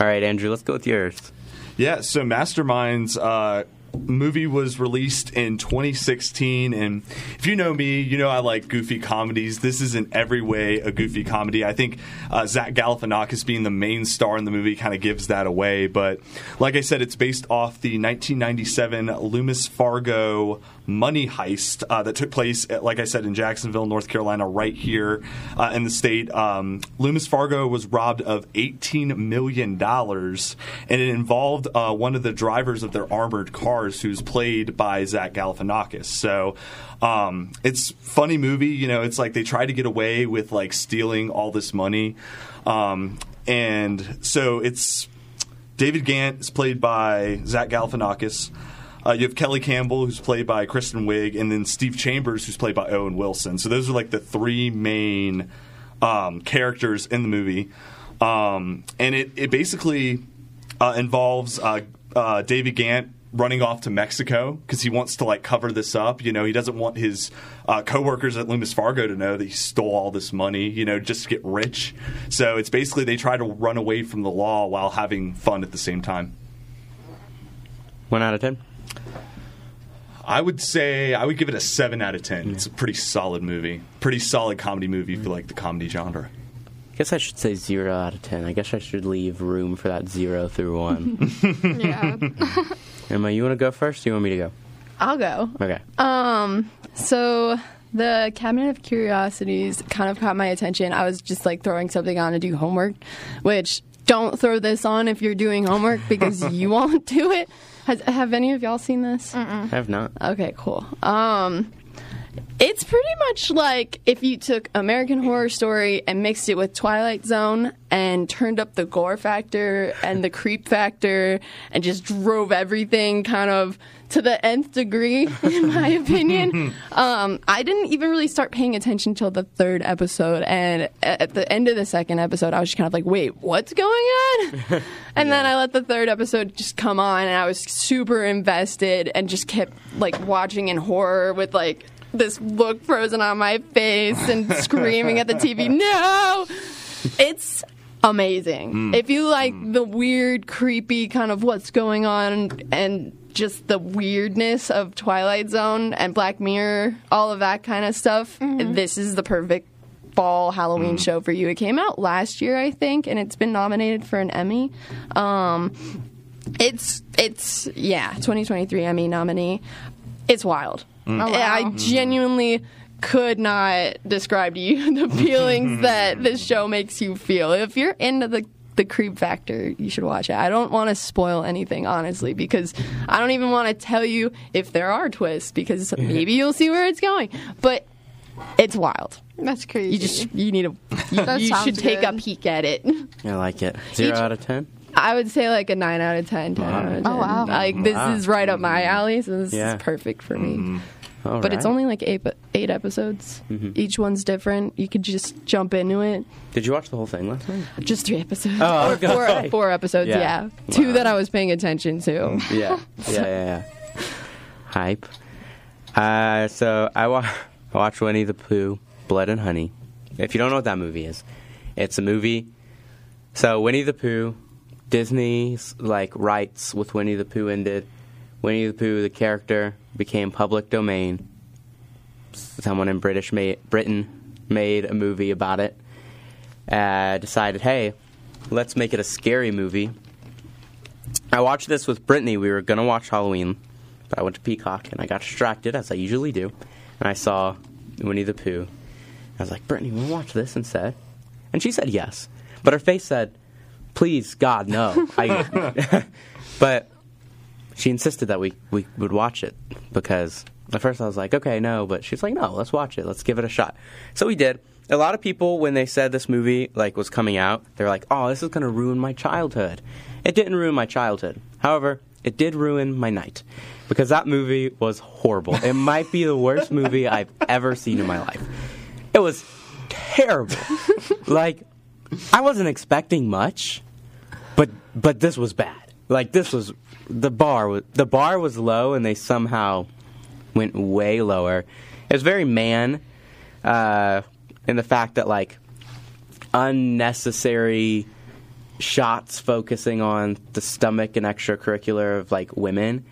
Speaker 7: All right, Andrew, let's go with yours.
Speaker 5: Yeah, so Masterminds uh, movie was released in 2016, and if you know me, you know I like goofy comedies. This is in every way a goofy comedy. I think uh, Zach Galifianakis being the main star in the movie kind of gives that away. But like I said, it's based off the 1997 Loomis Fargo money heist uh, that took place, at, like I said, in Jacksonville, North Carolina, right here uh, in the state. Um, Loomis Fargo was robbed of eighteen million dollars, and it involved uh, one of the drivers of their armored cars, who's played by Zach Galifianakis. So. Um, it's funny movie, you know. It's like they try to get away with like stealing all this money, um, and so it's David Gant is played by Zach Galifianakis. Uh, you have Kelly Campbell, who's played by Kristen Wiig, and then Steve Chambers, who's played by Owen Wilson. So those are like the three main um, characters in the movie, um, and it it basically uh, involves uh, uh, David Gant running off to Mexico because he wants to like cover this up. You know, he doesn't want his uh, coworkers at Loomis Fargo to know that he stole all this money. You know, just to get rich. So it's basically they try to run away from the law while having fun at the same time.
Speaker 7: One out of ten.
Speaker 5: I would say I would give it a seven out of ten. It's a pretty solid movie, pretty solid comedy movie
Speaker 7: Mm.
Speaker 5: if you like the comedy genre.
Speaker 7: guess I should say zero out of ten. I guess I should leave room for that zero through one. yeah. Emma, you want to go first? Or you want me to go?
Speaker 8: I'll go.
Speaker 7: Okay.
Speaker 8: Um, so the Cabinet of Curiosities kind of caught my attention. I was just like throwing something on to do homework, which don't throw this on if you're doing homework because you won't do it. Has, have any of y'all seen this?
Speaker 7: I have not.
Speaker 8: Okay, cool. Um, it's pretty much like if you took American Horror Story and mixed it with Twilight Zone and turned up the gore factor and the creep factor and just drove everything kind of to the nth degree, in my opinion. Um, I didn't even really start paying attention till the third episode, and a- at the end of the second episode, I was just kind of like, "Wait, what's going on?" and then I let the third episode just come on, and I was super invested and just kept like watching in horror with like this look frozen on my face and screaming at the TV. No, it's amazing.
Speaker 13: Mm.
Speaker 8: If you like the weird, creepy kind of what's going on and just the weirdness of Twilight Zone and Black Mirror, all of that kind of stuff, this is the perfect fall Halloween show for you. It came out last year, I think, and it's been nominated for an Emmy. Um, it's it's yeah, 2023 Emmy nominee. It's wild.
Speaker 13: Mm. Oh,
Speaker 8: I
Speaker 13: wow.
Speaker 8: genuinely could not describe to you the feelings that this show makes you feel. If you're into the the creep factor, you should watch it. I don't want to spoil anything, honestly, because I don't even want to tell you if there are twists, because maybe you'll see where it's going. But it's wild.
Speaker 10: That's crazy.
Speaker 8: You just you need a
Speaker 10: That
Speaker 8: you, you should
Speaker 10: sounds
Speaker 8: take a
Speaker 10: good.
Speaker 8: peek at it.
Speaker 7: I like it. Zero
Speaker 8: Each-
Speaker 7: out of ten.
Speaker 8: I would say like a nine out of ten. 10 out of 10.
Speaker 10: Oh, wow.
Speaker 8: Like this
Speaker 7: Wow. Mm-hmm.
Speaker 8: is right up my alley, so this
Speaker 7: Yeah. Mm-hmm.
Speaker 8: is perfect for me.
Speaker 7: All
Speaker 8: but it's
Speaker 7: right.
Speaker 8: only like eight eight episodes.
Speaker 10: Mm-hmm.
Speaker 7: Mhm.
Speaker 8: Each one's different. You could just jump into it.
Speaker 7: Did you watch the whole thing last night?
Speaker 8: Just three episodes.
Speaker 7: Oh, I
Speaker 8: or
Speaker 7: was gonna
Speaker 8: four,
Speaker 7: say.
Speaker 8: four episodes,
Speaker 7: Yeah.
Speaker 8: yeah.
Speaker 7: Wow.
Speaker 8: Two that I was paying attention to.
Speaker 7: yeah, yeah, yeah, yeah. Hype. Uh, so I, wa- I watched Winnie the Pooh, Blood and Honey. If you don't know what that movie is, it's a movie. So Winnie the Pooh, Disney's like rights with Winnie the Pooh ended. Winnie the Pooh, the character, became public domain. Someone in British ma- Britain made a movie about it. Uh, decided, hey, let's make it a scary movie. I watched this with Brittany. We were gonna watch Halloween, but I went to Peacock and I got distracted as I usually do, and I saw Winnie the Pooh. I was like, Brittany, we'll watch this instead, and she said yes, but her face said, "Please, God, no." I, but she insisted that we we would watch it because at first I was like, okay, no, but she's like, no, let's watch it, let's give it a shot. So we did. A lot of people, when they said this movie like was coming out, they're like, oh, this is gonna ruin my childhood. It didn't ruin my childhood. However, it did ruin my night because that movie was horrible. It might be the worst movie I've ever seen in my life. It was terrible. like, I wasn't expecting much but but this was bad. Like this was the bar was the bar was low, and they somehow went way lower. It was very man uh, in the fact that like unnecessary shots focusing on the stomach and extracurricular of like women.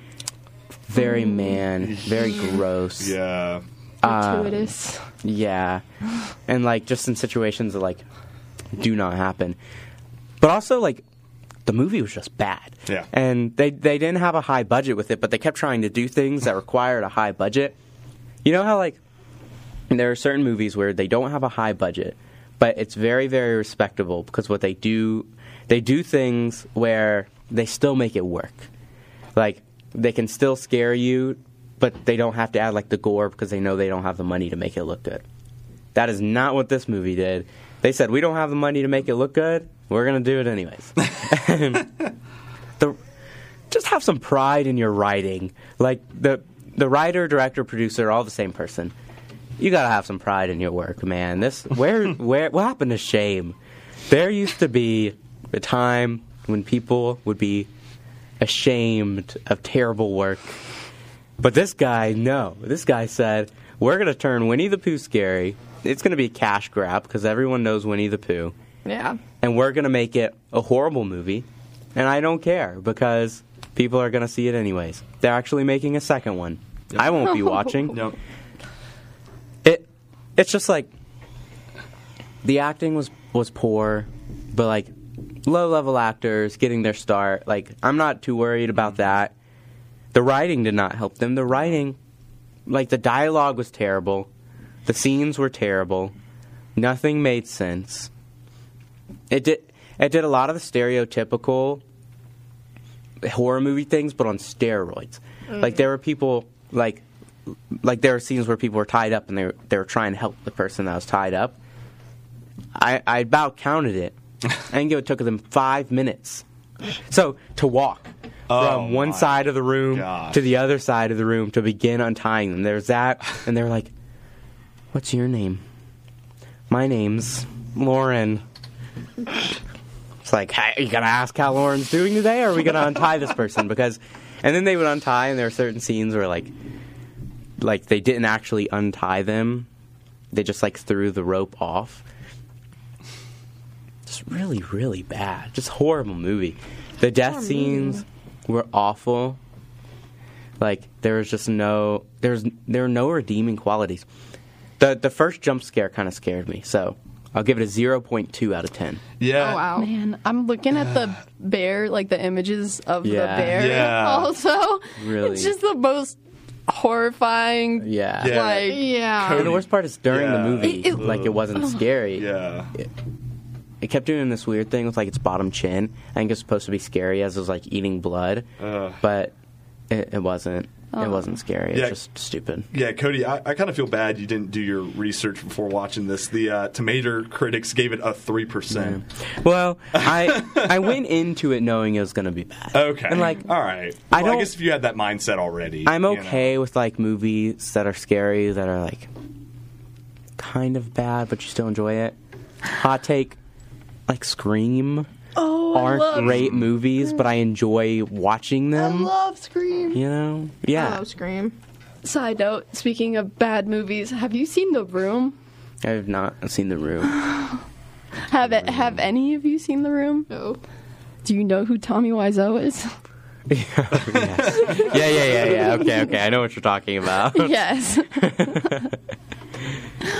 Speaker 7: Very man, very gross.
Speaker 5: Yeah.
Speaker 7: Mm-hmm. Gratuitous. yeah, and like just in situations that like do not happen, but also like the movie was just bad.
Speaker 5: Yeah.
Speaker 7: and they they didn't have a high budget with it, but they kept trying to do things that required a high budget. You know how like there are certain movies where they don't have a high budget, but it's very very respectable because what they do they do things where they still make it work. Like they can still scare you, but they don't have to add like the gore because they know they don't have the money to make it look good. That is not what this movie did. They said we don't have the money to make it look good. We're gonna do it anyways. the, just have some pride in your writing. Like the the writer, director, producer, are all the same person. You gotta have some pride in your work, man. This where where what happened to shame? There used to be a time when people would be ashamed of terrible work. But this guy, no. This guy said, "We're gonna turn Winnie the Pooh scary. It's gonna be a cash grab because everyone knows Winnie the Pooh."
Speaker 10: Yeah.
Speaker 7: and we're going to make it a horrible movie. And I don't care because people are going to see it anyways. They're actually making a second one. I won't be watching. It it's just like the acting was was poor, but like low level actors getting their start. Like I'm not too worried about that. The writing did not help them. The writing, like the dialogue was terrible. The scenes were terrible. Nothing made sense. It did. It did a lot of the stereotypical horror movie things, but on steroids.
Speaker 13: Mm.
Speaker 7: Like there were people like like there were scenes where people were tied up and they were, they were trying to help the person that was tied up. I, I about counted it. I think it took them five minutes. So to walk
Speaker 5: Oh
Speaker 7: from
Speaker 5: Um,
Speaker 7: one side of the room to the other side of the room to begin untying them. There's that, and they were like, "What's your name?" My name's Lauren. It's like, hey, you gonna ask how Lauren's doing today, or are we gonna untie this person? Because, and then they would untie, and there were certain scenes where like, like they didn't actually untie them; they just like threw the rope off. Just really, really bad. Just horrible movie. The death
Speaker 13: Poor
Speaker 7: scenes were awful. Like there was just no there's there are no redeeming qualities. The the first jump scare kind of scared me, so I'll give it a zero point two out of ten.
Speaker 5: Yeah.
Speaker 8: Oh, wow. Man, I'm looking at the bear, like the images of
Speaker 7: Yeah.
Speaker 8: the bear
Speaker 7: Yeah.
Speaker 8: also.
Speaker 7: Really.
Speaker 8: It's just the most horrifying.
Speaker 7: Yeah.
Speaker 8: Like,
Speaker 10: yeah.
Speaker 7: And the worst part is during
Speaker 5: Yeah.
Speaker 7: the movie,
Speaker 8: Ew.
Speaker 7: like it wasn't
Speaker 8: Ugh.
Speaker 7: scary.
Speaker 5: Yeah.
Speaker 7: It, It kept doing this weird thing with like its bottom chin. I think it's supposed to be scary as it was like eating blood, but it, it wasn't. It wasn't scary. It's
Speaker 5: Yeah.
Speaker 7: just stupid.
Speaker 5: Yeah, Cody, I, I kind of feel bad you didn't do your research before watching this. The uh, tomato critics gave it a 3%.
Speaker 7: Well, I I went into it knowing it was going to be bad.
Speaker 5: Okay.
Speaker 7: And like,
Speaker 5: all right. Well, I
Speaker 7: I don't-
Speaker 5: guess if you had that mindset already.
Speaker 7: I'm
Speaker 5: you know.
Speaker 7: okay with like movies that are scary that are like kind of bad, but you still enjoy it. Hot take, like Scream.
Speaker 8: Oh, I
Speaker 7: aren't
Speaker 8: love
Speaker 7: great movies, but I enjoy watching them.
Speaker 8: love Oh, Scream.
Speaker 7: you know, yeah,
Speaker 10: Scream.
Speaker 8: Side note: Speaking of bad movies, have you seen The Room?
Speaker 7: I have not seen The Room.
Speaker 8: Have it, Have any of you seen The Room?
Speaker 10: No.
Speaker 8: Do you know who Tommy Wiseau is?
Speaker 7: yeah, yeah, yeah, yeah. Okay, okay. I know what you're talking about.
Speaker 8: yes,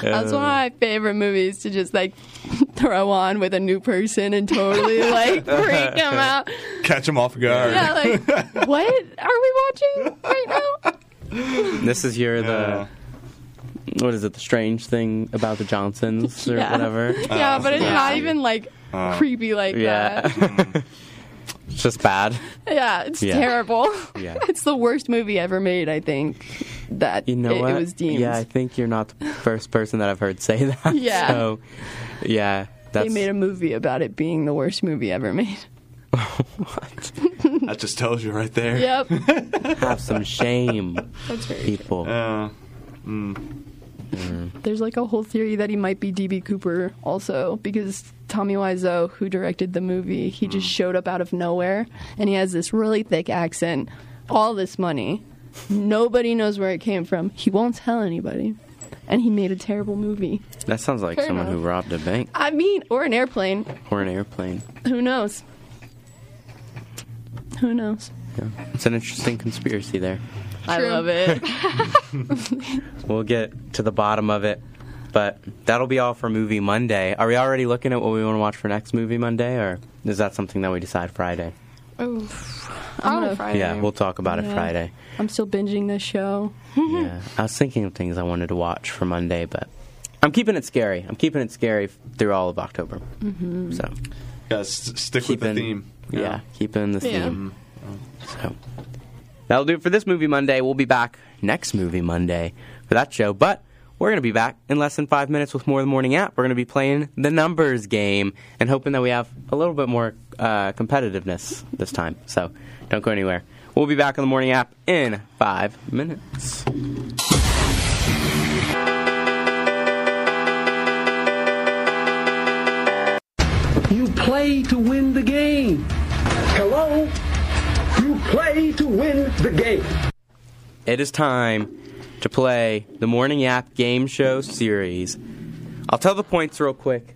Speaker 8: that's one of my favorite movies to just like throw on with a new person and totally like freak them out.
Speaker 5: Catch them off guard.
Speaker 8: Yeah, like what are we watching right
Speaker 7: Oh,
Speaker 8: now?
Speaker 7: This is your the. What is it? The strange thing about the Johnsons or
Speaker 8: Yeah.
Speaker 7: whatever.
Speaker 8: yeah, but it's not even like
Speaker 7: Uh,
Speaker 8: creepy like
Speaker 7: yeah.
Speaker 8: that.
Speaker 7: it's just bad.
Speaker 8: Yeah, it's
Speaker 7: Yeah.
Speaker 8: terrible.
Speaker 7: Yeah.
Speaker 8: it's the worst movie ever made. I think that
Speaker 7: You know
Speaker 8: it,
Speaker 7: what?
Speaker 8: it was deemed.
Speaker 7: Yeah, I think you're not the first person that I've heard say that.
Speaker 8: Yeah.
Speaker 7: So, yeah, that's
Speaker 8: they made a movie about it being the worst movie ever made.
Speaker 5: That just tells you right there.
Speaker 8: Yep.
Speaker 7: have some shame,
Speaker 8: That's very
Speaker 7: people.
Speaker 5: Uh,
Speaker 8: There's like a whole theory that he might be DB Cooper also because Tommy Wiseau, who directed the movie, he just
Speaker 7: Hmm.
Speaker 8: showed up out of nowhere and he has this really thick accent, all this money. Nobody knows where it came from. He won't tell anybody. And he made a terrible movie.
Speaker 7: That sounds like
Speaker 8: Fair
Speaker 7: someone who
Speaker 8: enough.
Speaker 7: robbed a bank
Speaker 8: I mean, or an airplane.
Speaker 7: or an airplane.
Speaker 8: Who knows? Who knows?
Speaker 7: Yeah. It's an interesting conspiracy there.
Speaker 8: I love it.
Speaker 7: We'll get to the bottom of it. But that'll be all for Movie Monday. Are we already looking at what we want to watch for next Movie Monday, or is that something that we decide Friday?
Speaker 10: Oh,
Speaker 8: I'm gonna-
Speaker 10: Friday.
Speaker 7: Yeah, we'll talk about it
Speaker 8: Yeah.
Speaker 7: Friday.
Speaker 8: I'm still binging this show.
Speaker 7: yeah. I was thinking of things I wanted to watch for Monday, but I'm keeping it scary. I'm keeping it scary f- through all of October.
Speaker 8: Mhm.
Speaker 7: So
Speaker 5: yeah, s- stick with the theme.
Speaker 7: Yeah, keeping the
Speaker 5: Yeah.
Speaker 7: theme. So that'll do it for this movie Monday. We'll be back next movie Monday for that show, but we're going to be back in less than five minutes with more of the morning app. We're going to be playing the numbers game and hoping that we have a little bit more uh, competitiveness this time. So don't go anywhere. We'll be back on the morning app in five minutes.
Speaker 13: You play to win the game. Hello? You play to win the game.
Speaker 7: It is time to play the Morning App Game Show Series. I'll tell the points real quick.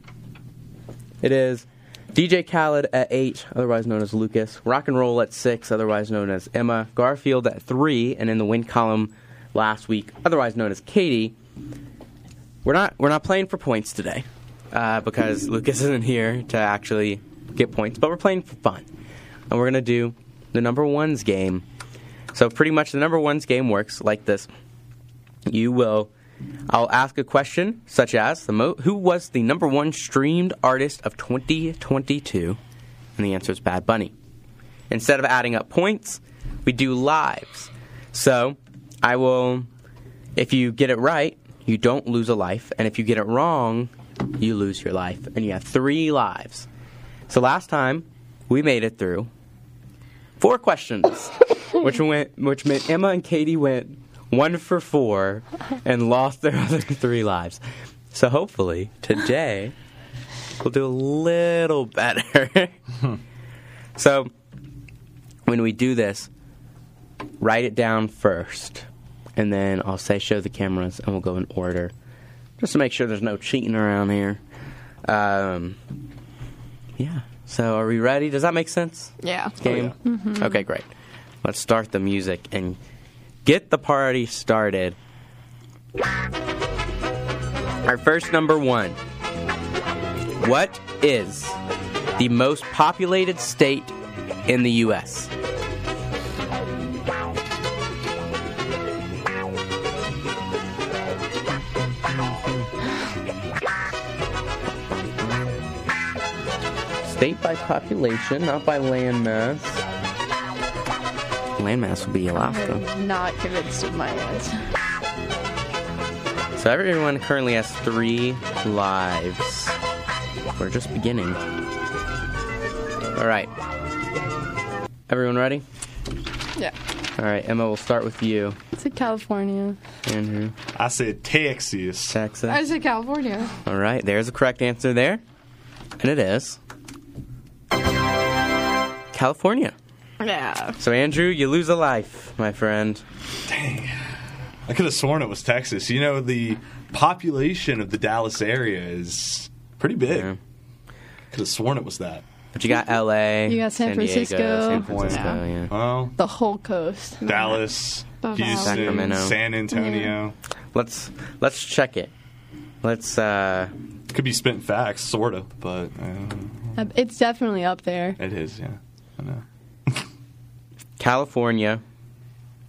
Speaker 7: It is DJ Khaled at 8, otherwise known as Lucas, Rock and Roll at 6, otherwise known as Emma, Garfield at 3, and in the win column last week, otherwise known as Katie. We're not we're not playing for points today uh, because Lucas isn't here to actually get points, but we're playing for fun, and we're gonna do the number ones game. So pretty much the number ones game works like this: you will, I'll ask a question such as the mo- who was the number one streamed artist of 2022, and the answer is Bad Bunny. Instead of adding up points, we do lives. So I will if you get it right, you don't lose a life, and if you get it wrong, you lose your life, and you have three lives. So last time, we made it through four questions, which went, which meant Emma and Katie went one for four and lost their other three lives. So hopefully today, we'll do a little better. so when we do this, write it down first, and then I'll say show the cameras, and we'll go in order, just to make sure there's no cheating around here. Um, yeah. So are we ready? Does that make sense?
Speaker 10: Yeah.
Speaker 7: Game.
Speaker 10: Oh, yeah. Mhm.
Speaker 7: Okay, great. Let's start the music and get the party started. Our first number one. What is the most populated state in the U.S.? state by population, not by land mass. Land mass would be Alaska.
Speaker 8: I'm not convinced of my answer.
Speaker 7: So everyone currently has three lives. We're just beginning. All right. Everyone ready?
Speaker 8: Yeah.
Speaker 7: All right, Emma, we'll start with you.
Speaker 8: It's in California.
Speaker 7: Andrew.
Speaker 5: I said Texas.
Speaker 7: Texas.
Speaker 10: I said Oh, California.
Speaker 7: All right, there's a correct answer there. And it is California.
Speaker 10: Yeah.
Speaker 7: So, Andrew, you lose a life, my friend.
Speaker 5: Dang. I could have sworn it was Texas. You know, the population of the Dallas area is pretty big. Could have sworn it was that.
Speaker 7: But you got LA.
Speaker 8: You got San Francisco.
Speaker 7: San Francisco,
Speaker 8: Yeah.
Speaker 7: yeah.
Speaker 5: Well,
Speaker 8: The whole coast.
Speaker 5: Dallas,
Speaker 8: The
Speaker 5: Houston,
Speaker 8: Valley.
Speaker 7: Sacramento.
Speaker 5: San Antonio.
Speaker 7: Let's let's check it. Let's uh
Speaker 5: could be spent facts, sort of, but uh,
Speaker 8: Uh, It's definitely up there.
Speaker 5: it is, yeah. I know.
Speaker 7: California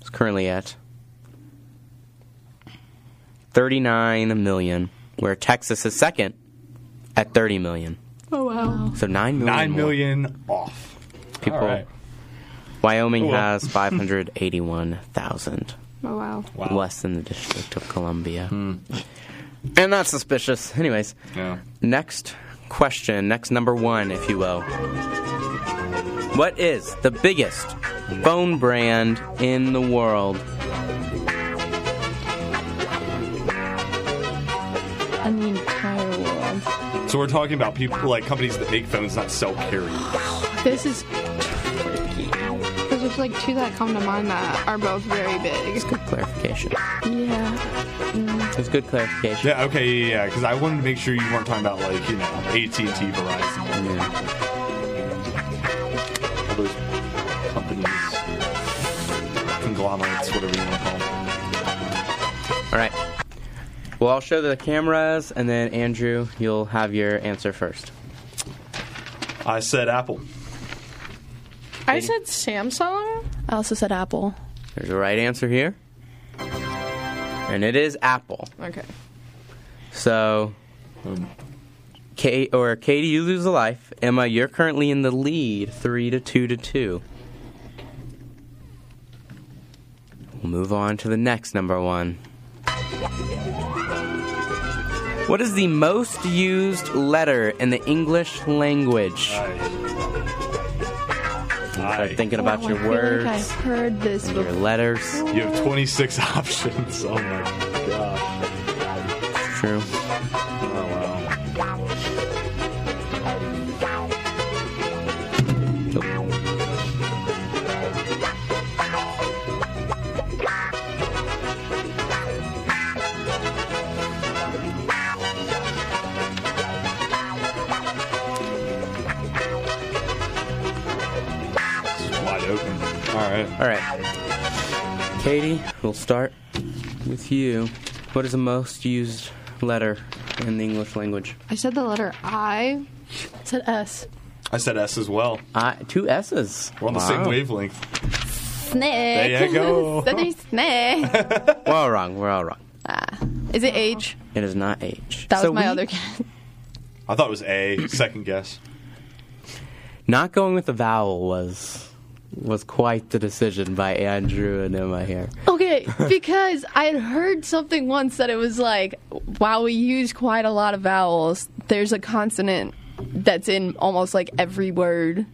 Speaker 7: is currently at 39 million, where Texas is second at 30 million.
Speaker 10: Oh wow.
Speaker 7: So 9 million.
Speaker 5: Nine
Speaker 7: more
Speaker 5: million off.
Speaker 7: people.
Speaker 5: All right.
Speaker 7: Wyoming
Speaker 5: Cool.
Speaker 7: has 581,000,
Speaker 10: Oh wow.
Speaker 7: less than the District of Columbia. And that's suspicious. Anyways,
Speaker 5: Yeah.
Speaker 7: next question, next number one, if you will. What is the biggest phone brand in the world?
Speaker 8: And the entire world.
Speaker 5: So we're talking about people like companies that make phones, not sell carriers.
Speaker 8: This is
Speaker 10: Because there's like two that come to mind that are both very big.
Speaker 7: Good clarification.
Speaker 10: Yeah.
Speaker 7: It's good clarification.
Speaker 5: Yeah, okay, yeah, yeah, because I wanted to make sure you weren't talking about like you know AT and T, Verizon, all those companies, conglomerates, whatever you want to call them.
Speaker 7: All right. Well, I'll show the cameras, and then Andrew, you'll have your answer first.
Speaker 5: I said Apple.
Speaker 10: I said Samsung.
Speaker 8: I also said Apple.
Speaker 7: There's a right answer here, and it is Apple.
Speaker 10: Okay.
Speaker 7: So, Kate or Katie, you lose a life. Emma, you're currently in the lead, three to two to two. We'll move on to the next number one. What is the most used letter in the English language? Start thinking about your words,
Speaker 8: I feel like I've heard this
Speaker 7: your
Speaker 8: before.
Speaker 7: letters.
Speaker 5: You have 26 options. Oh my gosh.
Speaker 7: True.
Speaker 5: Oh wow. This is wide open. All right.
Speaker 7: All right. Katie, we'll start with you. What is the most used letter in the English language?
Speaker 10: I said the letter I.
Speaker 8: I said S.
Speaker 5: I said S as well.
Speaker 7: Uh, two S's.
Speaker 5: We're on the same wavelength.
Speaker 8: Snake.
Speaker 5: There you go.
Speaker 8: Southern snake.
Speaker 7: We're all wrong. We're all wrong.
Speaker 8: Is it age?
Speaker 7: It is not H.
Speaker 8: That
Speaker 7: So
Speaker 8: was my
Speaker 7: we-
Speaker 8: other guess.
Speaker 5: I thought it was A. Second guess.
Speaker 7: Not going with the vowel was was quite the decision by Andrew and Emma here.
Speaker 8: Okay, because I had heard something once that it was like, while we use quite a lot of vowels, there's a consonant that's in almost like every word.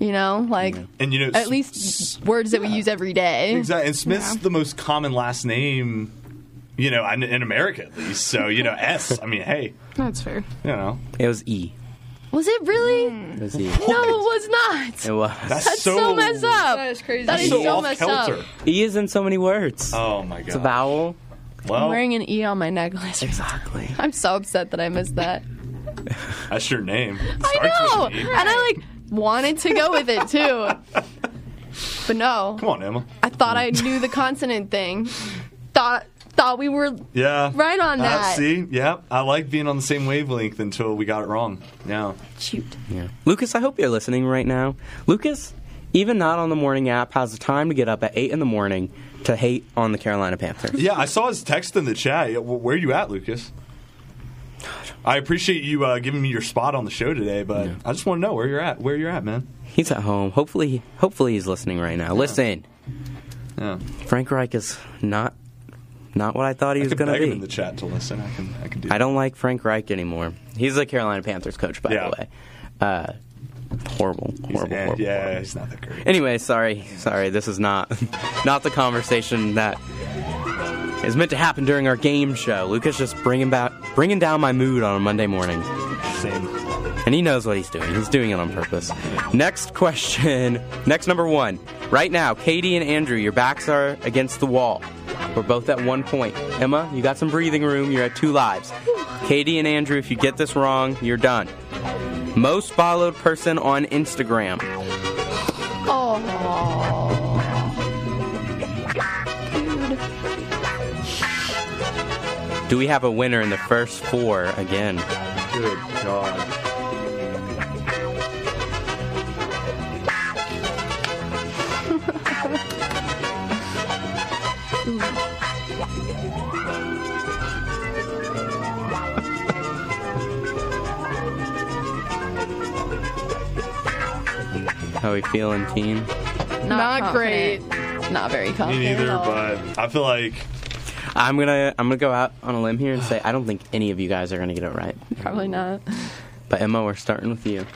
Speaker 8: You know, like
Speaker 5: And you know,
Speaker 8: at least words that we use every day.
Speaker 5: Exactly. And Smith's the most common last name, you know, in, in America at least. So, you know, S. I mean, hey,
Speaker 10: That's fair.
Speaker 5: you know,
Speaker 7: It was E.
Speaker 8: Was it really?
Speaker 7: It was E.
Speaker 8: No, it was not.
Speaker 7: It was.
Speaker 5: that's, Mm. so,
Speaker 8: so messed up.
Speaker 10: That is crazy.
Speaker 8: That
Speaker 5: that's
Speaker 8: is
Speaker 5: so,
Speaker 8: so
Speaker 5: off
Speaker 8: messed up.
Speaker 5: kilter.
Speaker 7: E is in so many words.
Speaker 5: Oh my god.
Speaker 7: It's a vowel.
Speaker 8: I'm
Speaker 5: well,
Speaker 8: wearing an E on my necklace.
Speaker 7: Exactly.
Speaker 8: I'm so upset that I missed that.
Speaker 5: that's your name.
Speaker 8: I know,
Speaker 5: Starts with an E.
Speaker 8: and I like wanted to go with it too, but no.
Speaker 5: Come on, Emma.
Speaker 8: I thought I knew the consonant thing. Thought thought we were
Speaker 5: Yeah.
Speaker 8: right on
Speaker 7: Ah,
Speaker 5: Uh,
Speaker 8: that.
Speaker 5: see, yeah, I like being on the same wavelength until we got it wrong. Yeah,
Speaker 8: Shoot.
Speaker 7: Yeah. Lucas, I hope you're listening right now. Lucas, even not on the morning app, has the time to get up at 8 in the morning to hate on the Carolina Panthers.
Speaker 5: yeah. I saw his text in the chat. Yeah, wh- Where you at, Lucas? I appreciate you uh, giving me your spot on the show today, but I just want to know where you're at. Where you're at, man.
Speaker 7: He's at home. Hopefully, hopefully he's listening right now. Listen, Frank Reich is not not what I thought he was
Speaker 5: I can
Speaker 7: going to
Speaker 5: beg
Speaker 7: be.
Speaker 5: him in the chat to listen. I can. I can do.
Speaker 7: I don't like Frank Reich anymore. He's the Carolina Panthers coach, by the way. Uh, horrible, horrible, horrible.
Speaker 5: yeah,
Speaker 7: horrible.
Speaker 5: he's not that great.
Speaker 7: Anyway, sorry, sorry. This is not not the conversation that is meant to happen during our game show. Lucas just bringing back, bringing down my mood on a Monday morning. And he knows what he's doing. He's doing it on purpose. Next question. Next number one. Right now, Katie and Andrew, your backs are against the wall. We're both at one point. Emma, you got some breathing room. You're at two lives. Katie and Andrew, if you get this wrong, you're done. Most followed person on Instagram. Do we have a winner in the first four again?
Speaker 5: Good God.
Speaker 7: How we feeling, team?
Speaker 8: Not,
Speaker 10: Not
Speaker 8: great. Not very
Speaker 5: Me
Speaker 8: confident.
Speaker 5: neither,
Speaker 8: at all.
Speaker 5: but I feel like
Speaker 7: I'm gonna I'm gonna go out on a limb here and say I don't think any of you guys are gonna get it right.
Speaker 8: Probably not.
Speaker 7: But Emma, we're starting with you.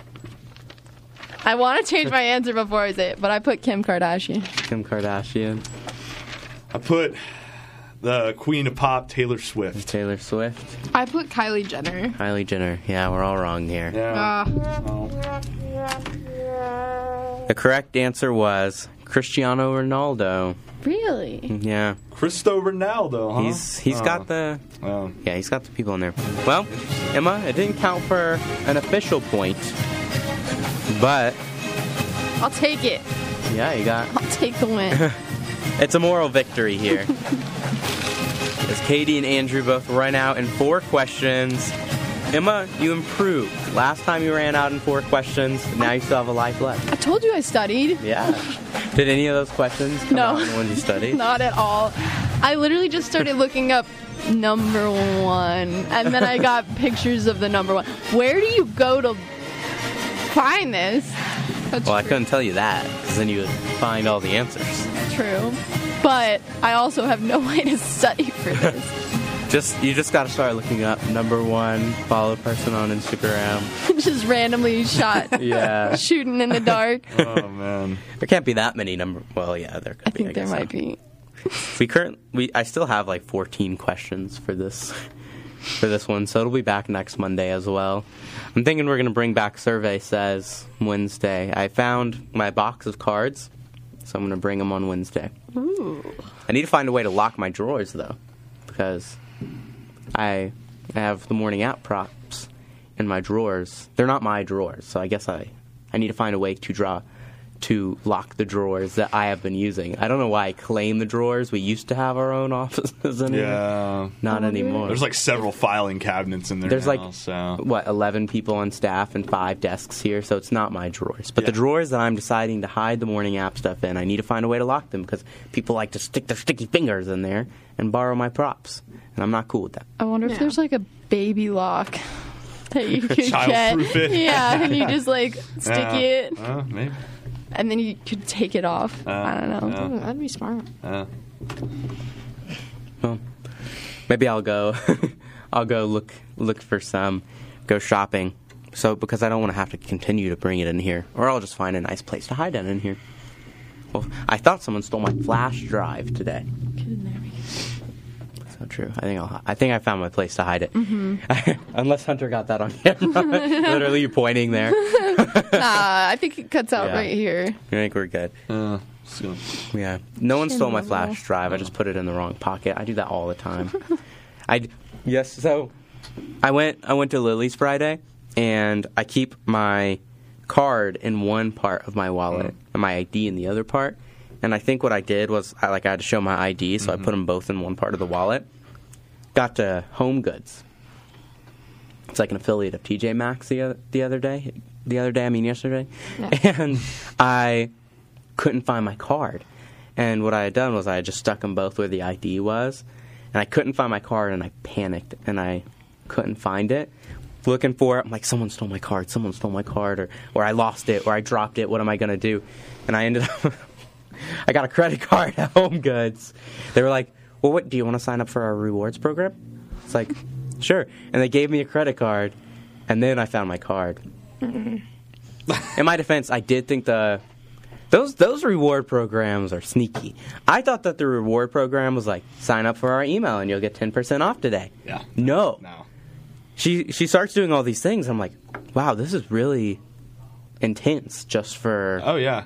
Speaker 8: I want to change my answer before I say it, but I put Kim Kardashian.
Speaker 7: Kim Kardashian.
Speaker 5: I put the Queen of Pop, Taylor Swift.
Speaker 7: Taylor Swift.
Speaker 10: I put Kylie Jenner.
Speaker 7: Kylie Jenner. Yeah, we're all wrong here.
Speaker 10: Ah.
Speaker 7: The correct answer was Cristiano Ronaldo.
Speaker 8: Really?
Speaker 7: Yeah.
Speaker 5: Cristo Ronaldo. Huh?
Speaker 7: He's he's
Speaker 5: Oh.
Speaker 7: got the yeah he's got the people in there. Well, Emma, it didn't count for an official point, but
Speaker 8: I'll take it.
Speaker 7: yeah, you got
Speaker 8: I'll take the win.
Speaker 7: It's a moral victory here. As Katie and Andrew both run out in four questions. Emma, you improved. Last time you ran out in four questions, now you still have a life
Speaker 8: I
Speaker 7: left.
Speaker 8: told you I studied.
Speaker 7: Yeah. Did any of those questions come
Speaker 8: No.
Speaker 7: out when you studied?
Speaker 8: Not at all. I literally just started looking up number one, and then I got pictures of the number one. Where do you go to find this? That's
Speaker 7: Well, I couldn't tell you that, because then you would find all the answers.
Speaker 8: true, but I also have no way to study for this.
Speaker 7: Just you just gotta start looking up number one followed person on Instagram.
Speaker 8: just randomly shot,
Speaker 7: Yeah.
Speaker 8: shooting in the dark.
Speaker 7: Oh man. There can't be that many number well, yeah, there could
Speaker 8: I
Speaker 7: be.
Speaker 8: think there
Speaker 7: guess
Speaker 8: might
Speaker 7: so.
Speaker 8: be.
Speaker 7: We current we I still have like 14 questions for this for this one, so it'll be back next Monday as well. I'm thinking we're gonna bring back survey says Wednesday. I found my box of cards, so I'm gonna bring them on Wednesday.
Speaker 8: Ooh.
Speaker 7: I need to find a way to lock my drawers though, because I I have the morning out props in my drawers. They're not my drawers, so I guess I I need to find a way to draw to lock the drawers that I have been using. I don't know why I claim the drawers. We used to have our own offices anyway.
Speaker 5: Yeah.
Speaker 7: Not anymore.
Speaker 5: There's like several filing cabinets in there.
Speaker 7: There's
Speaker 5: now,
Speaker 7: like
Speaker 5: so.
Speaker 7: what eleven people on staff and five desks here, so it's not my drawers. But the drawers that I'm deciding to hide the morning app stuff in, I need to find a way to lock them because people like to stick their sticky fingers in there and borrow my props, and I'm not cool with that.
Speaker 8: I wonder if there's like a baby lock that you could get.
Speaker 7: Child-proof it.
Speaker 8: Yeah, and you just like stick
Speaker 5: Yeah.
Speaker 8: it,
Speaker 5: Uh, maybe.
Speaker 8: and then you could take it off.
Speaker 7: Uh,
Speaker 8: I don't know.
Speaker 7: uh. Ooh,
Speaker 8: that'd be smart.
Speaker 5: Uh,
Speaker 7: well, maybe I'll go. I'll go look look for some, go shopping. So because I don't want to have to continue to bring it in here, or I'll just find a nice place to hide it in here. Well, I thought someone stole my flash drive today. So true. I think I'll, I think I found my place to hide it. Unless Hunter got that on camera. Literally, you pointing there.
Speaker 8: nah, I think it cuts out
Speaker 7: Yeah.
Speaker 8: right here.
Speaker 7: I think we're good. yeah. No one stole my flash drive. I just put it in the wrong pocket. I do that all the time. I yes. So I went. I went to Lily's Friday, and I keep my card in one part of my wallet and my ID in the other part. And I think what I did was I like I had to show my ID, so I put them both in one part of the wallet. Got to Home Goods. It's like an affiliate of TJ Maxx the other, the other day. The other day, I mean yesterday, and I couldn't find my card. And what I had done was I had just stuck them both where the ID was, and I couldn't find my card, and I panicked, and I couldn't find it. looking for it. I'm like, someone stole my card, someone stole my card, or, or I lost it, or I dropped it. What am I going to do? And I ended up, I got a credit card at Home Goods. They were like, well, what, do you want to sign up for our rewards program? It's like, sure. And they gave me a credit card, and then I found my card.
Speaker 5: Mm-hmm.
Speaker 7: In my defense, I did think the those those reward programs are sneaky. I thought that the reward program was like sign up for our email and you'll get ten percent off today.
Speaker 5: Yeah.
Speaker 7: No. No. She she starts doing all these things. I'm like, wow, this is really intense just for
Speaker 5: oh yeah,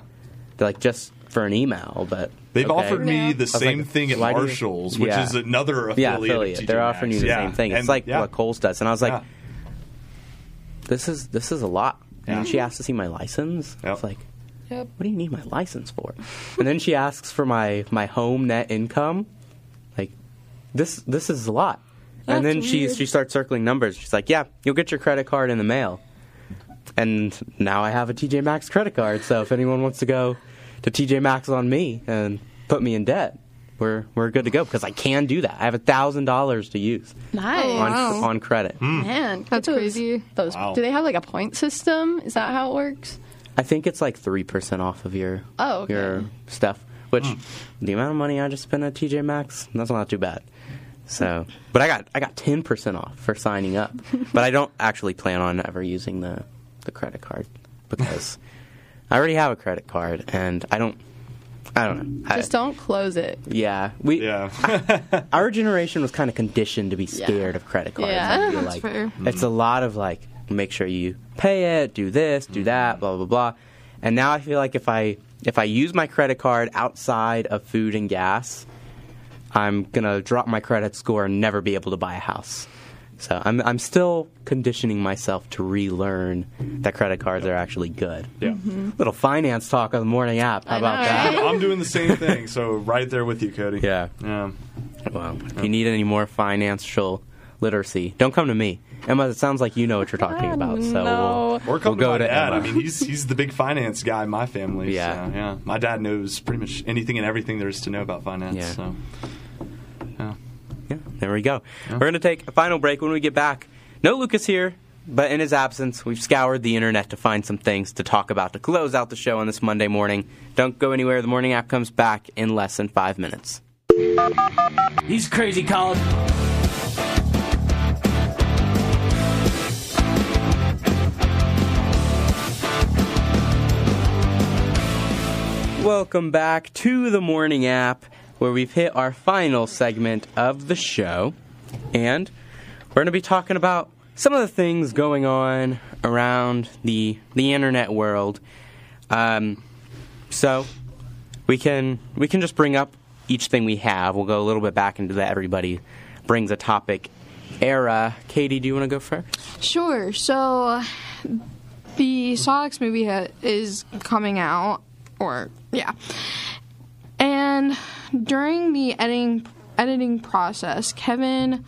Speaker 7: like just for an email. But
Speaker 5: They've
Speaker 7: okay.
Speaker 5: offered me
Speaker 7: I
Speaker 5: the
Speaker 7: was like,
Speaker 5: same thing at
Speaker 7: why do you-
Speaker 5: Marshall's, which
Speaker 7: Yeah.
Speaker 5: is another affiliate.
Speaker 7: Yeah,
Speaker 5: of TJ
Speaker 7: They're
Speaker 5: Maxx.
Speaker 7: offering you the
Speaker 5: Yeah.
Speaker 7: same thing. It's
Speaker 5: And-
Speaker 7: like
Speaker 5: yeah.
Speaker 7: what Kohl's does, and I was like, this is this is a lot. And she asked to see my license. I was like,
Speaker 10: Yep.
Speaker 7: what do you need my license for? and then she asks for my my home net income. Like, this this is a lot. and
Speaker 10: That's
Speaker 7: then she
Speaker 10: weird.
Speaker 7: she starts circling numbers. She's like, yeah, you'll get your credit card in the mail. And now I have a TJ Maxx credit card. So if anyone wants to go to TJ Maxx on me and put me in debt, we're we're good to go because I can do that. I have a thousand dollars to use
Speaker 8: Nice.
Speaker 7: on on credit.
Speaker 8: Man, Oh, that's crazy. Those
Speaker 7: Wow.
Speaker 8: do they have like a point system? Is that how it works?
Speaker 7: I think it's like three percent off of your
Speaker 8: Oh, okay.
Speaker 7: your stuff. Which the amount of money I just spent at TJ Maxx, that's not too bad.
Speaker 8: Hmm.
Speaker 7: So, but I got I got ten percent off for signing up. but I don't actually plan on ever using the the credit card because I already have a credit card and I don't I don't know. I-
Speaker 8: Just don't close it.
Speaker 7: yeah, we. our generation was kind of conditioned to be
Speaker 8: Yeah.
Speaker 7: scared of credit cards.
Speaker 8: Yeah,
Speaker 7: I feel
Speaker 8: that's
Speaker 7: like.
Speaker 8: fair.
Speaker 7: It's a lot of like, make sure you pay it, do this, do that, blah blah blah. And now I feel like if I if I use my credit card outside of food and gas, I'm gonna drop my credit score and never be able to buy a house. So I'm I'm still conditioning myself to relearn that credit cards are actually good.
Speaker 5: Yeah.
Speaker 8: Mm-hmm.
Speaker 7: Little finance talk on the morning app. How about that?
Speaker 5: I'm- I'm doing the same thing, so right there with you, Cody.
Speaker 7: Yeah.
Speaker 5: Yeah.
Speaker 7: Well, if you need any more financial literacy, don't come to me. Emma, it sounds like you know what you're talking about. So
Speaker 5: No.
Speaker 7: we'll,
Speaker 5: or come
Speaker 7: we'll go
Speaker 5: to my
Speaker 7: to
Speaker 5: dad.
Speaker 7: Emma.
Speaker 5: I mean, he's he's the big finance guy in my family. Yeah, yeah. My dad knows pretty much anything and everything there is to know about finance.
Speaker 7: Yeah.
Speaker 5: So, yeah.
Speaker 7: there we go. We're going to take a final break when we get back. No Lucas here, but in his absence, we've scoured the internet to find some things to talk about to close out the show on this Monday morning. Don't go anywhere. The morning app comes back in less than five minutes.
Speaker 12: These crazy college.
Speaker 7: Welcome back to the morning app, where we've hit our final segment of the show. And we're going to be talking about some of the things going on around the, the internet world. Um, so we can we can just bring up each thing we have. We'll go a little bit back into that. Everybody brings a topic. Era, Katie, do you want to go first?
Speaker 10: Sure. So the Sonics movie ha- is coming out, or yeah. And during the editing editing process, Kevin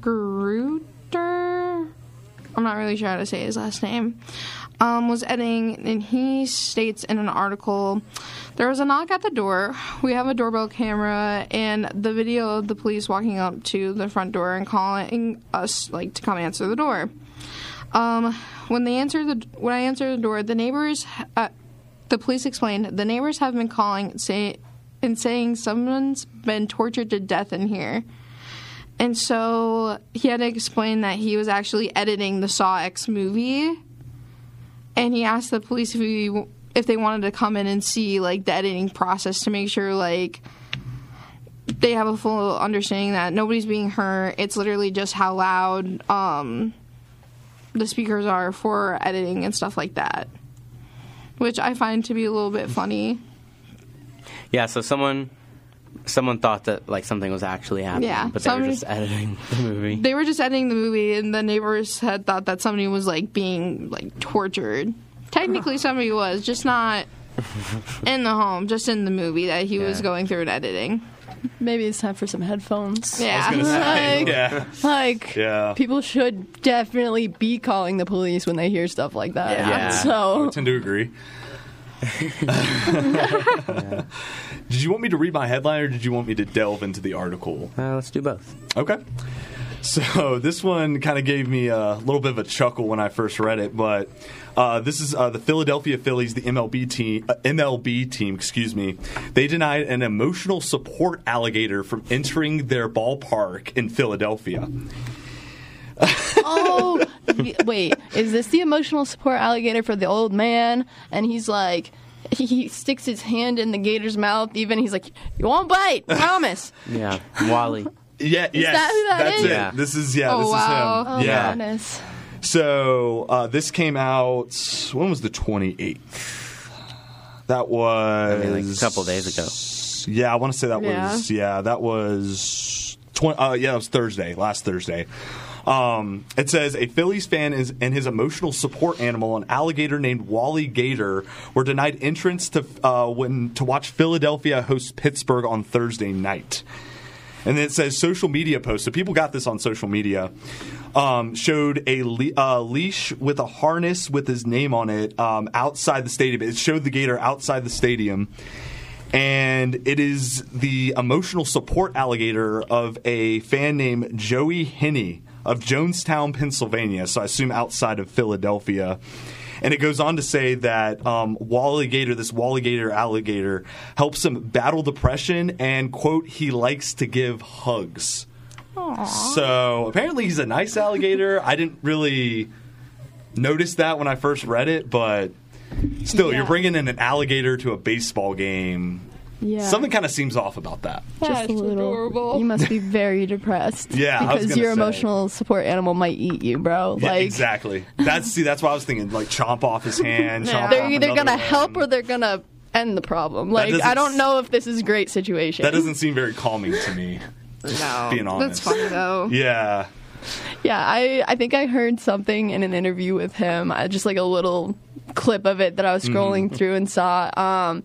Speaker 10: Gruder, I'm not really sure how to say his last name, um, was editing, and he states in an article, "There was a knock at the door. We have a doorbell camera and the video of the police walking up to the front door and calling us like to come answer the door." Um, when they answered the when I answered the door, the neighbors, uh, the police explained, the neighbors have been calling say, and saying someone's been tortured to death in here. And so he had to explain that he was actually editing the Saw X movie, and he asked the police if he, if they wanted to come in and see like the editing process to make sure like they have a full understanding that nobody's being hurt. It's literally just how loud um, the speakers are for editing and stuff like that, which I find to be a little bit funny.
Speaker 7: Yeah, so someone someone thought that like something was actually happening,
Speaker 10: Yeah,
Speaker 7: but they were
Speaker 10: somebody-
Speaker 7: just editing the movie.
Speaker 10: They were just editing the movie, and the neighbors had thought that somebody was like being like tortured. Technically, somebody was just not in the home, just in the movie that he was
Speaker 8: Yeah.
Speaker 10: going through and editing.
Speaker 8: Maybe it's time for some headphones.
Speaker 10: Yeah.
Speaker 8: was gonna say, Like-
Speaker 5: yeah.
Speaker 8: Like
Speaker 5: Yeah.
Speaker 8: people should definitely be calling the police when they hear stuff like that.
Speaker 5: I
Speaker 8: So
Speaker 5: tend to agree. did you want me to read my headline or did you want me to delve into the article?
Speaker 7: Uh, let's do both.
Speaker 5: Okay. So this one kind of gave me a little bit of a chuckle when I first read it, but uh, this is uh, the Philadelphia Phillies, the MLB team. Uh, MLB team, excuse me. They denied an emotional support alligator from entering their ballpark in Philadelphia.
Speaker 8: oh, y- wait. Is this the emotional support alligator for the old man? And he's like, he, he sticks his hand in the gator's mouth. Even he's like, you won't bite, promise.
Speaker 7: Yeah, Wally.
Speaker 5: Yeah, yes,
Speaker 8: that who that
Speaker 5: that's
Speaker 8: is?
Speaker 5: it.
Speaker 8: Yeah.
Speaker 5: This is yeah,
Speaker 8: Oh,
Speaker 5: this
Speaker 8: wow.
Speaker 5: is him.
Speaker 8: Oh,
Speaker 5: yeah.
Speaker 8: goodness.
Speaker 5: So uh, this came out. When was the twenty eighth? That was
Speaker 7: I mean, like a couple days ago.
Speaker 5: Yeah, I want to say that was yeah, that was twenty. Uh, yeah, it was Thursday, last Thursday. Um, it says a Phillies fan is, and his emotional support animal, an alligator named Wally Gator, were denied entrance to uh, when to watch Philadelphia host Pittsburgh on Thursday night. And then it says social media posts. So people got this on social media. Um, showed a le- uh, leash with a harness with his name on it um, outside the stadium. It showed the gator outside the stadium. And it is the emotional support alligator of a fan named Joey Henney of Jonestown, Pennsylvania. So I assume outside of Philadelphia. And it goes on to say that um, Walligator, this Walligator alligator, helps him battle depression and, quote, he likes to give hugs. So apparently he's a nice alligator. I didn't really notice that when I first read it, but still, you're bringing in an alligator to a baseball game.
Speaker 8: Yeah.
Speaker 5: Something kind of seems off about that.
Speaker 8: Just a little. You must be very depressed.
Speaker 5: Yeah, I was
Speaker 8: because
Speaker 5: gonna
Speaker 8: your
Speaker 5: say.
Speaker 8: emotional support animal might eat you, bro.
Speaker 5: Yeah,
Speaker 8: like
Speaker 5: exactly. That's see. That's what I was thinking. Like chomp off his hand. Chomp
Speaker 8: they're
Speaker 5: off
Speaker 8: either
Speaker 5: another
Speaker 8: gonna
Speaker 5: one.
Speaker 8: help or they're gonna end the problem.
Speaker 5: That
Speaker 8: Like
Speaker 5: doesn't
Speaker 8: I don't know if this is a great situation.
Speaker 5: That doesn't seem very calming to me. Just being honest.
Speaker 8: funny though.
Speaker 5: Yeah.
Speaker 8: Yeah, I, I think I heard something in an interview with him, I, just like a little clip of it that I was
Speaker 5: Mm-hmm.
Speaker 8: scrolling
Speaker 14: Mhm.
Speaker 8: through and saw. Um,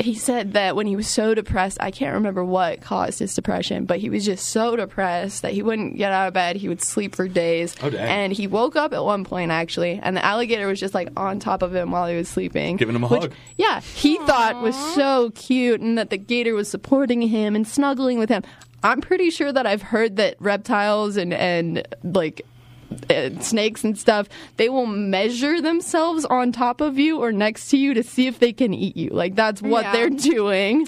Speaker 8: he said that when he was so depressed, I can't remember what caused his depression, but he was just so depressed that he wouldn't get out of bed. He would sleep for days.
Speaker 5: Oh, dang.
Speaker 8: And he woke up at one point, actually, and the alligator was just like on top of him while he was sleeping.
Speaker 5: Giving him a
Speaker 8: which-
Speaker 5: hug.
Speaker 8: Yeah, he thought was so cute and that the gator was supporting him and snuggling with him. I'm pretty sure that I've heard that reptiles and, and like uh, snakes and stuff, they will measure themselves on top of you or next to you to see if they can eat you. Like that's what
Speaker 9: Yeah.
Speaker 8: they're doing.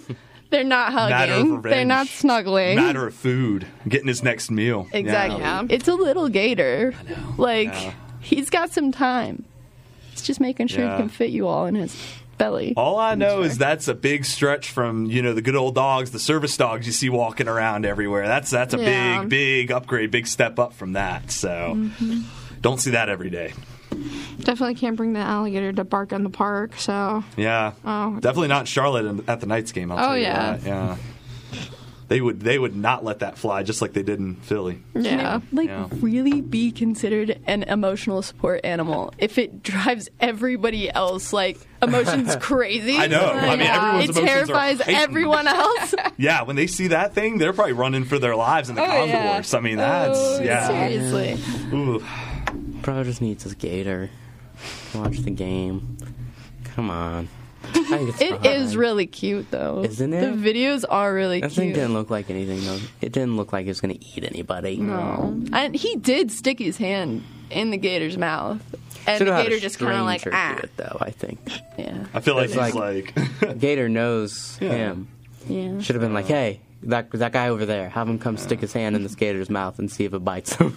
Speaker 8: They're not
Speaker 5: Matter of
Speaker 8: hugging. They're
Speaker 5: revenge.
Speaker 8: not snuggling.
Speaker 5: Matter of food. Getting his next meal. Yeah.
Speaker 8: exactly. It's a little gator. Like
Speaker 5: Yeah.
Speaker 8: he's got some time. It's just making sure
Speaker 5: Yeah.
Speaker 8: he can fit you all in his belly.
Speaker 5: All I know is that's a big stretch from you know the good old dogs, the service dogs you see walking around everywhere. That's that's a
Speaker 8: Yeah. Mm-hmm.
Speaker 5: big big upgrade, big step up from that. So don't see that every day.
Speaker 10: Definitely can't bring the alligator to bark in the park. So
Speaker 5: Yeah,
Speaker 10: Oh.
Speaker 5: definitely not in Charlotte in- at the Knights game. I'll
Speaker 10: Oh,
Speaker 5: tell you
Speaker 10: yeah.
Speaker 5: that. yeah. They would they would not let that fly just like they did in Philly.
Speaker 8: Can it, like
Speaker 5: Yeah.
Speaker 8: really be considered an emotional support animal if it drives everybody else like emotions crazy.
Speaker 5: I know. I mean,
Speaker 8: Like,
Speaker 5: everyone's
Speaker 8: it
Speaker 5: emotions are
Speaker 8: terrifies
Speaker 5: heightened.
Speaker 8: everyone else.
Speaker 5: Yeah, when they see that thing, they're probably running for their lives in the
Speaker 8: Oh, yeah.
Speaker 5: Condors. I mean, that's
Speaker 8: Oh,
Speaker 5: yeah.
Speaker 8: seriously.
Speaker 5: Ooh.
Speaker 7: Bro just needs his gator. to Watch the game. Come on. I think it's
Speaker 8: It
Speaker 7: fine.
Speaker 8: is really cute though.
Speaker 7: Isn't Uh-huh. it?
Speaker 8: The videos are really
Speaker 7: That thing
Speaker 8: cute.
Speaker 7: didn't look like anything though. It didn't look like it was gonna eat anybody.
Speaker 8: No. And he did stick his hand in the gator's mouth. And
Speaker 7: Should've
Speaker 8: the
Speaker 7: had
Speaker 8: gator
Speaker 7: a
Speaker 8: just kind of like
Speaker 7: stranger
Speaker 8: ah.
Speaker 7: do it Uh, though. I think.
Speaker 8: Yeah.
Speaker 5: I feel like
Speaker 7: It's
Speaker 5: he's like,
Speaker 7: Gator knows him.
Speaker 8: Yeah.
Speaker 7: Should have been like, hey, that that guy over there, have him come stick his hand in this gator's mouth and see if it bites him.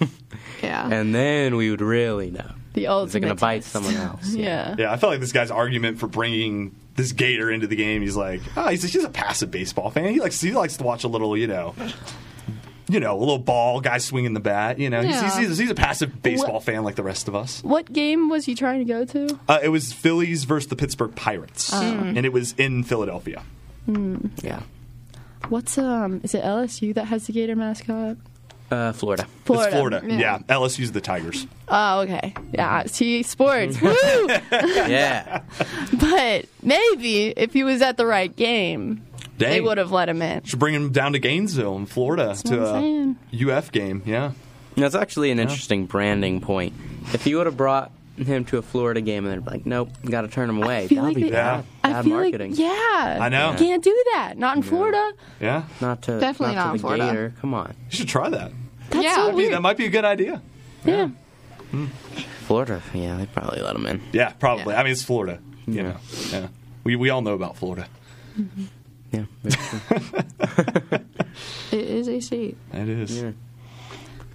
Speaker 8: Yeah.
Speaker 7: and then we would really know.
Speaker 8: The
Speaker 7: Is it
Speaker 8: ultimate
Speaker 7: gonna bite
Speaker 8: test.
Speaker 7: someone else?
Speaker 8: Yeah.
Speaker 5: Yeah, I felt like this guy's argument for bringing this gator into the game. He's like, oh, he's, he's a passive baseball fan. He likes he likes to watch a little, you know, you know, a little ball guy swinging the bat. You know, He's- he's,
Speaker 8: Yeah.
Speaker 5: he's, he's a passive baseball fan like the rest of us.
Speaker 8: What game was he trying to go to?
Speaker 5: Uh, it was Phillies versus the Pittsburgh Pirates,
Speaker 8: Oh.
Speaker 5: and it was in Philadelphia.
Speaker 8: Hmm.
Speaker 7: Yeah,
Speaker 8: What's um? Is it LSU that has the gator mascot?
Speaker 7: uh, Florida.
Speaker 8: Florida.
Speaker 5: It's Florida.
Speaker 8: Yeah.
Speaker 5: Yeah. LSU's the Tigers.
Speaker 8: Oh, okay. Yeah. See, sports. Woo!
Speaker 7: yeah.
Speaker 8: But maybe if he was at the right game, they
Speaker 5: Dang.
Speaker 8: would have let him in. Uh,
Speaker 5: Should bring him down to Gainesville in Florida to
Speaker 8: what I'm
Speaker 5: a
Speaker 8: saying.
Speaker 5: UF game. Yeah.
Speaker 7: That's actually an interesting branding point. If you would have brought him to a Florida game and they're like, nope, got to turn him away.
Speaker 8: feel
Speaker 7: That'd
Speaker 8: like
Speaker 7: be
Speaker 8: they-
Speaker 7: bad,
Speaker 8: I
Speaker 7: bad
Speaker 8: feel
Speaker 7: marketing.
Speaker 8: like yeah.
Speaker 7: I know.
Speaker 8: You can't do that. Not in Florida.
Speaker 5: Yeah.
Speaker 7: Not to
Speaker 8: Definitely
Speaker 7: not,
Speaker 8: not
Speaker 7: to the
Speaker 8: Florida.
Speaker 7: gator. Come on.
Speaker 5: You should try that.
Speaker 8: That's
Speaker 5: yeah,
Speaker 8: so
Speaker 5: That'd be-
Speaker 8: weird.
Speaker 5: that might be a good idea.
Speaker 8: Yeah.
Speaker 7: Florida, yeah, they probably let them in.
Speaker 5: Yeah, probably. I mean, it's Florida. You know, yeah. We we all know about Florida.
Speaker 8: It is a seat.
Speaker 5: It is.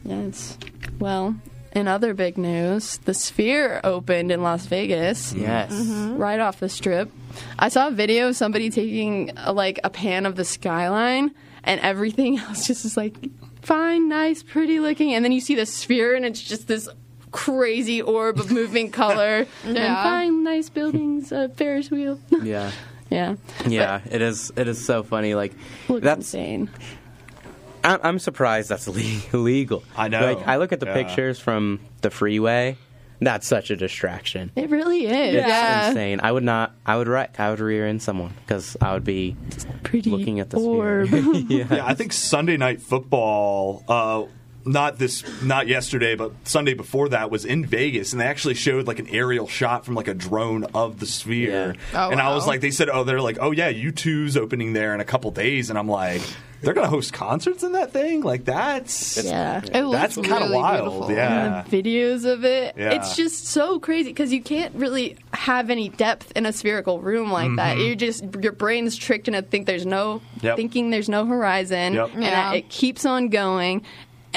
Speaker 8: Yes. Well, in other big news, the Sphere opened in Las Vegas.
Speaker 7: Yes.
Speaker 8: Mhm. Right off the strip. I saw a video of somebody taking uh like a pan of the skyline, and everything else just is like fine, nice, pretty looking, and then you see the Sphere, and it's just this crazy orb of moving color. And
Speaker 9: Yeah.
Speaker 8: fine, nice buildings, a Ferris wheel.
Speaker 7: Yeah.
Speaker 8: yeah.
Speaker 7: Yeah, it is. It is so funny. Like that's
Speaker 8: insane.
Speaker 7: I'm, I'm surprised that's le- legal. I
Speaker 5: know.
Speaker 7: Like I look at the
Speaker 5: Yeah.
Speaker 7: pictures from the freeway. That's such a distraction.
Speaker 8: It really is.
Speaker 7: It's insane. I would not. I would wreck. I would rear end someone because I would be
Speaker 8: pretty
Speaker 7: looking at the
Speaker 8: orb.
Speaker 7: yeah.
Speaker 5: I think Sunday night football. Uh, not this, not yesterday, but Sunday before that was in Vegas, and they actually showed like an aerial shot from like a drone of the sphere.
Speaker 14: Oh,
Speaker 5: and I was
Speaker 14: wow.
Speaker 5: like, they said, oh, they're like, oh yeah, U2's opening there in a couple days, and I'm like, they're gonna host concerts in that thing, like that's
Speaker 8: Yeah. It
Speaker 5: that's
Speaker 8: looks
Speaker 5: kind of
Speaker 8: really
Speaker 5: wild,
Speaker 8: beautiful.
Speaker 5: yeah.
Speaker 8: And the videos of it.
Speaker 5: Yeah.
Speaker 8: It's just so crazy because you can't really have any depth in a spherical room like that.
Speaker 5: Mhm.
Speaker 8: You just your brain's tricked into think there's no
Speaker 5: Yep.
Speaker 8: thinking there's no horizon,
Speaker 5: Yep.
Speaker 8: and
Speaker 5: Yeah.
Speaker 8: that it keeps on going,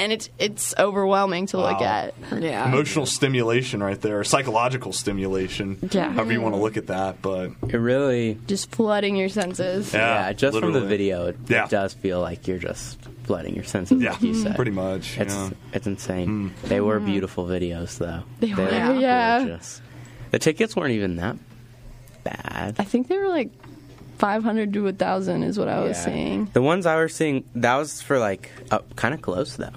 Speaker 8: and it's it's overwhelming to look
Speaker 5: Wow.
Speaker 8: at.
Speaker 5: Emotional stimulation right there, psychological stimulation.
Speaker 8: Yeah.
Speaker 5: However you want to look at that, but
Speaker 7: It really.
Speaker 8: just flooding your senses.
Speaker 7: Yeah, just from the
Speaker 5: literally.
Speaker 7: video, it, it does feel like you're just flooding your senses, like you
Speaker 8: Mhm.
Speaker 7: said.
Speaker 5: Pretty much. Hmm.
Speaker 7: It's, it's insane. They were
Speaker 8: Mhm.
Speaker 7: beautiful videos, though.
Speaker 8: They were, yeah.
Speaker 7: gorgeous. The tickets weren't even that bad.
Speaker 8: I think they were like 500 to 1,000 is what I was
Speaker 7: Yeah.
Speaker 8: seeing.
Speaker 7: The ones I was seeing, that was for like up kind of close, though.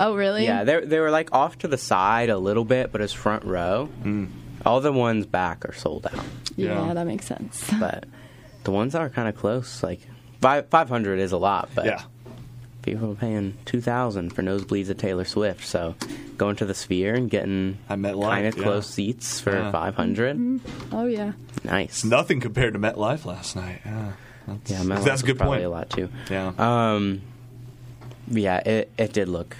Speaker 8: Oh, really?
Speaker 7: Yeah, they they were like off to the side a little bit, but it's front row.
Speaker 5: Hmm.
Speaker 7: All the ones back are sold out.
Speaker 8: Yeah, that makes sense.
Speaker 7: but the ones that are kind of close, like five five hundred is a lot, but
Speaker 5: Yeah.
Speaker 7: people are paying two thousand for nosebleeds at Taylor Swift. So going to the Sphere and getting kind of
Speaker 5: yeah.
Speaker 7: close seats for
Speaker 5: Yeah.
Speaker 7: five hundred,
Speaker 8: Mhm. Oh, yeah.
Speaker 7: nice.
Speaker 5: nothing compared to MetLife last night. Yeah, that's,
Speaker 7: Yeah,
Speaker 5: that's
Speaker 7: Mount Lawrence
Speaker 5: a
Speaker 7: was
Speaker 5: good
Speaker 7: probably
Speaker 5: point.
Speaker 7: A lot too.
Speaker 5: Yeah.
Speaker 7: Um. Yeah, it it did look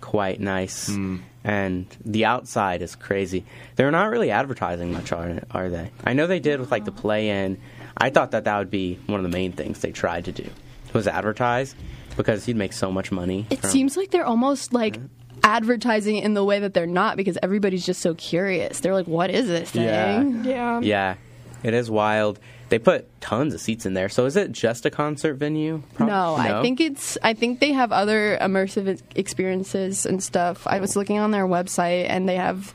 Speaker 7: quite nice,
Speaker 5: Mm.
Speaker 7: and the outside is crazy. They're not really advertising much, are are they? I know they did with like the play in. I thought that that would be one of the main things they tried to do was advertise because you'd make so much money.
Speaker 8: It
Speaker 7: from-
Speaker 8: seems like they're almost like advertising in the way that they're not because everybody's just so curious. They're like, what is this
Speaker 7: Yeah.
Speaker 8: thing? Yeah.
Speaker 7: Yeah, it is wild. They put tons of seats in there. So is it just a concert venue?
Speaker 8: No,
Speaker 7: Prob-
Speaker 8: I think it's. I think they have other immersive ex- experiences and stuff. I was looking on their website, and they have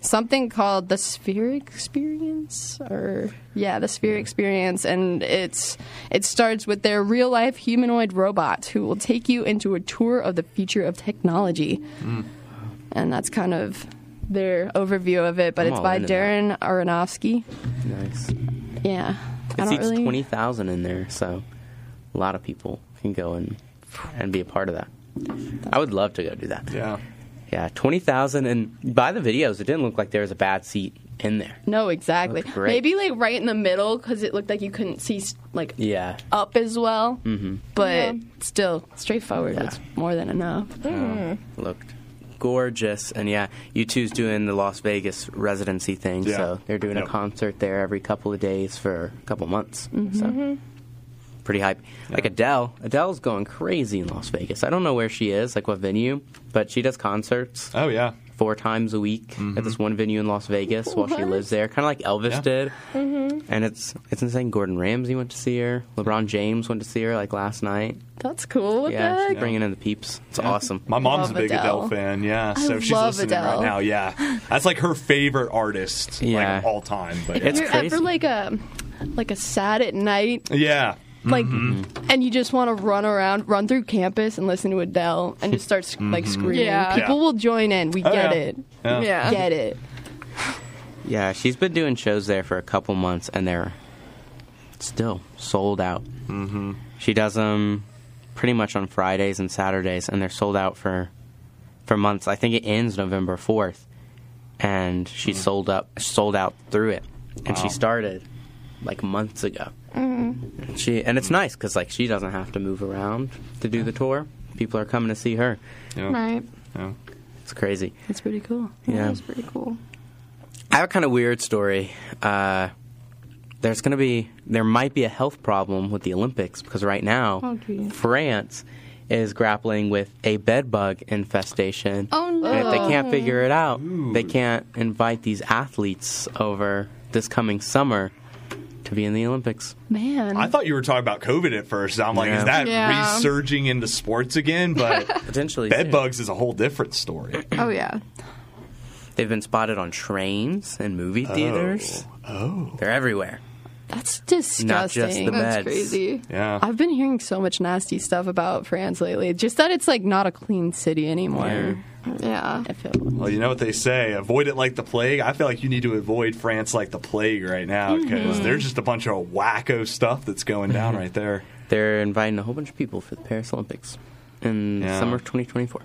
Speaker 8: something called the Sphere Experience, or yeah, the Sphere Experience, and it's it starts with their real life humanoid robot who will take you into a tour of the future of technology.
Speaker 7: Hmm.
Speaker 8: and that's kind of their overview of it. But
Speaker 7: I'm
Speaker 8: it's
Speaker 7: all
Speaker 8: by
Speaker 7: into
Speaker 8: Darren Aronofsky.
Speaker 7: nice.
Speaker 8: Yeah,
Speaker 7: It
Speaker 8: I don't
Speaker 7: seats
Speaker 8: really.
Speaker 7: twenty thousand in there, so a lot of people can go and and be a part of that. I would love to go do that.
Speaker 5: Yeah,
Speaker 7: yeah, twenty thousand, and by the videos, it didn't look like there was a bad seat in there.
Speaker 8: No, exactly.
Speaker 7: Looked great.
Speaker 8: Maybe like right in the middle because it looked like you couldn't see s- like
Speaker 7: Yeah.
Speaker 8: up as well.
Speaker 7: Mm-hmm.
Speaker 8: But still, straightforward. It's more than enough.
Speaker 7: Um,
Speaker 15: Hmm.
Speaker 7: Looked gorgeous, and yeah, you two's doing the Las Vegas residency thing, so they're doing a concert there every couple of days for a couple months.
Speaker 15: Mm-hmm.
Speaker 7: So pretty hype. Like Adele, Adele's going crazy in Las Vegas. I don't know where she is, like what venue, but she does concerts.
Speaker 5: Oh yeah,
Speaker 7: four times a week at
Speaker 5: Mm-hmm.
Speaker 7: this one venue in Las Vegas while she
Speaker 15: What?
Speaker 7: lives there, kind of like Elvis
Speaker 15: Yeah.
Speaker 7: did.
Speaker 15: Mm-hmm.
Speaker 7: And it's it's insane. Gordon Ramsay went to see her. LeBron James went to see her like last night.
Speaker 8: That's cool.
Speaker 15: Oh,
Speaker 8: What
Speaker 7: yeah,
Speaker 8: the
Speaker 7: she's
Speaker 8: heck?
Speaker 7: bringing in the peeps. It's
Speaker 5: Yeah.
Speaker 7: awesome.
Speaker 5: My mom's
Speaker 8: Love
Speaker 5: a big Adele.
Speaker 8: Adele.
Speaker 5: fan. Yeah,
Speaker 8: I
Speaker 5: so she's
Speaker 8: love
Speaker 5: listening
Speaker 8: Adele.
Speaker 5: right now. Yeah, that's like her favorite artist,
Speaker 7: Yeah.
Speaker 5: like of all time. But
Speaker 8: If you're ever like a like a sad at night
Speaker 5: yeah,
Speaker 8: like-
Speaker 5: Mhm.
Speaker 7: Mm-hmm.
Speaker 8: and you just want to run around, run through campus and listen to Adele and just start sc- like
Speaker 7: Mhm.
Speaker 8: screaming,
Speaker 7: Yeah.
Speaker 8: people
Speaker 7: Yeah.
Speaker 8: will join in. We
Speaker 7: Oh,
Speaker 8: get
Speaker 7: yeah.
Speaker 8: it.
Speaker 7: Yeah. Yeah.
Speaker 8: Get it.
Speaker 7: Yeah, she's been doing shows there for a couple months, and they're still sold out. Mm-hmm. She does them pretty much on Fridays and Saturdays, and they're sold out for for months. I think it ends November fourth, and she's sold up sold out through it. And
Speaker 15: Wow.
Speaker 7: she started like months ago.
Speaker 15: Mm-hmm.
Speaker 7: She and it's nice because like she doesn't have to move around to do the tour. people are coming to see her.
Speaker 10: Yeah. Right.
Speaker 5: Yeah.
Speaker 7: It's crazy.
Speaker 10: That's pretty cool.
Speaker 7: Yeah.
Speaker 10: That's pretty cool.
Speaker 7: I have a kind of weird story. Uh, there's going to be, there might be a health problem with the Olympics because right now,
Speaker 10: Oh, gee.
Speaker 7: France is grappling with a bed bug infestation.
Speaker 10: Oh, no.
Speaker 7: And if they can't figure it out, they can't invite these athletes over this coming summer to be in the Olympics.
Speaker 8: Man.
Speaker 5: I thought you were talking about COVID at first. I'm like,
Speaker 7: Yeah.
Speaker 5: is that
Speaker 10: Yeah.
Speaker 5: resurging into sports again? But
Speaker 7: potentially,
Speaker 5: bed bugs is a whole different story.
Speaker 10: Oh yeah.
Speaker 7: They've been spotted on trains and movie
Speaker 5: Oh.
Speaker 7: theaters.
Speaker 5: Oh.
Speaker 7: They're everywhere.
Speaker 8: That's disgusting.
Speaker 7: Not just the
Speaker 8: That's
Speaker 7: beds.
Speaker 8: crazy.
Speaker 5: Yeah.
Speaker 8: I've been hearing so much nasty stuff about France lately. Just that it's like not a clean city anymore.
Speaker 10: Yeah.
Speaker 8: I feel
Speaker 5: Well, Oh, you know what they say: avoid it like the plague. I feel like you need to avoid France like the plague right now because
Speaker 7: Mhm.
Speaker 5: there's just a bunch of wacko stuff that's going down right there.
Speaker 7: They're inviting a whole bunch of people for the Paris Olympics in
Speaker 5: Yeah. Hmm.
Speaker 7: summer of 2024.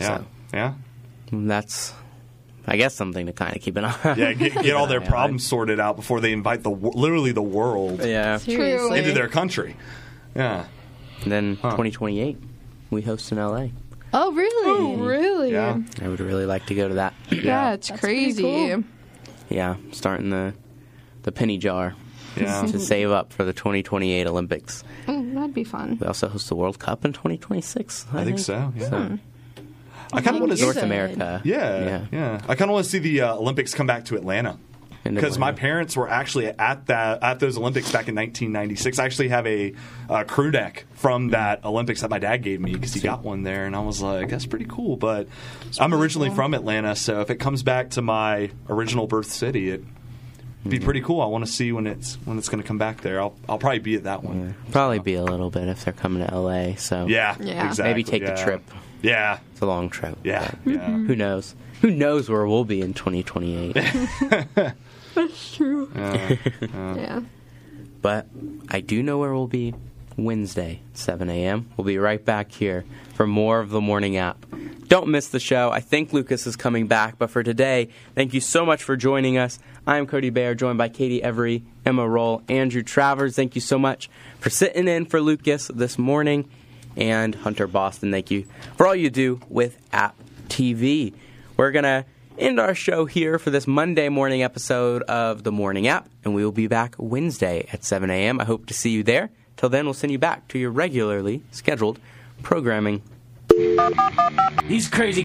Speaker 5: Yeah. yeah.
Speaker 7: That's, I guess, something to kind of keep an eye on.
Speaker 5: Yeah, get, get all their
Speaker 7: Yeah,
Speaker 5: problems sorted out before they invite the wo- literally the world
Speaker 7: Yeah.
Speaker 10: Seriously.
Speaker 5: into their country. Yeah.
Speaker 7: And then 2028, we host in LA.
Speaker 10: Oh really? Oh really?
Speaker 7: I would really like to go to that.
Speaker 10: Yeah, it's crazy.
Speaker 7: Yeah, starting the the penny jar
Speaker 10: Yeah.
Speaker 7: to save up for the 2028 Olympics.
Speaker 10: Mm, that'd be fun.
Speaker 7: We also host the World Cup in 2026. I,
Speaker 5: I think so, yeah.
Speaker 7: So,
Speaker 5: I kind of want to
Speaker 7: North America.
Speaker 5: Yeah, yeah. I kind of want to see the uh, Olympics come back to Atlanta. Because my parents were actually at that at those Olympics back in 1996. I actually have a uh, crew neck from that Olympics that my dad gave me because he got one there, and I was like, "That's pretty cool." But I'm originally from Atlanta, so if it comes back to my original birth city, it'd be
Speaker 7: Mm-hmm.
Speaker 5: pretty cool. I want to see when it's when it's going to come back there. I'll I'll probably be at that one.
Speaker 7: Probably be a little bit if they're coming to LA. So
Speaker 5: Yeah, Yeah. exactly,
Speaker 7: Maybe take the
Speaker 5: yeah.
Speaker 7: trip. Mm-hmm.
Speaker 5: Yeah,
Speaker 7: it's a long trip.
Speaker 5: Yeah,
Speaker 7: but
Speaker 5: yeah.
Speaker 7: Who knows? Who knows where we'll be in 2028?
Speaker 10: That's true. Yeah.
Speaker 7: But I do know where we'll be Wednesday, 7 a.m. We'll be right back here for more of the morning app. Don't miss the show. I think Lucas is coming back, but for today, thank you so much for joining us. I'm Cody Bayer, joined by Katie Every, Emma Roll, Andrew Travers. Thank you so much for sitting in for Lucas this morning, and Hunter Boston. Thank you for all you do with App TV. We're going to end our show here for this Monday morning episode of The Morning App, and we will be back Wednesday at 7 a.m. I hope to see you there. Till then, we'll send you back to your regularly scheduled programming.
Speaker 12: He's crazy.